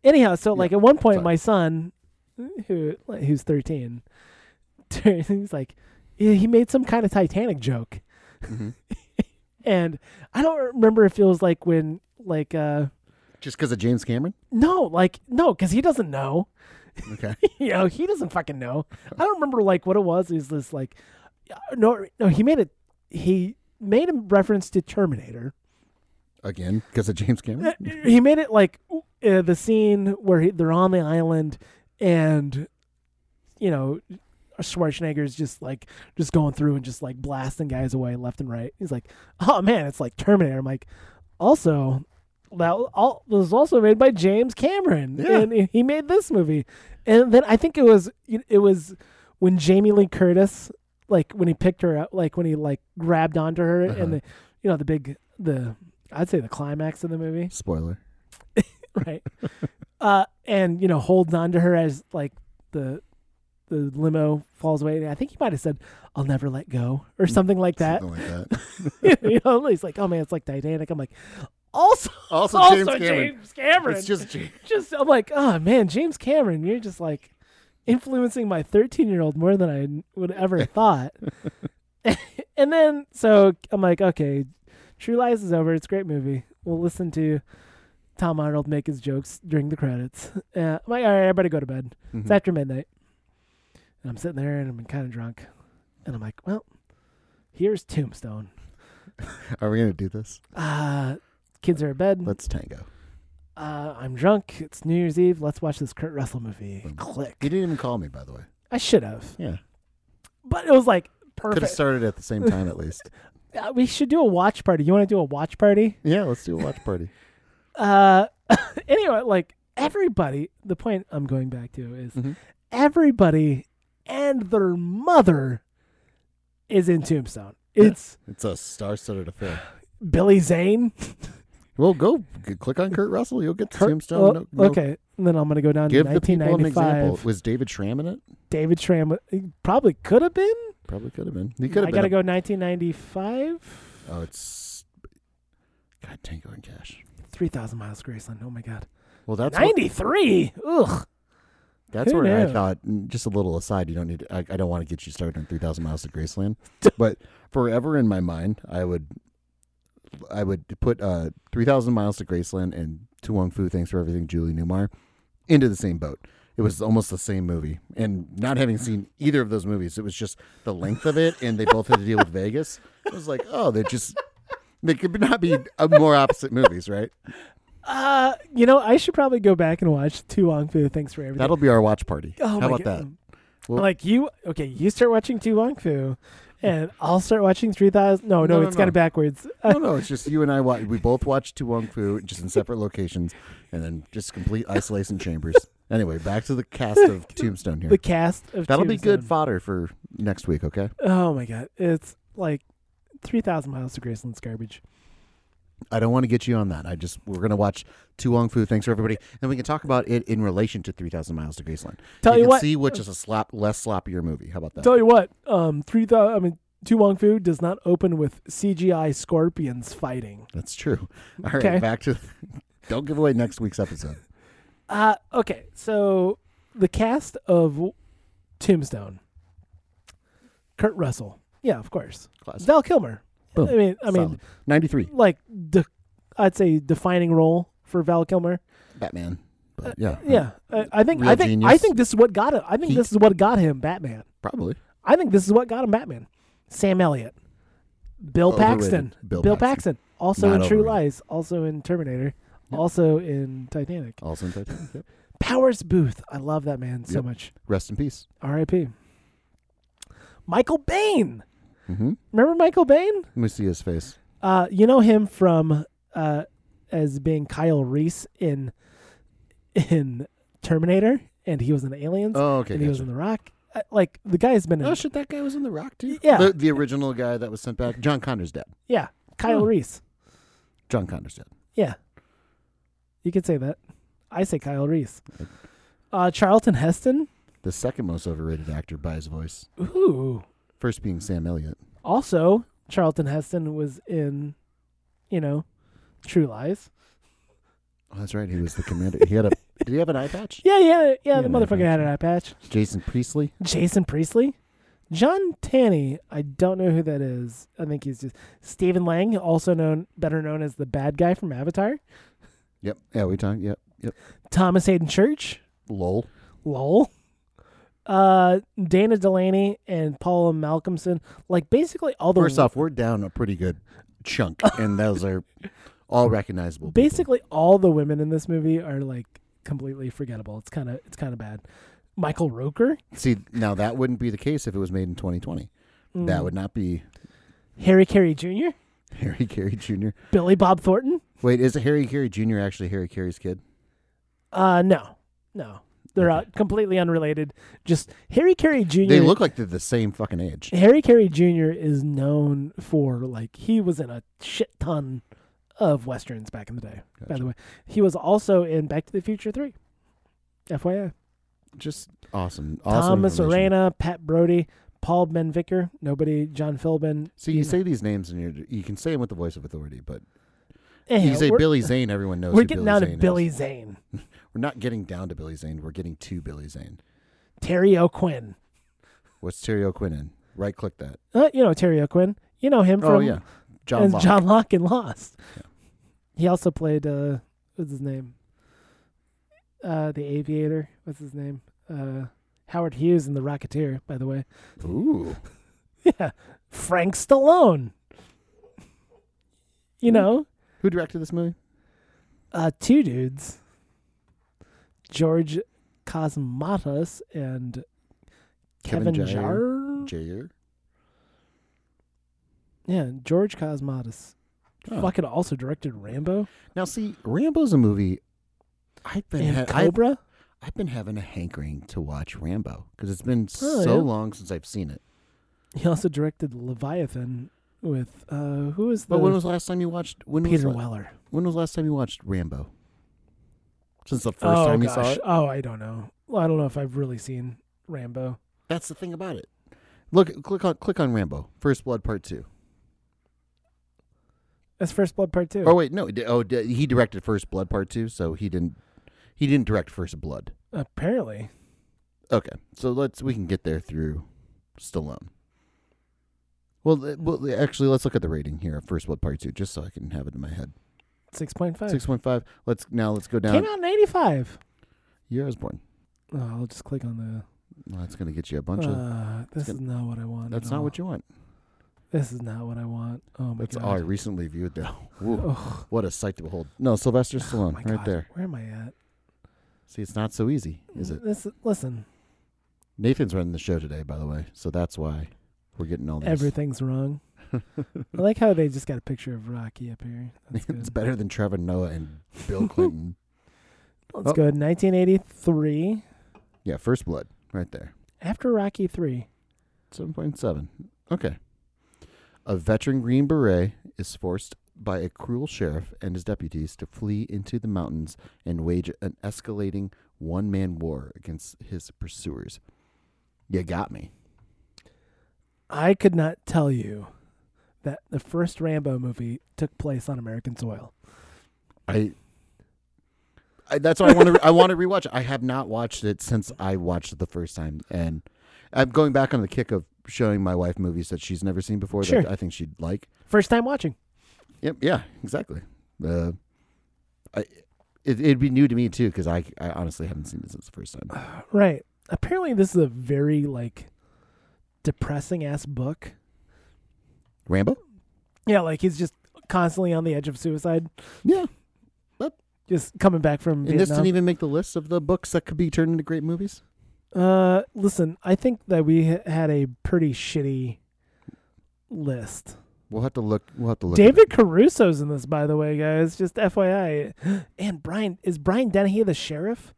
B: anyhow, so
A: Yeah,
B: like at one point,
A: sorry.
B: my son, who like, who's thirteen, (laughs) turned- he's like, yeah, he made some kind of Titanic joke,
A: Mhm.
B: and I don't remember if it was like when like uh
A: Just because of James Cameron?
B: no like no because he doesn't know (laughs)
A: Okay.
B: you know he doesn't fucking know I don't remember like what it was is this like no no he made it he made a reference to Terminator.
A: Again, because of James
B: Uh,
A: Cameron?
B: he made it like uh, the scene where he, they're on the island and you know Schwarzenegger's just like just going through and just like blasting guys away left and right. He's like, "Oh man, it's like Terminator." I'm like, "Also, that all was also made by James Cameron,
A: Yeah.
B: and he made this movie." And then I think it was it was when Jamie Lee Curtis like when he picked her up, like when he like grabbed onto her
A: Uh-huh.
B: and the you know the big the I'd say the climax of the movie,
A: Spoiler.
B: right? uh, and you know holds onto her as like the the limo falls away. And I think he might have said, "I'll never let go" or something like (laughs) that.
A: Mm. Something like
B: (laughs)
A: that.
B: you know, he's like, "Oh man, it's like Titanic." I'm like, also,
A: Also,
B: also
A: James Cameron.
B: James Cameron. (laughs)
A: It's just James.
B: just I'm like, oh man, James "Ah, Cameron, you're just like influencing my 13 year old more than I would ever thought. (laughs) and then, so I'm like, okay, True Lies is over. It's a great movie. We'll listen to Tom Arnold make his jokes during the credits. Uh, I'm like, all right, I better go to bed.
A: Mm-hmm.
B: It's
A: Hmm.
B: after midnight. And I'm sitting there and I'm kind of drunk. And I'm like, well, here's Tombstone.
A: Are we gonna do this?
B: Uh, kids are in bed.
A: Let's tango.
B: Uh, I'm drunk. It's New Year's Eve. Let's watch this Kurt Russell movie.
A: Boom. You
B: Click.
A: didn't even call me, by the way.
B: I should have.
A: Yeah,
B: But it was like
A: could have
B: perfect.
A: started at the same time at
B: (laughs)
A: least.
B: Uh, we should do a watch party. You want to do a watch party?
A: yeah, let's do a watch party.
B: Uh, (laughs) anyway, like everybody, the point I'm going back to is
A: Mhm.
B: everybody and their mother is in Tombstone.
A: Yeah.
B: It's
A: It's a star-studded affair.
B: Billy Zane.
A: Well, go g- click on Kurt Russell. You'll get the
B: Kurt-
A: Tombstone.
B: oh,
A: No- no-
B: okay, and then I'm gonna go down
A: Give
B: to
A: the people an
B: 1995.
A: example. Was David Schramm in it?
B: David Schramm uh, he probably could have been.
A: Probably could have been. He could
B: I
A: have been.
B: gotta go 1995.
A: a- oh, it's God, Tango and Cash.
B: 3,000 miles to Graceland. Oh my God.
A: Well, that's what,
B: 93. Ugh.
A: that's
B: who
A: where I
B: knew?
A: thought. mm, Just a little aside. You don't need. I, I don't want to get you started on three thousand miles to
B: (laughs)
A: Graceland, but forever in my mind, I would, I would put uh, three thousand miles to Graceland and To Wong Fu. Thanks for everything, Julie Newmar, into the same boat. It was almost the same movie, and not having seen either of those movies, it was just the length of it, and they both had to deal with Vegas. It was like, oh, they're just. They could not be uh, more opposite movies,
B: (laughs)
A: right?
B: Uh, you know, I should probably go back and watch Tu Wong Fu. Thanks for everything.
A: That'll be our watch party.
B: oh
A: How
B: my
A: about
B: God.
A: that? Well-
B: like you, okay, you start watching Tu Wong Fu and I'll start watching 3,000. No, no,
A: No,
B: it's
A: no,
B: got
A: no.
B: it backwards.
A: no, no, it's just you and I. Watch, we both watched Tu Wong Fu just in separate locations, and then just complete isolation chambers. Anyway, back to the cast
B: (laughs)
A: of Tombstone here.
B: The cast of
A: That'll be good
B: Tombstone.
A: fodder for next week. Okay,
B: Oh my God. It's like 3,000 miles to Graceland's garbage.
A: I don't want to get you on that. I just we're gonna watch Tu Wong Fu. Thanks for everybody, and we can talk about it in relation to Three Thousand Miles to Graceland.
B: Tell you
A: can
B: what- uh,
A: see which is a slap less sloppier movie. How about that?
B: Tell you what, um, 3,000, I mean, Tu Wong Fu does not open with CGI scorpions fighting.
A: That's true. All right,
B: Okay.
A: back to. (laughs) Don't give away next week's episode.
B: Uh, okay, so the cast of Tombstone. Kurt Russell. Yeah, of course.
A: Class.
B: Val Kilmer.
A: Boom.
B: I mean, I mean,
A: ninety three
B: like the, I'd say defining role for Val Kilmer.
A: Batman. But yeah,
B: Uh, Yeah, I, I think,
A: Real
B: I think,
A: genius.
B: I think this is what got him. I think
A: Heat.
B: this is what got him Batman.
A: probably.
B: I think this is what got him Batman. Sam Elliott, Bill
A: Overrated.
B: Paxton,
A: Bill
B: Paxton,
A: Paxton.
B: also
A: Not
B: in True
A: overrated.
B: Lies, also in Terminator, also in Titanic.
A: Also in Titanic. Yep.
B: Powers Booth, I love that man so
A: Yep.
B: much.
A: Rest in peace.
B: R.I.P. Michael Bain.
A: Mm-hmm.
B: Remember Michael Bain?
A: Let me see his face.
B: Uh, you know him from uh, as being Kyle Reese in in Terminator, and he was in Aliens,
A: Oh, okay.
B: and he was in The Rock. Uh, like the guy has been in,
A: Oh shit, that guy was in The Rock too.
B: Yeah.
A: the, the original guy that was sent back. John Connor's dead.
B: yeah, Kyle
A: Huh.
B: Reese.
A: John Connor's dead.
B: Yeah, you could say that. I say Kyle Reese. Uh, Charlton Heston.
A: The second most overrated actor by his voice.
B: Ooh.
A: First being Sam Elliott.
B: Also, Charlton Heston was in, you know, True Lies.
A: Oh, that's right. He was the commander. He had a. (laughs) Did he have an eye patch?
B: Yeah, yeah, yeah.
A: Yeah,
B: the
A: an eye
B: motherfucker had an eye patch.
A: Jason Priestley.
B: Jason Priestley, John Tanney. I don't know who that is. I think he's just Stephen Lang, also known better known as the bad guy from Avatar.
A: Yep. Yeah, we talked. Yep. Yep.
B: Thomas Hayden Church,
A: Lol.
B: lol. Uh, Dana Delaney and Paula Malcolmson. Like basically all the
A: First off, we're down a pretty good chunk, and those are all recognizable. people.
B: basically all the women in this movie are like completely forgettable. It's kind of it's kind of bad. Michael Roker,
A: see now that wouldn't be the case if it was made in 2020. That would not be (laughs)
B: Mm. Harry Carey Jr.,
A: Harry Carey Jr.
B: Billy Bob Thornton.
A: Wait, is Harry Carey Jr. actually Harry Carey's kid?
B: Uh, no, no, they're uh, completely unrelated. Just Harry Carey Jr.
A: They look like they're the same fucking age.
B: Harry Carey Jr. is known for like he was in a shit ton of westerns back in the day. By the way, he was also in Back to the Future Three. FYI,
A: Just awesome. awesome
B: Thomas
A: information.
B: Arena, Pat Brody, Paul Benvicker, nobody, John Philbin.
A: So you say these names and you're, you can say them with the voice of authority, but
B: Anyhow,
A: you say
B: Eh, we're,
A: Billy Zane, everyone knows.
B: We're
A: who
B: getting
A: Billy
B: down
A: Zane
B: to
A: is.
B: Billy Zane.
A: We're not getting down to Billy Zane. We're getting to Billy Zane.
B: Terry O'Quinn.
A: What's Terry O'Quinn in? Right click that.
B: Uh, you know Terry O'Quinn. You know him from
A: oh yeah, John
B: as
A: Locke.
B: John Locke in Lost. He also played uh, what's his name? Uh, the Aviator. What's his name? Uh, Howard Hughes in The Rocketeer. By the way, (laughs)
A: Ooh,
B: yeah, Frank Stallone. You
A: Hmm?
B: know,
A: who directed this movie?
B: uh, two dudes, George Cosmatos and Kevin,
A: Jair.
B: Jar.
A: Jair.
B: Yeah, George Cosmatos.
A: Oh.
B: Fucking also directed Rambo
A: Now see, Rambo's a movie. I've been
B: and
A: ha- I-
B: Cobra.
A: I've been having a hankering to watch Rambo because it's been
B: Oh,
A: so
B: yeah.
A: long since I've seen it.
B: He also directed Leviathan with uh who is the
A: But when was the last time you watched? When
B: Peter
A: was la-
B: Weller?
A: When was the last time you watched Rambo? Since the first
B: oh
A: time you
B: gosh.
A: saw it.
B: Oh, I don't know. Well, I don't know if I've really seen Rambo.
A: That's the thing about it. Look, click on click on Rambo: First Blood Part Two.
B: That's First Blood Part Two.
A: Oh wait, no. d- Oh, d- he directed First Blood Part Two, so he didn't. He didn't direct First Blood.
B: Apparently,
A: Okay, so let's we can get there through Stallone. Well, th- well, actually, let's look at the rating here of First Blood Part Two, just so I can have it in my head.
B: six point five
A: Six point five. Let's now let's go
B: came
A: down.
B: out in eighty five.
A: Year I was born.
B: Oh, I'll just click on the.
A: Well, that's gonna get you a bunch of.
B: Uh, this
A: gonna-
B: is not what I want.
A: That's not what you want.
B: This is not what I want. Oh my
A: That's all I
B: god.
A: recently viewed
B: (laughs)
A: though. Woo,
B: Oh,
A: what a sight to behold. No, Sylvester
B: oh
A: Stallone,
B: my
A: right
B: God.
A: there.
B: Where am I at?
A: See, it's not so easy, is it?
B: This listen.
A: Nathan's running the show today, by the way, so that's why we're getting all this. (laughs)
B: Everything's wrong. I like how they just got a picture of Rocky up here.
A: (laughs)
B: That's good.
A: it's better than Trevor Noah and
B: (laughs)
A: Bill Clinton.
B: Let's
A: Oh.
B: go. 1983.
A: yeah, First Blood, right there.
B: After Rocky Three.
A: Seven point seven. Okay. A veteran Green Beret is forced by a cruel sheriff and his deputies to flee into the mountains and wage an escalating one man war against his pursuers. You got me.
B: I could not tell you that the first Rambo movie took place on American soil.
A: I. I that's why I want to. I want to rewatch. it. I have not watched it since I watched it the first time, and I'm going back on the kick of showing my wife movies that she's never seen before
B: Sure.
A: that I think she'd like.
B: First time watching.
A: Yep. Yeah. Exactly. Uh, I, it, it'd be new to me too because I, I honestly haven't seen this since the first time.
B: Right. Apparently this is a very like depressing ass book.
A: Rambo.
B: Yeah, like he's just constantly on the edge of suicide.
A: Yeah.
B: Just coming back from
A: And this
B: Vietnam.
A: didn't even make the list of the books that could be turned into great movies.
B: uh listen, I think that we ha- had a pretty shitty list.
A: We'll have to look. We'll have to look. at it.
B: David Caruso's in this, by the way, guys. Just FYI. (gasps) And Brian is Brian Dennehy the sheriff?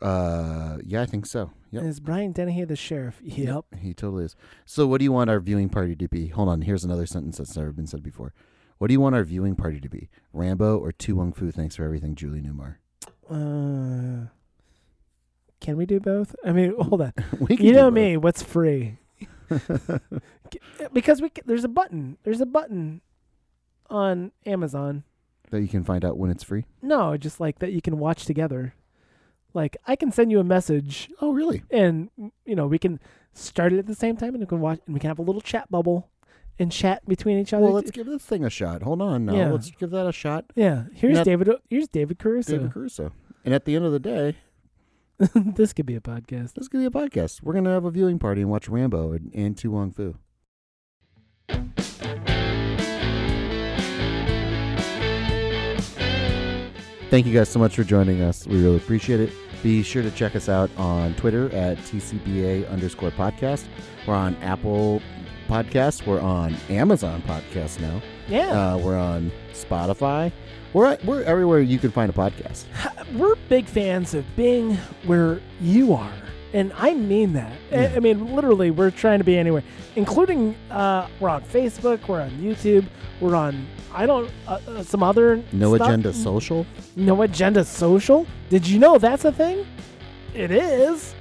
A: Uh, yeah, I think so. Yep.
B: Is Brian Dennehy the sheriff? Yep.
A: He totally is. So, what do you want our viewing party to be? Hold on. Here's another sentence that's never been said before. What do you want our viewing party to be? Rambo or Tu Wong Fu? Thanks for everything, Julie Newmar. (laughs)
B: Uh, can we do both? I mean, (laughs) hold on.
A: (laughs) We can
B: You
A: do
B: know
A: both.
B: me. What's free?
A: (laughs)
B: because we c- there's a button. There's a button on Amazon.
A: That you can find out when it's free.
B: No, just like that you can watch together. Like I can send you a message,
A: Oh, really?
B: and you know we can start it at the same time, and we can watch, and we can have a little chat bubble, and chat between each other.
A: Well, let's give this thing a shot. Hold on now.
B: Uh, Yeah.
A: Let's give that a shot.
B: yeah, here's
A: Not-
B: David. Here's David Caruso. (laughs)
A: David Caruso. And at the end of the day,
B: this could be a podcast.
A: this is going to be a podcast. We're going to have a viewing party and watch Rambo and, and Tu Wong Fu. Thank you guys so much for joining us. We really appreciate it. Be sure to check us out on Twitter at TCBA underscore podcast. We're on Apple Podcasts. We're on Amazon Podcasts now.
B: Yeah,
A: Uh, we're on Spotify. We're, we're everywhere you can find a podcast.
B: Uh, we're big fans of being where you are. And I mean that. I-
A: Yeah.
B: I mean, literally, we're trying to be anywhere, including uh, we're on Facebook, we're on YouTube, we're on, I don't, uh, uh, some other.
A: No
B: stuff.
A: Agenda Social.
B: No Agenda Social. Did you know that's a thing? It is.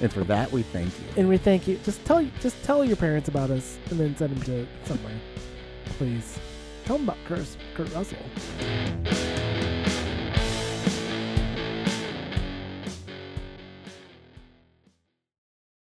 A: And for that, we thank you.
B: And we thank you. Just tell just tell your parents about us and then send them to somewhere. Please. Tell them about Kurt, Kurt Russell.